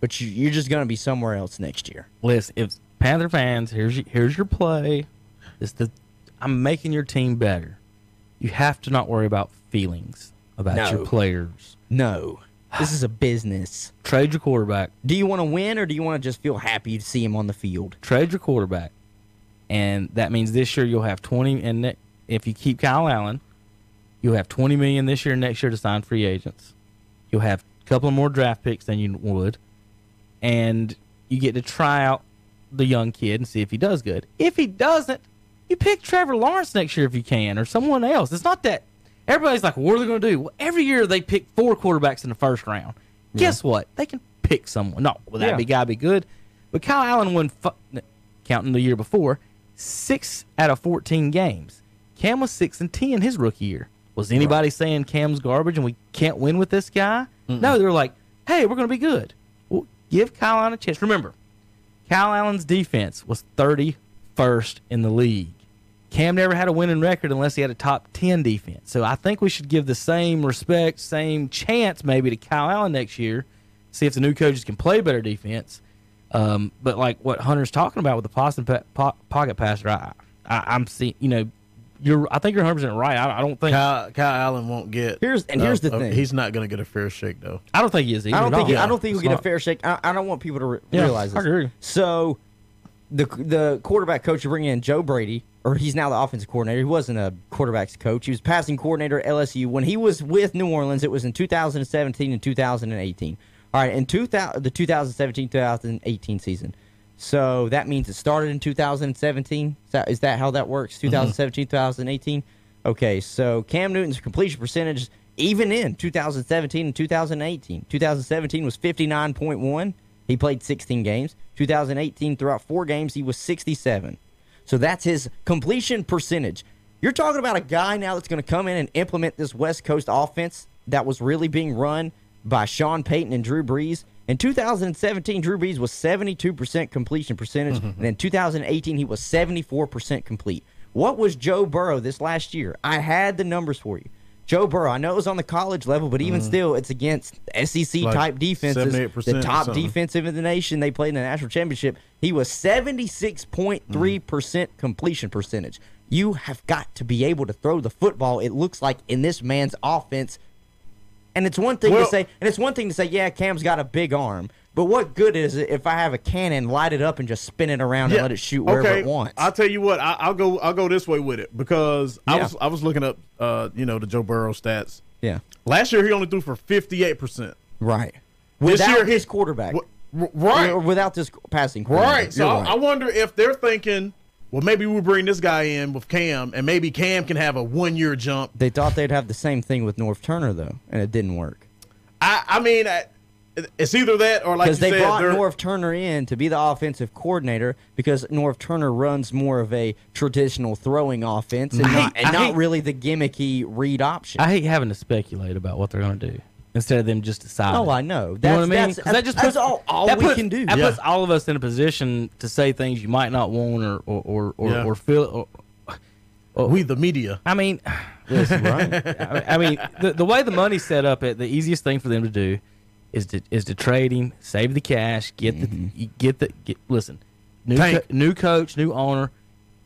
but you, you're just going to be somewhere else next year.
listen, if Panther fans, here's your, here's your play. It's the I'm making your team better. You have to not worry about feelings about
No.
your players.
No, this is a business.
Trade your quarterback.
Do you want to win or do you want to just feel happy to see him on the field?
Trade your quarterback, and that means this year you'll have 20. And ne- if you keep Kyle Allen, you'll have 20 million this year and next year to sign free agents. You'll have a couple more draft picks than you would, and you get to try out the young kid and see if he does good. If he doesn't, you pick Trevor Lawrence next year if you can, or someone else. It's not that everybody's like, what are they going to do? Well, every year they pick four quarterbacks in the first round. Guess what? They can pick someone. No, will that
Yeah.
be guy be good? But Kyle Allen won, fu- n- counting the year before, six out of 14 games. Cam was six and 10 his rookie year. Was anybody saying Cam's garbage and we can't win with this guy? No, they're like, hey, we're going to be good. Well, give Kyle Allen a chance. Remember, Kyle Allen's defense was 31st in the league. Cam never had a winning record unless he had a top 10 defense. So I think we should give the same respect, same chance maybe to Kyle Allen next year, see if the new coaches can play better defense. Um, but like what Hunter's talking about with the Boston pa- po- pocket passer, I, I, I'm seeing, you know, you're, I think you're 100% right. I, I don't think,
Kyle, Kyle Allen won't get.
Here's- and here's the thing.
He's not going to get a fair shake though.
I don't think he is either.
I don't
at
think
all.
I don't think
It's
he'll get a
not.
fair shake. I, I don't want people to re-
Yeah,
realize
I
this.
agree.
So the the quarterback coach you bring in Joe Brady, or he's now the offensive coordinator. He wasn't a quarterbacks coach. He was passing coordinator at LSU when he was with New Orleans. It was in 2017 and 2018. All right, in 2000 the 2017-2018 season. So that means it started in 2017. Is that, is that how that works?
Mm-hmm.
2017 2018. Okay, so Cam Newton's completion percentage even in 2017 and 2018. 2017 was 59.1. He played 16 games. 2018 throughout 4 games he was 67. So that's his completion percentage. You're talking about a guy now that's going to come in and implement this West Coast offense that was really being run by Sean Payton and Drew Brees. In 2017, Drew Brees was 72% completion percentage, and in 2018, he was 74% complete. What was Joe Burrow this last year? I had the numbers for you. Joe Burrow, I know it was on the college level, but even still, it's against SEC
Mm-hmm. Like
type defenses,
78%
the
or
top
something.
defense defensive in the nation. They played in the national championship. He was 76.3% percent
Mm-hmm.
completion percentage. You have got to be able to throw the football, it looks like, in this man's offense. And it's one thing
Well-
to say, and it's one thing to say, yeah, Cam's got a big arm. But what good is it if I have a cannon, light it up, and just spin it around and let it shoot wherever
okay.
it wants?
I'll tell you what. I, I'll go. I'll go this way with it because I
Yeah.
was I was looking up, uh, you know, the Joe Burrow stats.
yeah,
Last year he only threw for fifty eight percent.
right. Without
year-
his quarterback,
Right.
or without this passing quarterback,
Right. So
You're
I, I wonder if they're thinking, well, maybe we'll bring this guy in with Cam, and maybe Cam can have a one year jump.
they thought they'd have the same thing with North Turner though, and it didn't work.
I, I mean, I, it's either that or like you
because they
said,
brought
they're-
Norv Turner in to be the offensive coordinator because Norv Turner runs more of a traditional throwing offense and
I
not,
hate-
and
I
not
hate-
really the gimmicky read option.
I hate having to speculate about what they're going to do instead of them just deciding.
Oh, I know.
you know what I mean?
That's- that's-
'Cause that just
that's
puts,
all- all
that
we
puts-
can do.
That
Yeah.
puts all of us in a position to say things you might not want or or or or,
Yeah.
or feel. Or,
we the media.
I
[SIGHS]
mean, I I mean, the, the way the money's set up, it the easiest thing for them to do is to is to trade him, save the cash, get
Mm-hmm.
the you get the get. Listen, new co-
Tank.
new coach, new owner.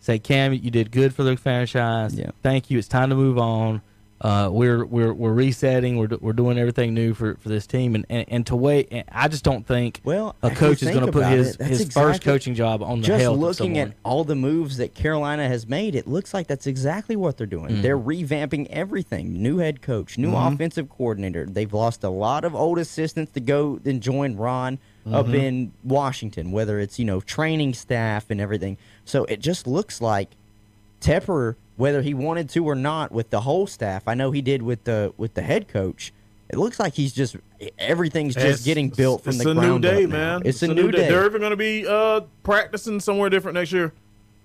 Say Cam, you did good for the franchise.
Yeah.
Thank you. It's time to move on. Uh, we're we're we're resetting. We're do- we're doing everything new for, for this team, and, and, and to wait. And I just don't think
Well,
a
if you
coach is going to
think
put
about
his
it, that's
his first
exactly-
coaching job on the
just
health of
looking at
someone.
all the moves that Carolina has made, it looks like that's exactly what they're doing.
Mm.
They're revamping everything. New head coach, new
Mm-hmm.
offensive coordinator. They've lost a lot of old assistants to go and join Ron up
Mm-hmm.
in Washington, whether it's, you know, training staff and everything. So it just looks like Tepper, whether he wanted to or not, with the whole staff, I know he did with the with the head coach. It looks like he's just everything's just
It's-
getting built from
it's
the
a
ground
new day,
up now.
man.
It's, a, new, day.
They're even going to be uh, practicing somewhere different next year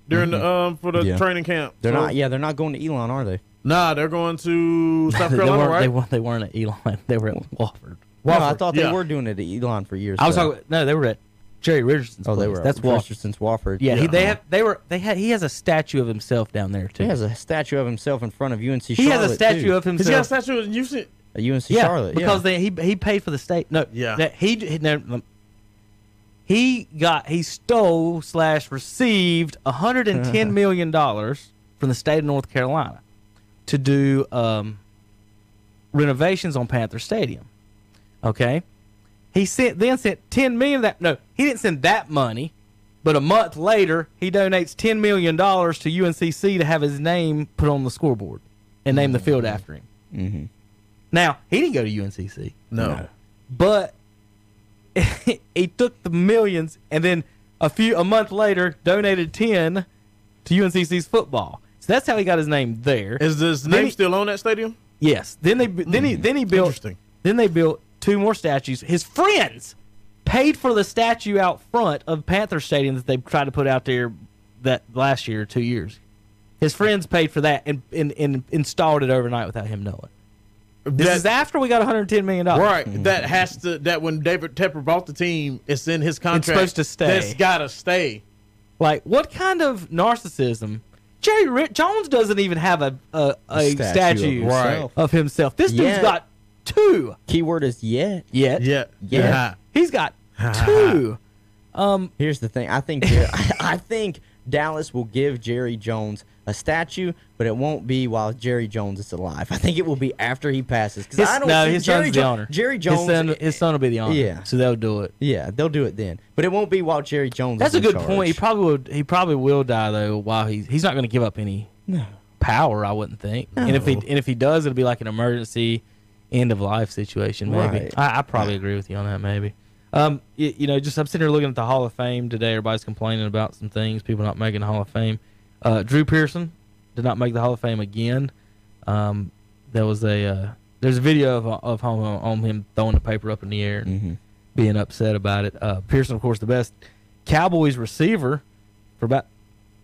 during the um for the
Yeah.
training camp.
They're
So-
not. Yeah, they're not going to Elon, are they?
Nah, they're going to South
they weren't,
Carolina,
they
right?
weren't they weren't at Elon. [LAUGHS] They were at Wofford.
Well, no, I thought they
yeah.
were doing it at Elon for years.
I was
though.
talking. No, they were at Jerry Richardson's.
Oh, they
place.
were.
That's
at
Wofford.
Richardson's Wofford.
Yeah, He, they have. They were. They had. He has a statue of himself down there too.
He has a statue of himself in front of UNC.
He has a statue of
Is he got a
himself.
statue in Houston?
of UNC
yeah,
Charlotte.
because
yeah.
they, he he paid for the state. No,
Yeah.
that he he, no, he got he stole slash received
[LAUGHS]
110 million dollars from the state of North Carolina to do um, renovations on Panther Stadium. Okay, he sent then sent 10 million of that. No, he didn't send that money. But a month later, he donates ten million dollars to UNCC to have his name put on the scoreboard and name the field after him. Mm-hmm. Now he didn't go to UNCC,
No.
[LAUGHS] but he took the millions and then a few a month later donated 10 to UNCC's football. So that's how he got his name there.
Is this
Then
name
he-
still on that stadium?
Yes. Then they then he then he built
Hmm. Interesting.
then they built two more statues. His friends paid for the statue out front of Panther Stadium that they tried to put out there that last year, two years. His friends paid for that and, and, and installed it overnight without him knowing. This
That-
is after we got 110 million dollars.
Right. That has to. That when David Tepper bought the team, it's in his contract.
supposed to stay.
That's gotta stay.
Like, what kind of narcissism? Jerry Rich Jones doesn't even have a a, a statue,
of Right.
of himself. This dude's
Yet.
got two
Keyword is yet.
yet.
Yeah.
Yeah.
He's got
[LAUGHS]
two.
Here's the thing. I think [LAUGHS] Jer- I think Dallas will give Jerry Jones a statue, but it won't be while Jerry Jones is alive. I think it will be after he passes. 'cause
His,
I don't
no,
see
his
Jerry
son's
Jo-
the honor.
Jerry Jones.
His son, his son will be the honor.
Yeah.
So they'll do it.
yeah, they'll do it then, but it won't be while Jerry Jones.
That's
is
a good
in
point. He
charge.
probably would. He probably will die though. While he's he's not going to give up any power, I wouldn't think. And if he and if he does, it'll be like an emergency end of life situation. Maybe
Right.
I, I probably agree with you on that. Maybe. Um, y you know, just I'm sitting here looking at the Hall of Fame today. Everybody's complaining about some things. People not making the Hall of Fame. Uh, Drew Pearson did not make the Hall of Fame again. Um, there was a uh, there's a video of of him, on him throwing the paper up in the air and being upset about it. Uh, Pearson, of course, the best Cowboys receiver for about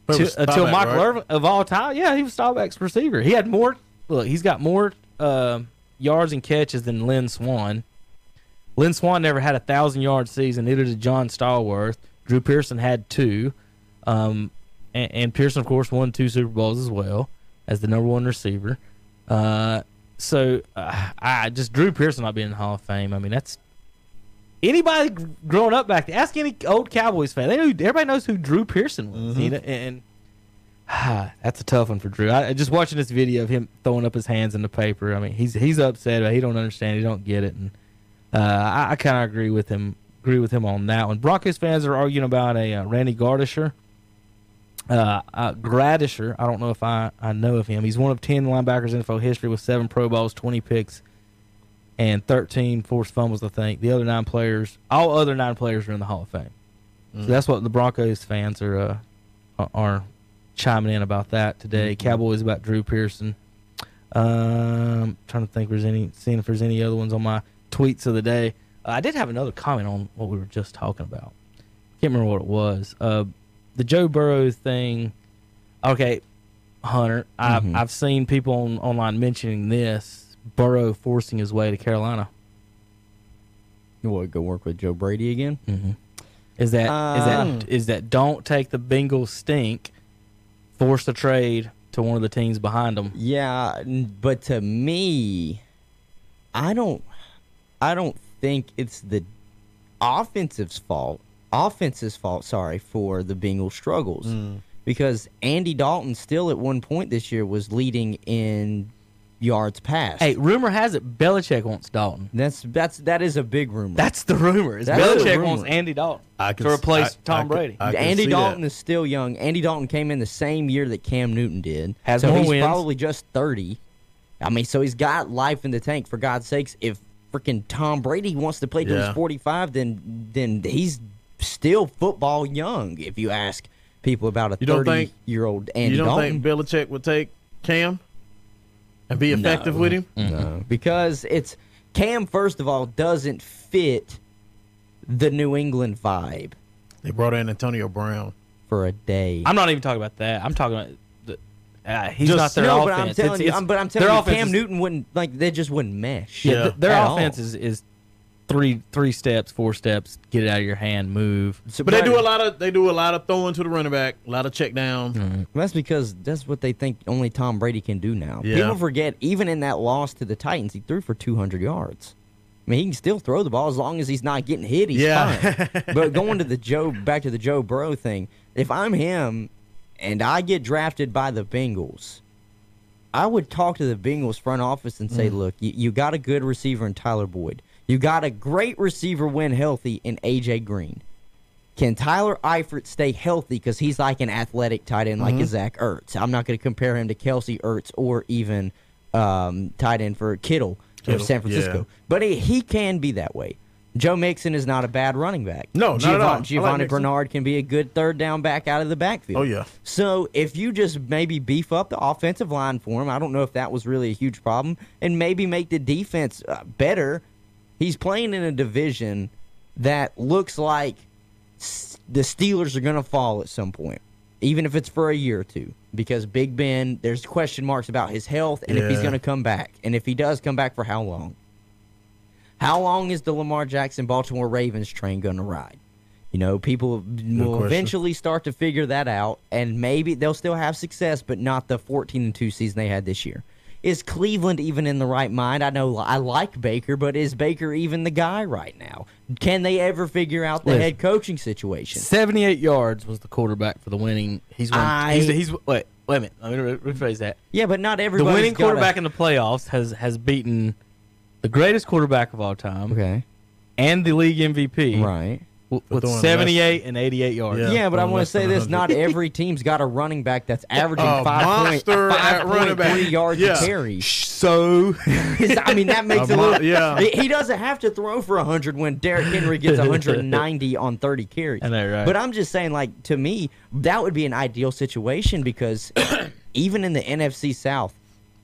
But it
to,
was
until
Staubach,
Michael
right?
Irvin of all time. Yeah, he was Staubach's receiver. He had more. Look, he's got more uh, yards and catches than Lynn Swan. Lynn Swan never had a thousand yard season. Neither did John Stallworth. Drew Pearson had two, um, and, and Pearson, of course, won two Super Bowls as well as the number one receiver. Uh, so uh, I just Drew Pearson not being in the Hall of Fame. I mean, that's anybody gr- growing up back. Then, ask any old Cowboys fan. They know everybody knows who Drew Pearson was. You know, and [SIGHS] Ah, that's a tough one for Drew. I I just watching this video of him throwing up his hands in the paper. I mean, he's he's upset. But he don't understand. He don't get it. And uh, I, I kind of agree with him. Agree with him on that one. Broncos fans are arguing about a uh, Randy Gardisher. Uh, uh, Gradisher. I don't know if I I know of him. He's one of ten linebackers in NFL history with seven Pro Bowls, twenty picks, and thirteen forced fumbles. I think the other nine players, all other nine players, are in the Hall of Fame. So that's what the Broncos fans are uh, are- are chiming in about that today. Cowboys about Drew Pearson. Um, trying to think if there's any seeing if there's any other ones on my tweets of the day. Uh, I did have another comment on what we were just talking about. Can't remember what it was. Uh, the Joe Burrow thing. Okay, Hunter, I've
Mm-hmm.
I've seen people on, online mentioning this Burrow forcing his way to Carolina.
What go work with Joe Brady again?
Is that is
Um.
that is that don't take the Bengals stink, force the trade to one of the teams behind them.
Yeah, n- but to me, I don't, I don't think it's the offensive's fault. Offense's fault, sorry, for the Bengals' struggles, because Andy Dalton still at one point this year was leading in yards passed.
Hey, rumor has it Belichick wants Dalton.
that's that's that is a big rumor.
That's the rumor. Is
That's the
Belichick
rumor.
wants Andy Dalton
I can
to
s-
replace
I- I
Tom
can-
Brady.
I can
Andy
see
Dalton
that.
is still young. Andy Dalton came in the same year that Cam Newton did.
Has
so
more
he's
wins.
probably just 30. I mean, so he's got life in the tank for God's sakes. If freaking Tom Brady wants to play till
Yeah.
he's 45, then then he's still football young if you ask people about a
You don't
30
think-
year old Andy
You don't
Dalton.
think Belichick would take Cam and be effective with him?
No, because it's Cam first of all doesn't fit the New England vibe
They brought in Antonio Brown.
for a day.
I'm not even talking about that. I'm talking about the, uh, he's
Just-
not their
no,
offense.
but I'm
It's-
telling you,
it's-
I'm, but I'm
their
telling you,
offense
Cam
is-
Newton wouldn't like they just wouldn't mesh.
Yeah.
th- their
at all.
offense is, is three three steps, four steps, get it out of your hand, move.
So-
But they do
right.
a lot of they do a lot of throwing to the running back, a lot of check down.
That's because that's what they think only Tom Brady can do now.
Yeah.
People forget even in that loss to the Titans, he threw for 200 yards. I mean, he can still throw the ball as long as he's not getting hit. He's
Yeah. [LAUGHS]
fine. but going to the Joe back to the Joe Burrow thing, if I'm him and I get drafted by the Bengals, I would talk to the Bengals front office and
Mm.
say, look, you, you got a good receiver in Tyler Boyd. You got a great receiver when healthy in AJ Green. Can Tyler Eifert stay healthy? Because he's like an athletic tight end,
Mm-hmm.
like a Zach Ertz. I'm not going to compare him to Kelsey Ertz or even um, tight end for Kittle,
Kittle,
of San Francisco.
yeah.
But he, he can be that way. Joe Mixon is not a bad running back.
No, not at all. I like
Giovanni
Mixon.
Bernard can be a good third down back out of the backfield.
Oh, yeah.
So if you just maybe beef up the offensive line for him, I don't know if that was really a huge problem, and maybe make the defense uh, better. He's playing in a division that looks like s- the Steelers are going to fall at some point, even if it's for a year or two. Because Big Ben, there's question marks about his health and if he's
Yeah.
going to come back, and if he does come back for how long. How long is the Lamar Jackson Baltimore Ravens train going to ride? You know, people will
question.
eventually start to figure that out, and maybe they'll still have success, but not the 14 and 2 season they had this year. Is Cleveland even in the right mind? I know I like Baker, but is Baker even the guy right now? Can they ever figure out the
Listen.
head coaching situation?
78 yards was the quarterback for the winning. He's won.
I-
he's, he's wait, wait a minute. Let me re- rephrase that.
Yeah, but not
The
everybody.
winning quarterback in the playoffs has has beaten the greatest quarterback of all time
okay,
and the league MVP
right.
w-
For
with
throwing less-
78 and 88 yards.
Yeah,
Yeah, but I want
throwing
to
less
say
than
this: not
100.
every team's got a running back that's averaging
A
five point-
monster at
five
running
point
back.
three yards
Yeah.
a
[LAUGHS]
[LAUGHS]
carry. [LAUGHS]
So
I mean, that makes
A
a
mon-
little.
yeah.
He- He doesn't have to throw for 100 when Derrick Henry gets 190 on 30 carries.
I know, right.
But I'm just saying, like, to me, that would be an ideal situation because [COUGHS] even in the NFC South,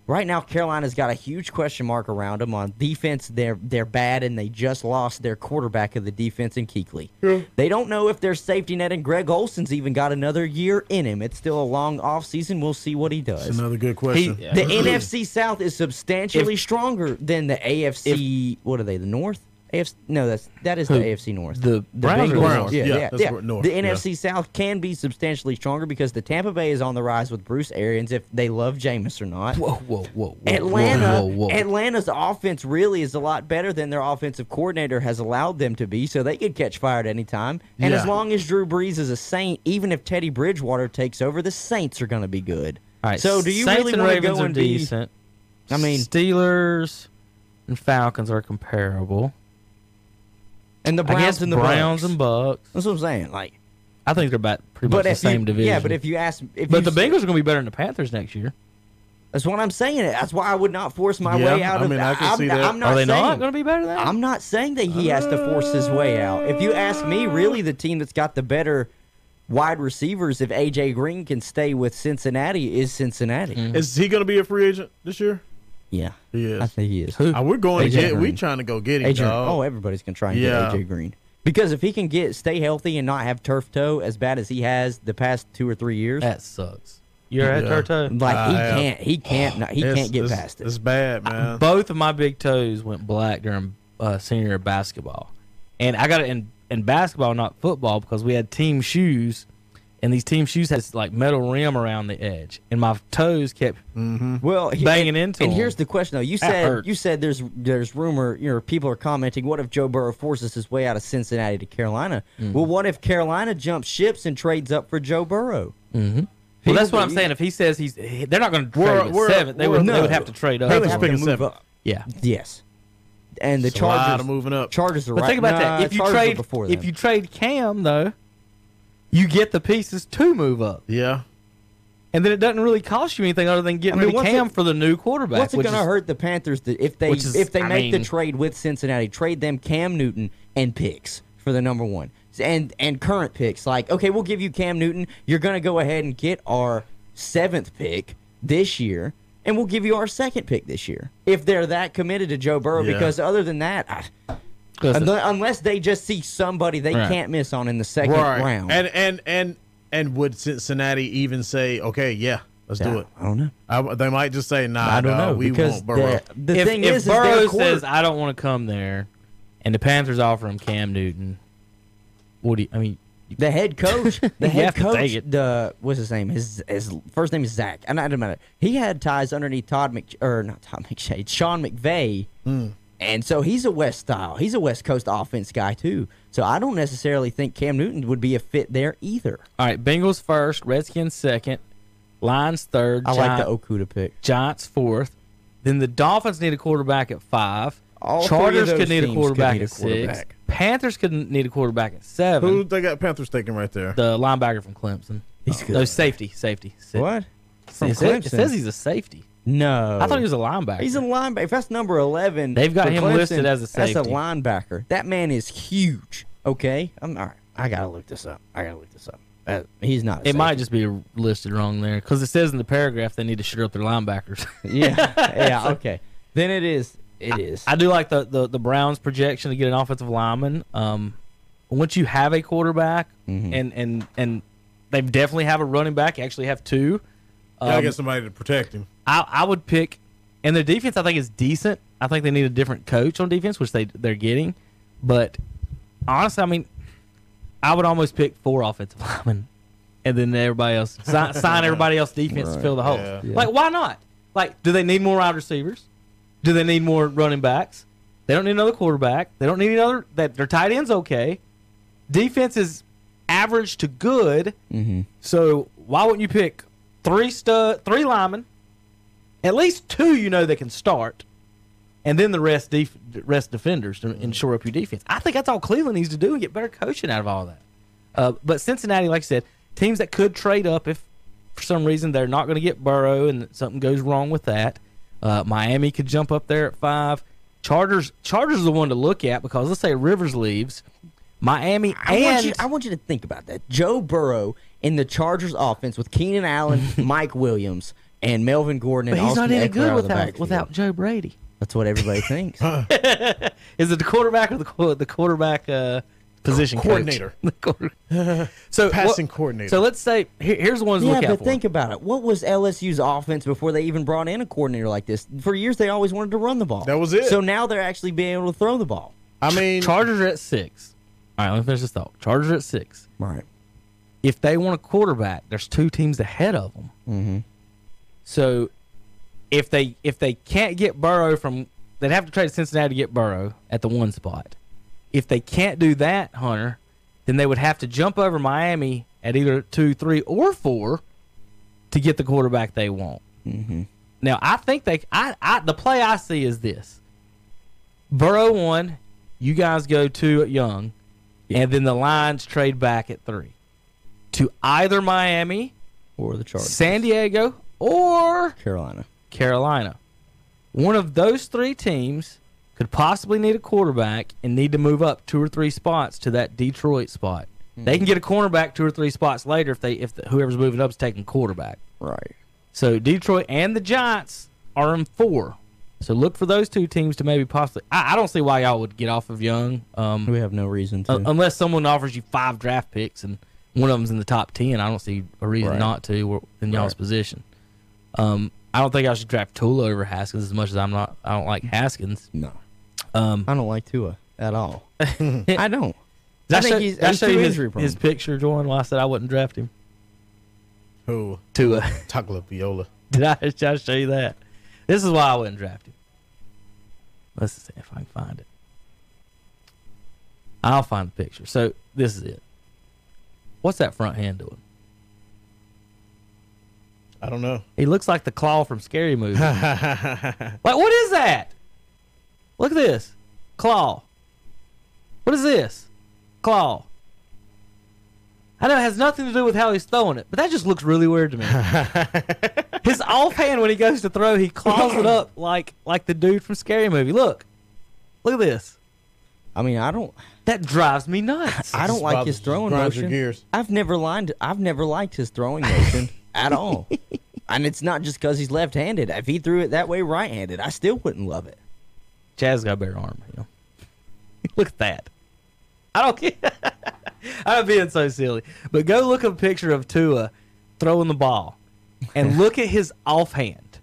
right now, Carolina's got a huge question mark around them on defense. They're they're bad, and they just lost their quarterback of the defense in Keekley. They don't know if their safety net and Greg Olson's even got another year in him. It's still a long offseason. We'll see what he does.
That's another good question.
He- [LAUGHS]
The NFC South is substantially stronger than the AFC. what are they? The North? AFC, no, that's that is the
Who?
AFC North.
The Browns are
Bengals.
Browns,
Yeah,
yeah,
yeah,
that's
yeah.
what- North,
The
yeah.
NFC South can be substantially stronger because the Tampa Bay is on the rise with Bruce Arians, if they love Jameis or not.
whoa, whoa, whoa, whoa,
Atlanta,
whoa, whoa, whoa.
Atlanta's offense really is a lot better than their offensive coordinator has allowed them to be, so they could catch fire at any time. And as
Yeah.
long as Drew Brees is a Saint, even if Teddy Bridgewater takes over, the Saints are going to be good.
All right.
so do you
Saints
really
and
want to
Ravens
go
are
and be?
decent?
I mean-
Steelers and Falcons are comparable.
And the Browns
I guess
and the
Browns
Bucks.
and Bucks.
That's what I'm saying. Like,
I think they're about pretty much
but
the
if
same
you,
division.
Yeah, but if you ask, if
but
you,
the Bengals are going to be better than the Panthers next year.
That's what I'm saying. That's why I would not force my
Yeah,
way out
I
of.
mean, I can
I'm,
see that.
I'm not
Are they
saying,
not going to be better than that?
I'm not saying that he has to force his way out. If you ask me, really, the team that's got the better wide receivers, if AJ Green can stay with Cincinnati, is Cincinnati.
Is he going to be a free agent this year?
Yeah,
He is.
I think he is.
Ah, we're going to
AJ
get. We
Green.
trying to go get him.
AJ,
dog.
Mm-hmm. oh, everybody's gonna try and
Yeah.
get AJ Green because if he can get stay healthy and not have turf toe as bad as he has the past two or three years,
that sucks. You're at
Yeah.
third toe.
Like he
I, uh,
can't, he can't, not, he
It's-
can't get
it's-
past it.
It's bad, man.
Both of my big toes went black during uh, senior year basketball, and I got it in in basketball, not football, because we had team shoes, and these team shoes has like metal rim around the edge, and my toes kept
Mm. Well, he-
banging
and,
into
And
him.
here's the question though: you
That
said
hurt.
you said there's there's rumor, you know, people are commenting. What if Joe Burrow forces his way out of Cincinnati to Carolina?
Mm-hmm.
Well, what if Carolina jumps ships and trades up for Joe Burrow?
Mm-hmm. Well, that's
People-
what I'm saying. If he says he's, they're not going to
We're-
trade
we're-
at seven. They
we're-
would, they
no.
would have to trade up.
They would
Panthers
have to
picking
move
seven.
up.
yeah.
Yes, and the
Slide
Chargers
are moving up.
Chargers are
But
right.
think about that.
nah,
If you
Chargers are
trade,
before
if
them.
you trade Cam though, you get the pieces to move up,
yeah.
and then it doesn't really cost you anything other than getting
I mean,
rid of
what's
Cam
it-
for the new quarterback.
What's it
which
going to
is-
hurt the Panthers that if they
Which is-
if they
I
make the
mean-
trade with Cincinnati, trade them Cam Newton and picks for the number one and and current picks. Like, okay, we'll give you Cam Newton. You're going to go ahead and get our seventh pick this year, and we'll give you our second pick this year if they're that committed to Joe Burrow.
Yeah.
Because other than that, I,
Listen,
unle- unless they just see somebody they
Right.
can't miss on in the second
Right.
round,
And and and and would Cincinnati even say, okay, yeah, let's
Yeah,
do it?
I don't know.
I, they might just say, nah,
I don't
dawg,
know
We
because
won't Burrow.
the, the
if,
thing
if
is, is
Burrow
their quarter-
says I don't want to come there, and the Panthers offer him Cam Newton, what do you? I mean,
The
[LAUGHS]
head coach, the
You
head
have to
coach,
take it.
the what's his name? His his first name is Zach. I don't matter. He had ties underneath Todd Mc or not Todd McShay, Sean McVay, and so he's a West style. He's a West Coast offense guy too. So I don't necessarily think Cam Newton would be a fit there either.
all right, Bengals first, Redskins second, Lions third,
I like
Giant-
the Okuda pick.
Giants fourth. Then the Dolphins need a quarterback at five.
All three of
Chargers
those
could need
teams
a
could
quarterback
need a
at six.
quarterback.
Panthers could need a quarterback at seven.
Who they got Panthers taking right there?
the linebacker from Clemson.
He's
No
good.
safety, safety. Sa-
What?
It
From
says- It
Clemson?
says he's a safety.
No,
I thought he was a linebacker.
Oh. He's a linebacker. If that's number eleven,
They've got
for
him listed as a
That's
safety.
a linebacker. That man is huge. Okay, I'm all right. I gotta look this up. I gotta look this up. Uh, he's not. a
it might
safety.
just be listed wrong there because it says in the paragraph they need to shore up their linebackers.
Yeah. [LAUGHS] yeah. Okay. Then it is. It is.
[LAUGHS] I do like the, the the Browns projection to get an offensive lineman. Um, once you have a quarterback
Mm-hmm.
and and and they definitely have a running back. You actually have two.
gotta
Um,
get somebody to protect him.
I, I would pick, and their defense I think is decent. I think they need a different coach on defense, which they they're getting. But honestly, I mean, I would almost pick four offensive [LAUGHS] linemen, and then everybody else sign, sign everybody else defense to fill the holes.
yeah.
Like why not? Like do they need more wide receivers? Do they need more running backs? They don't need another quarterback. They don't need another. That their tight ends okay. Defense is average to good. So why wouldn't you pick three stud, three linemen, at least two you know that can start, and then the rest def- rest defenders to and shore up your defense. I think that's all Cleveland needs to do and get better coaching out of all that. Uh, but Cincinnati, like I said, teams that could trade up if for some reason they're not going to get Burrow and something goes wrong with that. Uh, Miami could jump up there at five. Chargers, Chargers are the one to look at because let's say Rivers leaves, Miami
I
and
want, you, I want you to think about that. Joe Burrow in the Chargers offense with Keenan [LAUGHS] Allen, Mike Williams, and Melvin Gordon.
but
and
he's not
Austin
any
Eckler
good
out of the
without
backfield.
without Joe Brady.
That's what everybody [LAUGHS] thinks.
Is it the quarterback or the qu- the quarterback uh, position coach?
Coordinator.
[LAUGHS] The quarter-
[LAUGHS]
so
Passing
what-
coordinator.
So let's say here, here's the ones to
yeah,
look out
but
for.
think about it. What was LSU's offense before they even brought in a coordinator like this? For years, they always wanted to run the ball.
That was it.
So now they're actually being able to throw the ball.
I mean,
Chargers are at six. All right, let me finish this thought. Chargers are at six.
Right.
If they want a quarterback, there's two teams ahead of them. Mm-hmm. So if they if they can't get Burrow from, they'd have to trade Cincinnati to get Burrow at the one spot. If they can't do that, Hunter, then they would have to jump over Miami at either two, three, or four to get the quarterback they want. Mm-hmm. Now, I think they, I, I, the play I see is this: Burrow one, you guys go two at Young, and then the Lions trade back at three to either Miami,
Or the Chargers.
San Diego, or
Carolina.
Carolina. One of those three teams could possibly need a quarterback and need to move up two or three spots to that Detroit spot. They can get a cornerback two or three spots later if they if the, whoever's moving up is taking quarterback.
Right.
So Detroit and the Giants are in four. So look for those two teams to maybe possibly. I, I don't see why y'all would get off of Young, um,
We have no reason to.
un- unless someone offers you five draft picks and one of them's in the top ten. I don't see a reason
Right.
not to or- in y'all's
Right.
position. Um, I don't think I should draft Tula over Haskins as much as I'm not. I don't like Haskins.
no.
Um,
I don't like Tua at [LAUGHS] all. I don't.
did
I think
show-
he's,
did I
he's
show
too
you his,
injury prone.
his picture, Jordan. Why I said I wouldn't draft him.
who?
Tua.
Tacla Viola.
[LAUGHS] Did I, did I show you that? This is why I wouldn't draft him. Let's see if I can find it. I'll find the picture. So this is it. What's that front hand doing?
I don't know.
He looks like the claw from Scary Movie. like what is that? Look at this claw. What is this claw? I know it has nothing to do with how he's throwing it, but that just looks really weird to me. His offhand when he goes to throw, he claws it up like like the dude from Scary Movie. Look, look at this.
I mean, I don't.
That drives me nuts.
I don't
Just
like
bothers-
his throwing
grinds your
motion.
gears.
I've never lined. I've never liked his throwing
[LAUGHS]
motion at all. And it's not just because he's left-handed. If he threw it that way, right-handed, I still wouldn't love it.
Chaz got a better arm. You know? [LAUGHS] look at that. I don't care. [LAUGHS] I'm being so silly. But go look up a picture of Tua throwing the ball
[LAUGHS]
and look at his offhand.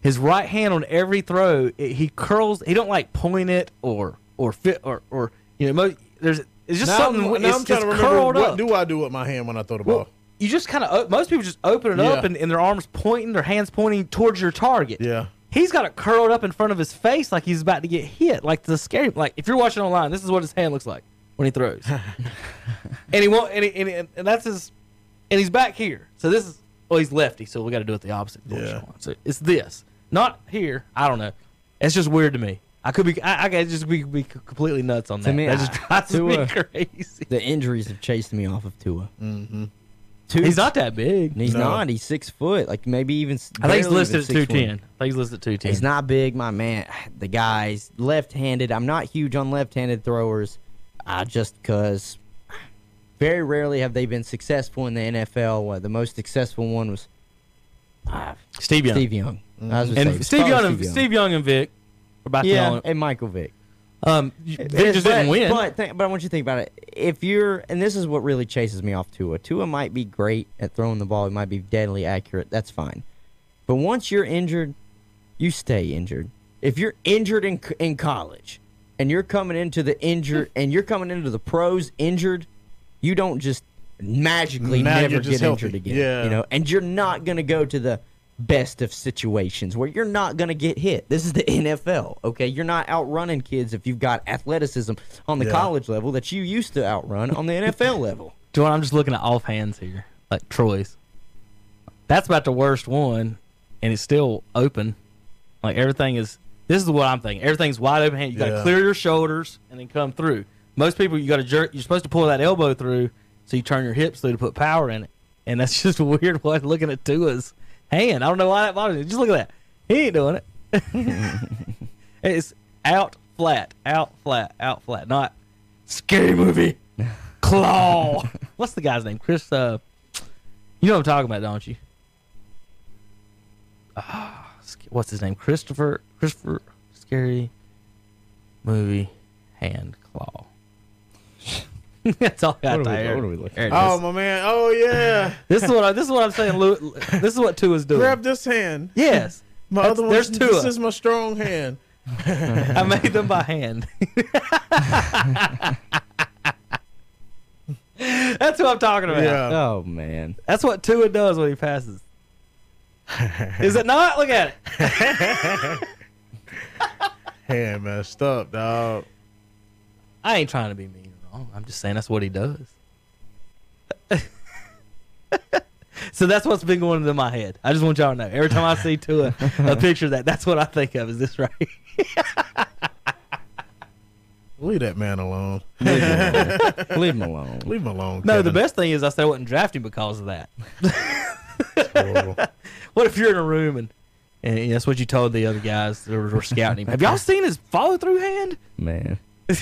His right hand on every throw, it, he curls. He don't like point it or or fit or or you know. Mo- there's it's just
Now I'm,
something.
now
it's,
I'm trying to
it's
remember
curled
what
up.
do I do with my hand when I throw the
Well,
ball?
you just kind of most people just open it up
Oh. Yeah.
and, and their arms pointing, their hands pointing towards your target.
Yeah.
he's got it curled up in front of his face like he's about to get hit. Like the scary, like if you're watching online, this is what his hand looks like when he
[LAUGHS]
throws. and he won't, and, he, and, and, and that's his, and he's back here. So this is, well, he's lefty, so we got to do it the opposite. of what
Yeah.
you want. So it's this, not here. I don't know. It's just weird to me. I could be, I, I could just be, be completely nuts on that.
me,
that just
I-
drives me [LAUGHS]
Tua-
crazy.
The injuries have chased me off of Tua. Mm-hmm.
Two,
He's not that big.
He's
No.
not. He's six foot. Like maybe even. s-
I think he's
barely
listed at
even six foot.
210. I think he's listed at 210.
He's not big, my man. [SIGHS] The guy's left-handed. I'm not huge on left-handed throwers. I just cause very rarely have they been successful in the NFL. Uh, the most successful one was uh,
Steve Young.
Steve Young. I was gonna say,
and
it's
Steve
probably
Young, and, Steve, Young. and Vic are about the
Yeah,
only.
and Michael Vick.
Um, they just
but,
didn't win.
But, think, but I want you to think about it. If you're, and this is what really chases me off Tua. Tua might be great at throwing the ball. He might be deadly accurate. That's fine. But once you're injured, you stay injured. If you're injured in c- in college, and you're coming into the injured,
Hmm.
and you're coming into the pros injured, you don't just magically
Now
never
you're
get
just
injured
healthy.
again.
Yeah.
You know, and you're not gonna go to the best of situations where you're not gonna get hit. This is the [LAUGHS] NFL, okay? You're not outrunning kids if you've got athleticism on the
Yeah.
college level that you used to outrun on the [LAUGHS] NFL level.
Dude, I'm just looking at offhands here, like Troy's. That's about the worst one, and it's still open. Like everything is. This is what I'm thinking. Everything's wide open. Hand. You got to
Yeah.
clear your shoulders and then come through. Most people, you got to jerk. You're supposed to pull that elbow through, so you turn your hips through to put power in it. And that's [LAUGHS] just a weird one looking at Tua's hand. I don't know why that bothers me. Just look at that. He ain't doing it. it's out flat, out flat, out flat. Not scary movie. Claw. [LAUGHS] What's the guy's name? Chris. Uh, you know what I'm talking about, don't you? Ah, sc- what's his name? Christopher. Christopher. Scary movie. Hand claw. [LAUGHS] That's all I got
What are we-
there.
what are we looking
There it
Oh
is.
my man. Oh yeah.
this is what I, this is what I'm saying. Lou, this is what two is doing.
Grab this hand.
yes,
My
That's-
other one.
there's Tua.
This is my
[LAUGHS]
strong hand.
I made them by hand. [LAUGHS] That's what I'm talking about.
Yeah.
Oh man.
That's what Tua does when he passes. Is it not? Look at it.
Hand messed up, dog.
I ain't trying to be mean or wrong. I'm just saying that's what he does. [LAUGHS] so that's what's been going into my head. I just want y'all to know. Every time I see Tua, [LAUGHS] a picture of that that's what I think of. Is this right?
Leave that man alone.
Leave him alone. [LAUGHS] Leave him alone.
Leave him alone.
[LAUGHS] No, the
Kevin.
best thing is I said I wasn't drafting because of that.
Horrible.
What if you're in a room and and that's what you told the other guys that were, were scouting him? Have y'all seen his follow through hand?
Man. [LAUGHS]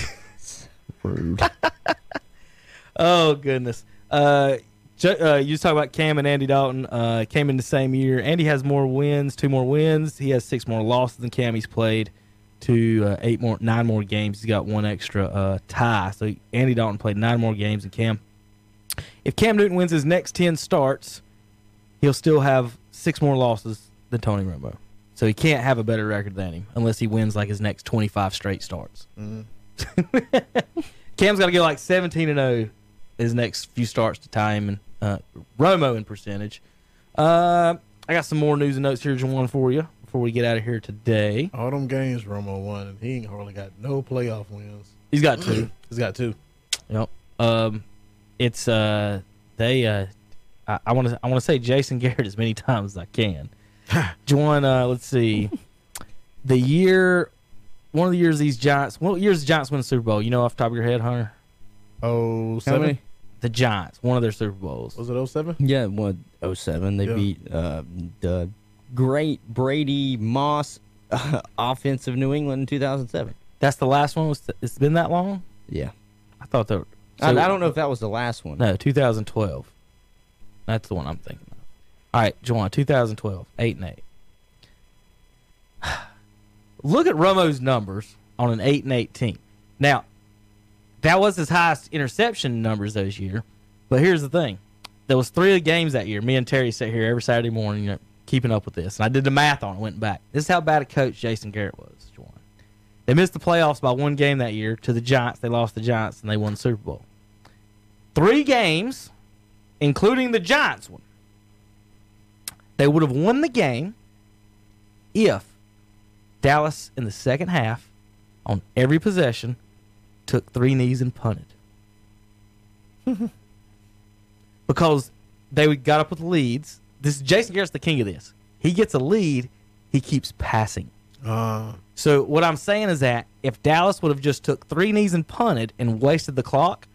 Rude.
Oh goodness. Uh, ju- uh, you was talking about Cam and Andy Dalton. Uh, came in the same year. Andy has more wins, two more wins. He has six more losses than Cam. He's played to uh, eight more, nine more games. He's got one extra uh, tie. So Andy Dalton played nine more games than Cam. If Cam Newton wins his next ten starts, he'll still have six more losses than Tony Romo. So he can't have a better record than him unless he wins like his next twenty-five straight starts. [LAUGHS] Cam's got to go like 17 and 0 his next few starts to tie him and uh, Romo in percentage. Uh, I got some more news and notes here, Juwan, for you before we get out of here today.
All them games Romo won, and he ain't hardly got no playoff wins.
He's got two.
He's got two.
Yep. Um, it's uh, they uh, I want to I want to say Jason Garrett as many [LAUGHS] times as I
[LAUGHS]
can. Juwan, uh, let's see, the year, one of the years these Giants, what years the Giants win the Super Bowl? You know off the top of your head, Hunter,
Oh,
How
seven?
many?
the Giants, one of their Super Bowls.
Was it oh seven?
Yeah, one oh seven. They
Yeah.
beat uh, the great Brady Moss [LAUGHS] uh, offense of New England in two thousand seven.
That's the last one. Was it's been that long?
Yeah.
I thought that.
I, I don't know if that was the last one.
No, 2012. That's the one I'm thinking of. All right, Juwan, 2012, eight and eight. [SIGHS] Look at Romo's numbers on an eight and eight team. Now, that was his highest interception numbers those year. But here's the thing: there was three games that year. Me and Terry sat here every Saturday morning, you know, keeping up with this, and I did the math on it. Went back. This is how bad a coach Jason Garrett was. Juwan. They missed the playoffs by one game that year to the Giants. They lost the Giants and they won the Super Bowl. Three games, including the Giants one. They would have won the game if Dallas in the second half on every possession took three knees and punted. because they would got up with leads. This Jason Garrett's the king of this. He gets a lead, he keeps passing.
Uh,
So what I'm saying is that if Dallas would have just took three knees and punted and wasted the clock,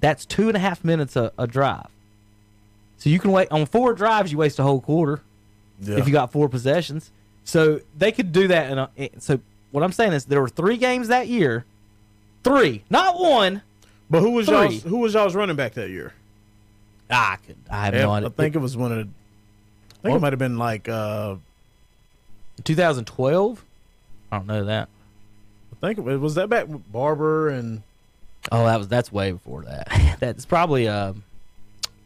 that's two and a half minutes a, a drive. So you can wait on four drives. You waste a whole quarter
Yeah.
if you got four possessions. So they could do that. In a, in- so what I'm saying is there were three games that year, three, not one.
but who was
three.
y'all's who was y'all's running back that year?
Ah, I could. I have no
I,
idea.
think it was one of. the I think it might have been like. Uh,
2012. I don't know that.
I think it was, was that back with Barber and
Oh, that was that's way before that. [LAUGHS] That's probably um,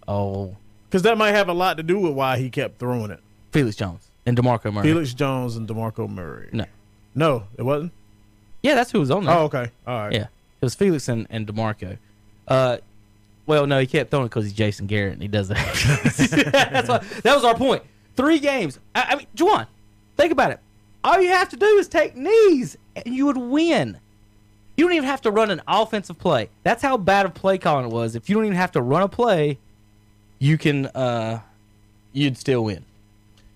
oh
because that might have a lot to do with why he kept throwing it.
Felix Jones and Demarco Murray.
Felix Jones and Demarco Murray.
No.
no, it wasn't.
Yeah, that's who was on there.
Oh, okay, all right.
Yeah, it was Felix and, and Demarco. Uh, well, no, he kept throwing because he's Jason Garrett and he does that. That's why, that was our point. Three games. I, I mean, Juwan, think about it. All you have to do is take knees and you would win. You don't even have to run an offensive play. That's how bad of play calling it was. If you don't even have to run a play, you can uh, you'd still win.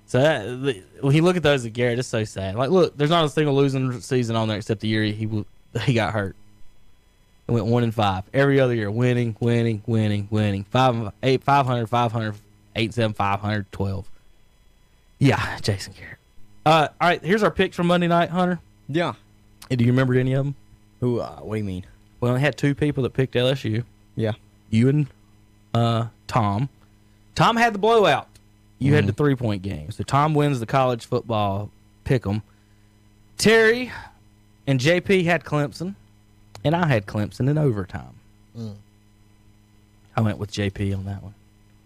So that, the- when you look at those at Garrett, it's so sad. Like, look, there's not a single losing season on there except the year he w- he got hurt. It went one and five every other year, winning, winning, winning, winning. Five, and- eight, 500, 500, eight, seven, 500, 12. Yeah, Jason Garrett. Uh, all right, here's our picks from Monday night, Hunter.
Yeah.
Do you remember any of them?
Who? Uh, what do you mean?
Well, I had two people that picked LSU.
Yeah.
You and uh, Tom. Tom had the blowout. You had the three point game. So Tom wins the college football pick 'em. Terry and JP had Clemson, and I had Clemson in overtime. I went with JP on that one,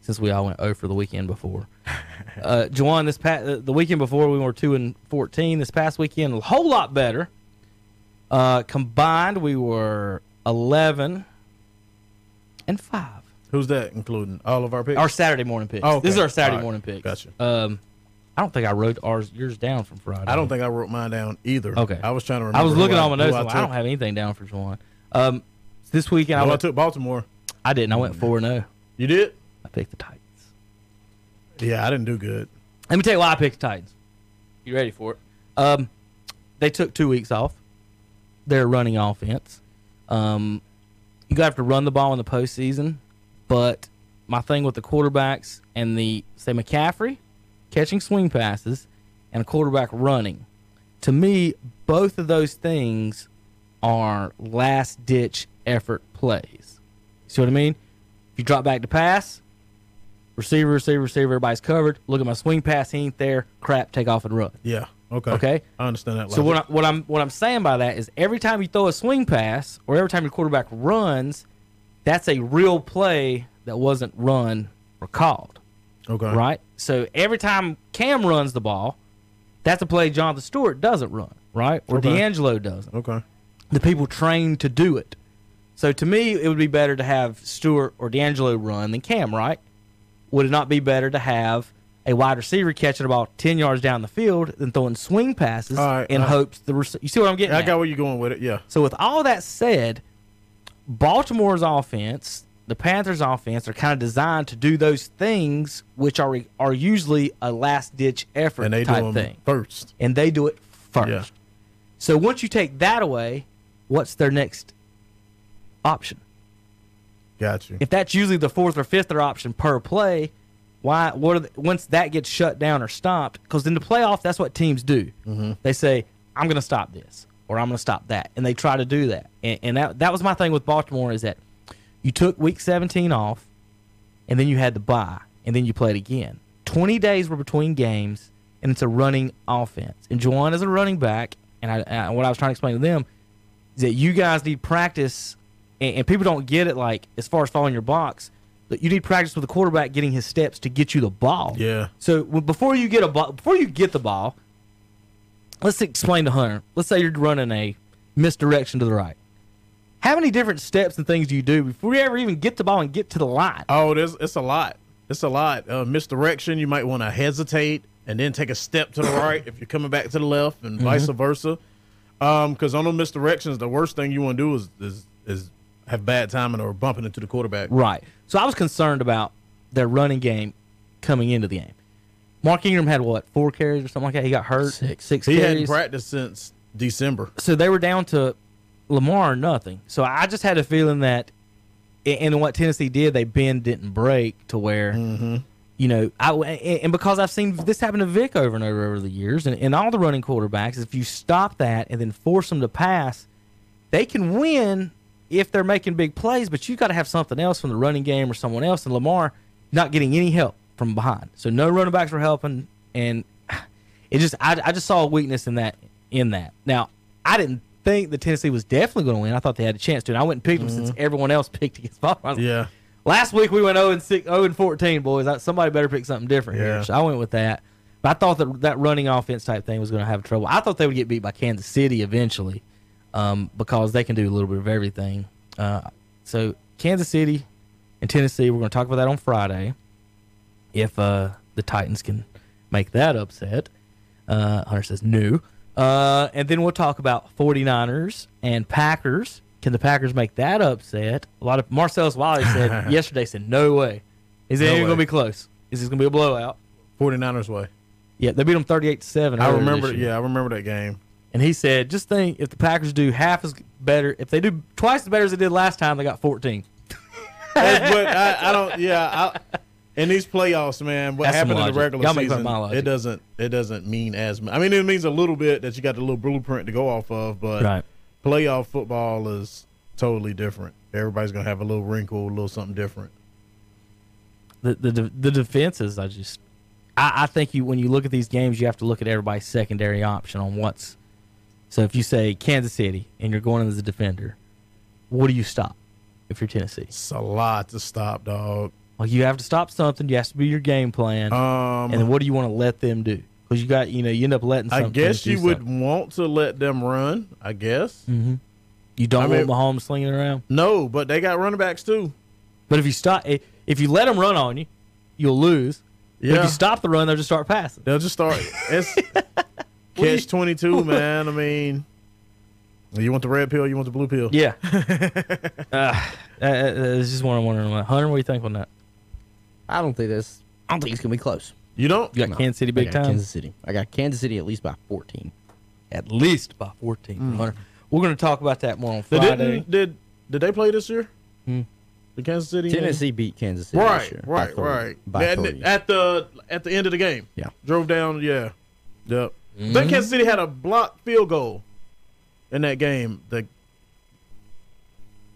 since we all went over the weekend before. [LAUGHS] uh, Juwan, this pa- uh, the weekend before we were two and fourteen. This past weekend, a whole lot better. Uh, combined, we were eleven and five.
Who's that including? All of our picks.
Our Saturday morning picks.
Oh, okay.
This is our Saturday
All right.
morning picks.
Gotcha.
Um, I don't think I wrote ours yours down from Friday.
I don't think I wrote mine down either.
Okay.
I was trying to. remember
I was looking
who
on my notes.
who
I'm like, I,
took.
don't have anything down for Juwan. Um, this weekend I,
No, I
went,
took Mm-hmm. Baltimore.
I didn't. I went four and zero.
You did?
I picked the Titans.
Yeah, I didn't do good.
Let me tell you why I picked the Titans. You ready for it? Um, they took two weeks off. They're running offense. Um, you gotta have to run the ball in the postseason, but my thing with the quarterbacks and the say McCaffrey catching swing passes and a quarterback running, to me, both of those things are last ditch effort plays. See what I mean? If you drop back to pass, receiver, receiver, receiver, everybody's covered. Look at my swing pass, he ain't there. Crap, take off and run.
Yeah. Okay.
Okay.
I understand that.
So what, I,
logic.
what I'm what I'm saying by that is every time you throw a swing pass or every time your quarterback runs, that's a real play that wasn't run or called,
okay.
right? So every time Cam runs the ball, that's a play Jonathan Stewart doesn't run, right? Or
Okay.
D'Angelo doesn't.
Okay.
The people trained to do it. So to me, it would be better to have Stewart or D'Angelo run than Cam, right? Would it not be better to have a wide receiver catching the ball ten yards down the field than throwing swing passes
All right,
in
all right.
hopes the rec- you see what I'm getting?
Yeah, I
at?
got where you're going with it. Yeah.
So with all that said, Baltimore's offense, the Panthers' offense, are kind of designed to do those things, which are are usually a last ditch effort
And they do
type
them
thing,
first.
and they do it first.
Yeah.
So once you take that away, what's their next option?
Got you.
If that's usually the fourth or fifth or option per play, why? What are the, once that gets shut down or stopped? Because in the playoff, that's what teams do. They say, "I'm going to stop this," or "I'm going to stop that," and they try to do that. And, and that that was my thing with Baltimore is that you took Week 17 off, and then you had the bye, and then you played again. 20 days were between games, and it's a running offense. And Juwan is a running back, and I, and what I was trying to explain to them is that you guys need practice, and, and people don't get it. Like as far as following your box, but you need practice with the quarterback getting his steps to get you the ball.
Yeah.
So w- before you get a ball, before you get the ball, let's explain to Hunter. Let's say you're running a misdirection to the right. How many different steps and things do you do before you ever even get the ball and get to the line?
Oh, there's it's a lot. It's a lot. Uh, misdirection. You might want to hesitate and then take a step
[COUGHS]
to the right if you're coming back to the left, and vice
Mm-hmm.
versa. Because on those misdirections, the worst thing you want to do is, is is have bad timing or bumping into the quarterback.
Right. So I was concerned about their running game coming into the game. Mark Ingram had what four carries or something like that. He got hurt. Six. Six
He hadn't
carries.
practiced since December.
so they were down to Lamar or nothing. So I just had a feeling that and what Tennessee did, they bend didn't break to where you know I and because I've seen this happen to Vic over and over over the years, and, and all the running quarterbacks, if you stop that and then force them to pass, they can win if they're making big plays. But you got to have something else from the running game or someone else. And Lamar not getting any help from behind, so no running backs were helping, and it just I, I just saw a weakness in that in that. Now I didn't think that Tennessee was definitely going to win. I thought they had a chance to, and I went and picked them since everyone else [LAUGHS] picked against Boston. I was like,
Yeah.
Last week we went 0 and 6, 0 and 14, boys. I, somebody better pick something different
Yeah.
here. So I went with that. But I thought that that running offense type thing was going to have trouble. I thought they would get beat by Kansas City eventually um, because they can do a little bit of everything. Uh, so Kansas City and Tennessee, we're going to talk about that on Friday if uh, the Titans can make that upset. Uh, Hunter says no. Uh, and then we'll talk about 49ers and Packers. Can the Packers make that upset? A lot of Marcellus Wiley
[LAUGHS]
said yesterday said no way. Is it
No
even going to
way.
be close? Is this going to be a blowout?
49ers way.
Yeah, they beat them 38 7.
I remember. Yeah, I remember
[LAUGHS]
that game.
And he said, just think if the Packers do half as better, if they do twice as better as they did last time, they got 14.
That's- but I, I don't. Yeah. I, in these playoffs, man, what
That's some
happened in the
logic.
regular
Y'all make fun of
season,
my logic.
it doesn't. It doesn't mean as much. I mean, it means a little bit that you got the little blueprint to go off of, but playoff football is totally different. Everybody's gonna have a little wrinkle, a little something different.
the the de- the defenses. I just I, I think you when you look at these games, you have to look at everybody's secondary option on what's. So if you say Kansas City and you're going in as a defender, what do you stop? If you're Tennessee,
It's a lot to stop, dog.
like you have to stop something. You has to be your game plan,
Um,
and then what do you want to let them do? Because you got you know you end up letting.
I
Some
guess
teams
you
do
would
something. Mm-hmm.
want to let them run. I guess
You don't
I
want
mean-
Mahomes slinging around,
no, but they got running backs too.
but if you stop, i- if you let them run on you, you'll lose. But if
Yeah.
you stop the run, they'll just start passing.
They'll just start.
[LAUGHS]
It's catch twenty two, man. I mean, you want the red pill? You want the blue pill?
Yeah. [LAUGHS] uh, uh, uh, this is one I'm wondering about. Hunter, what do you think on that?
I don't think this. I don't think it's gonna be close.
You don't.
You got Kansas City big
I got
time?
Kansas City. I got Kansas City at least by 14.
At least by 14. Hunter. We're going to talk about that more on
They
Friday.
didn't, did did they play this year?
Hmm.
The Kansas City game?
Tennessee beat Kansas City.
Right,
this year by
right,
30,
right.
By
At-
30.
at the at the end of the game.
Yeah.
Drove down. Yeah. Yep.
Mm-hmm.
I think Kansas City had a blocked field goal in that game. The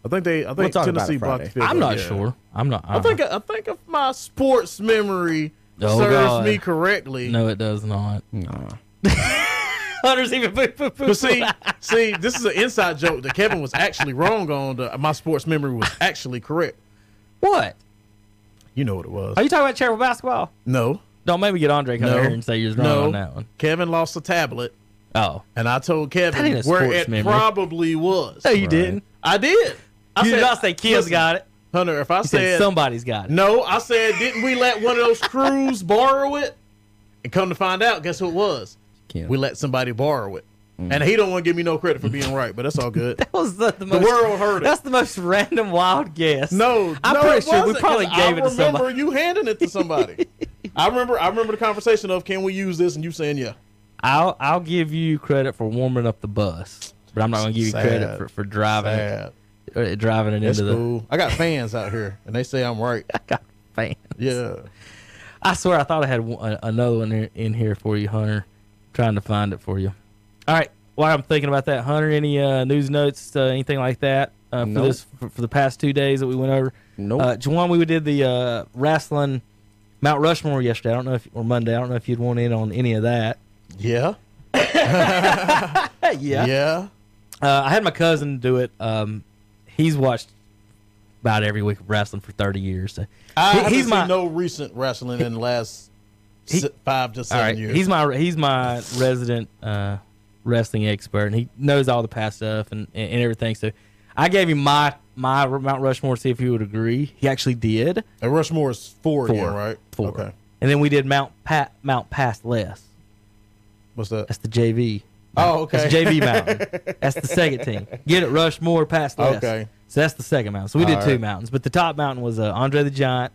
I think they. I think
talk about it
Tennessee blocked
Friday.
the field.
I'm
goal,
not
yeah.
sure. I'm not.
I think I think if my sports memory
Oh,
serves
God.
me correctly.
No, it does not.
Nah.
Hunter's even poo poo poo.
But see, see, this is an inside joke that Kevin was actually wrong on. The, my sports memory was actually correct.
What?
You know what it was?
Are you talking about charitable basketball?
no,
Don't make me get Andre come
No.
here and say you're wrong
no.
on that one.
Kevin lost a tablet,
Oh.
and I told
That
Kevin
ain't a
where
sports
it
memory.
probably was.
No, you didn't.
I did. I
you
said-
did not say kids
listen,
got it.
Hunter, if I
You said
said
somebody's got it.
no, I said didn't we let one
[LAUGHS]
of those crews borrow it? And come to find out, guess who it was?
Kim.
We let somebody borrow it,
Mm.
and he don't want to give me no credit for being right, but that's
[LAUGHS]
all good.
That [LAUGHS] was the, the most,
world heard it.
That's the most random wild guess.
No,
I'm
no,
pretty
it
sure we
wasn't,
probably
'cause
gave it to
I remember
somebody.
you handing it
[LAUGHS]
to somebody. I remember. I remember the conversation of can we use this, and you saying yeah.
I'll I'll give you credit for warming up the bus, but I'm not going to give you credit
Sad.
for, for driving it,
Bad.
uh, driving it
It's
into the
cool. I got fans out here, and they say
[LAUGHS]
I'm right.
fan.
Yeah.
I swear I thought I had one, a- another one in, in here for you, Hunter. Trying to find it for you. All right. While I'm thinking about that, Hunter, any uh, news notes, uh, anything like that uh, for
Nope.
this for, for the past two days that we went over?
Nope.
Uh, Juwan, we did the uh, wrestling Mount Rushmore yesterday. I don't know if or Monday. I don't know if you'd want in on any of that.
Yeah.
yeah.
Yeah.
Uh, I had my cousin do it. Um, he's watched about every week of wrestling for 30 years. So
I
He-
haven't
he's
seen
my-
no recent wrestling in the last
He-
si- five to
all
seven
right,
years.
he's my he's my resident uh, wrestling expert, and he knows all the past stuff and, and, and everything. So I gave him my my Mount Rushmore to see if he would agree. He actually did,
and Rushmore is four,
Four.
again, right?
Four.
Okay.
and then we did Mount Pat Mount Past Less.
What's that?
That's the JV.
Oh, okay.
That's JV
[LAUGHS]
Mountain. that's the second team. Get it, Rushmore, past less.
Okay.
So that's the second mountain. So we did
All
two
right.
mountains, but the top mountain was uh, Andre the Giant,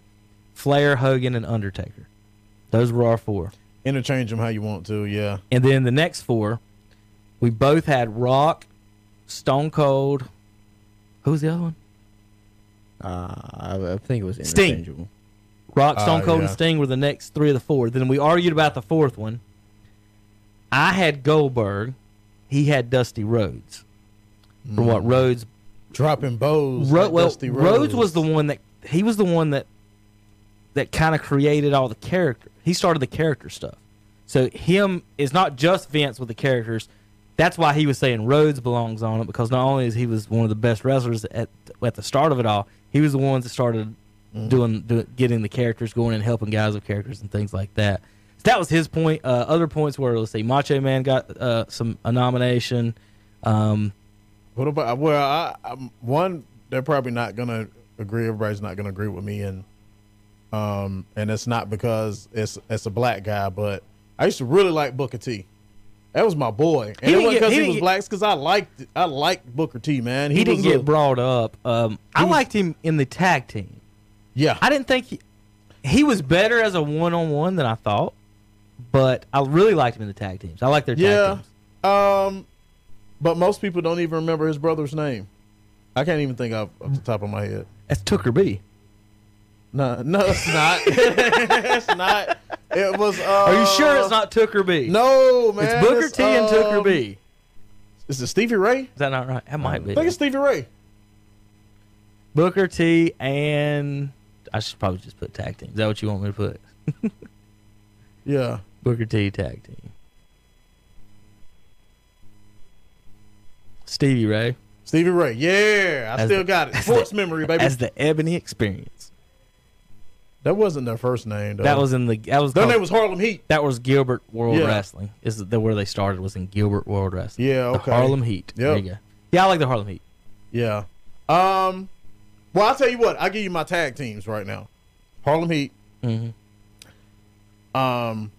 Flair, Hogan, and Undertaker. Those were our four.
Interchange them how you want to. Yeah.
And then the next four, we both had Rock, Stone Cold. Who was the other one?
Uh, I, I think it was
Sting.
interchangeable.
Rock, Stone
Uh,
Cold, and
yeah.
Sting were the next three of the four. Then we argued about the fourth one. I had Goldberg. He had Dusty Rhodes. From what
Mm.
Rhodes,
Dropping bows.
Ro-
like
well,
Dusty
Rhodes was the one that he was the one that that kind of created all the character. He started the character stuff. So him is not just Vince with the characters. That's why he was saying Rhodes belongs on it because not only is he was one of the best wrestlers at at the start of it all, he was the ones that started doing, doing getting the characters going and helping guys with characters and things like that. So that was his point. Uh, other points were let's see, Macho Man got uh, some a nomination. Um,
What about? Well, I, I'm, one, they're probably not gonna agree. Everybody's not gonna agree with me, and um, and it's not because it's it's a black guy, but I used to really like Booker T. That was my boy, and
He
it
didn't
wasn't
get-
because
he
he,
didn't
was
get-
black. because I liked I liked Booker T. Man,
he, didn't
was
get
a-
brought up. Um, I
was-
liked him in the tag team.
yeah.
I didn't think he, he was better as a one on one than I thought, but I really liked him in the tag teams. I like their tag
Yeah.
teams.
Um, but most people don't even remember his brother's name. I can't even think of off the top of my head.
That's Tooker B.
No, no, it's [LAUGHS] not. it's not. It was. Uh, Are
Are you sure it's not Tooker B?
No, man.
it's Booker T and Tooker
um,
B.
Is it Stevie Ray?
Is that not right? That might be
I think it's Stevie Ray.
Booker T and I should probably just put tag team. Is that what you want me to put?
Yeah.
Booker T tag team. Stevie Ray
Stevie Ray. Yeah. I
As
still
the-
got it.
as
Sports
the-
memory, baby.
as the Ebony Experience.
that wasn't their first name, though.
That was Oh. in the that was
Their
called-
name was Harlem Heat.
That was Gilbert World
Yeah.
Wrestling. Is the where they started was in Gilbert World Wrestling.
Yeah,
The
okay.
Harlem Heat. There
Yep.
you go. Yeah, I like the Harlem Heat.
Yeah. Um. Well, I'll tell you what. I'll give you my tag teams right now. Harlem Heat.
Mhm.
Um.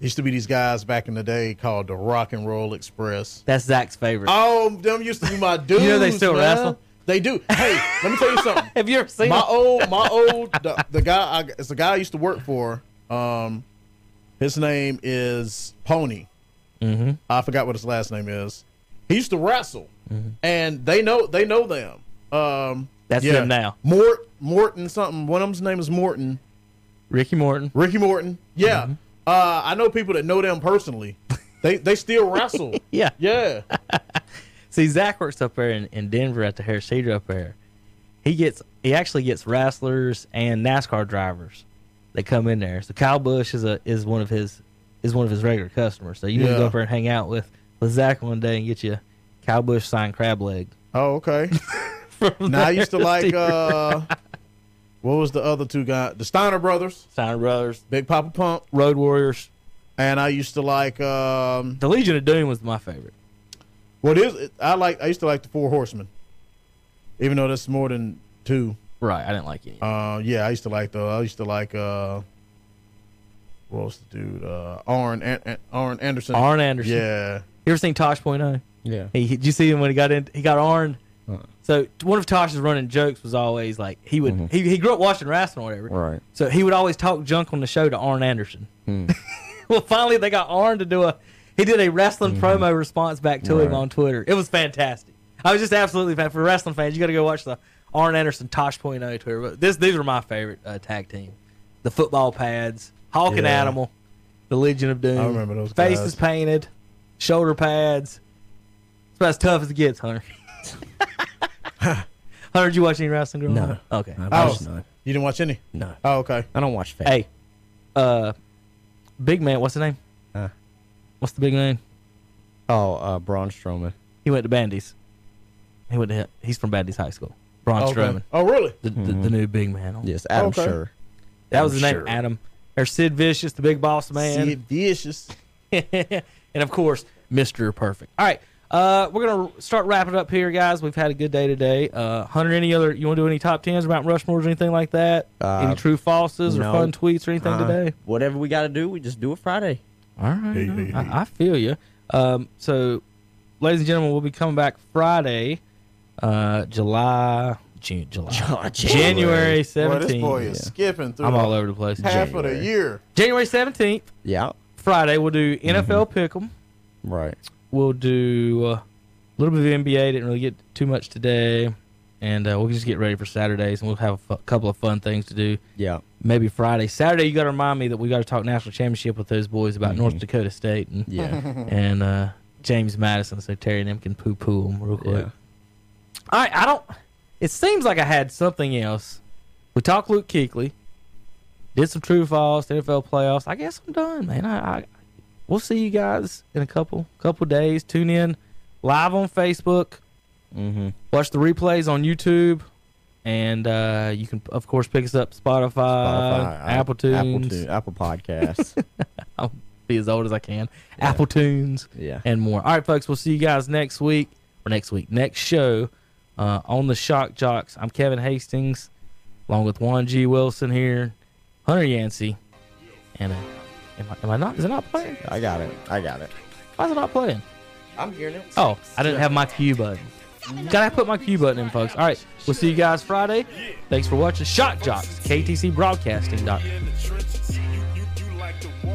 Used to be these guys back in the day called the Rock and Roll Express.
That's Zach's favorite.
Oh, them used to
[LAUGHS]
be my dudes.
know they still
man.
wrestle?
They do. Hey, let me tell you
[LAUGHS]
something.
Have you ever seen
my
him? [LAUGHS]
old my old the, the guy I, it's a guy I used to work for. Um, his name is Pony.
Mhm.
I forgot what his last name is. He used to wrestle, and they know they know them. Um,
Mm-hmm. That's them now.
Mort Morton something. One of them's name is Morton.
Ricky Morton?
Ricky Morton. Yeah.
Mm-hmm.
Uh, I know people that know them personally. They they
[LAUGHS]
still wrestle.
Yeah.
Yeah.
See, Zach works up there in, in Denver at the Harris Cedar up there. He gets he actually gets wrestlers and NASCAR drivers that come in there. So Kyle Bush is a is one of his is one of his regular customers. So you need to go
Yeah.
up there and hang out with, with Zach one day and get you a Kyle Bush signed crab
[LAUGHS]
leg.
Oh, okay.
[LAUGHS] From
Now I
there
used to
to
like
Steve
uh, what was the other two guys? The Steiner brothers,
Steiner Brothers,
Big Papa Pump,
Road Warriors.
and I used to like um,
The Legion of Doom was my favorite.
what is I like? I used to like the Four Horsemen, even though that's more than two.
Right, I didn't like any.
Uh, yeah, I used to like the. I used to like uh, what was the dude? Uh, Arn An- An- Arn Anderson.
Uh, Arn Anderson.
Yeah,
You ever seen Tosh Point oh?
Yeah.
He, he- did you see him when he got in? He got Arn.
Uh-uh.
So one of Tosh's running jokes was always like he would
Mhm.
he, he grew up watching wrestling or whatever.
Right.
So he would always talk junk on the show to Arn Anderson.
Hmm.
[LAUGHS] well, finally they got Arn to do a he did a wrestling promo response back to him
Right.
on Twitter. It was fantastic. I was just absolutely fan for wrestling fans. You got to go watch the Arn Anderson Tosh Point oh Twitter. But this these were my favorite uh, tag team: the football pads, Hawk and
Yeah.
Animal, the Legion of Doom.
I remember those
Faces
guys.
painted, shoulder pads. It's about as tough as it gets, Hunter. [LAUGHS] Hunter, did you watch any wrestling growing
No.
up? Okay.
I
Oh.
watched none.
you didn't watch any.
No.
Oh, okay.
I don't watch fat.
Hey, uh, big man, what's his name?
Huh?
What's the big name?
Oh, uh, Braun Strowman.
He went to Bandy's. He went to he's from Bandy's High School. Braun
okay.
Strowman,
Oh, really?
the, the, the new big man.
Mm-hmm. Yes, Adam
Okay.
Sure.
that was his name,
Sure.
Adam. Or Sid Vicious, the big boss man.
Sid Vicious.
[LAUGHS] and of course, Mr. Perfect. All right. Uh, we're gonna start wrapping up here, guys. We've had a good day today. Uh, Hunter, any other? You want to do any top tens or Mount Rushmores or anything like that?
Uh,
any true falses or
no.
fun tweets or anything
Uh-uh.
today?
Whatever we got to do, we just do it Friday. [LAUGHS]
All right,
Hey, hey, hey.
I, I feel you. Um, so, ladies and gentlemen, we'll be coming back Friday, uh, July, June, July,
Oh,
January
Boy, this boy
seventeenth.
is skipping through
I'm all
the
over the place.
half of the
January.
year.
January seventeenth,
Yeah.
Friday. We'll do NFL pick'em.
Right.
We'll do uh, a little bit of NBA. Didn't really get too much today. and uh, we'll just get ready for Saturdays, and we'll have a f- couple of fun things to do.
Yeah.
Maybe Friday, Saturday. You got to remind me that we got to talk national championship with those boys about North Dakota State and
Yeah.
[LAUGHS] and uh, James Madison, so Terry and them can poo poo them real quick.
Yeah.
All right, I don't. It seems like I had something else. We talked Luke Kuechly, did some true false NFL playoffs. I guess I'm done, man. I, I we'll see you guys in a couple couple days. Tune in live on Facebook.
mm-hmm.
Watch the replays on YouTube, and uh, you can of course pick us up Spotify, Uh, Apple Tunes.
Apple, Tune- Apple Podcasts.
Be as old as I can. Apple Tunes
yeah.
and more. All right, folks, we'll see you guys next week or next week, next show uh, on the Shock Jocks. I'm Kevin Hastings, along with Juan G. Wilson here, Hunter Yancey, and uh, am, I, am I not? Is it not playing?
I got it. I got it.
Why is it not playing?
I'm hearing it.
Oh, I didn't have my cue button. Gotta put my cue button in, folks. All right, we'll see you guys Friday. Thanks for watching Shock Jocks, KTCBroadcasting.com.
in the trenches. You, you, you like the war.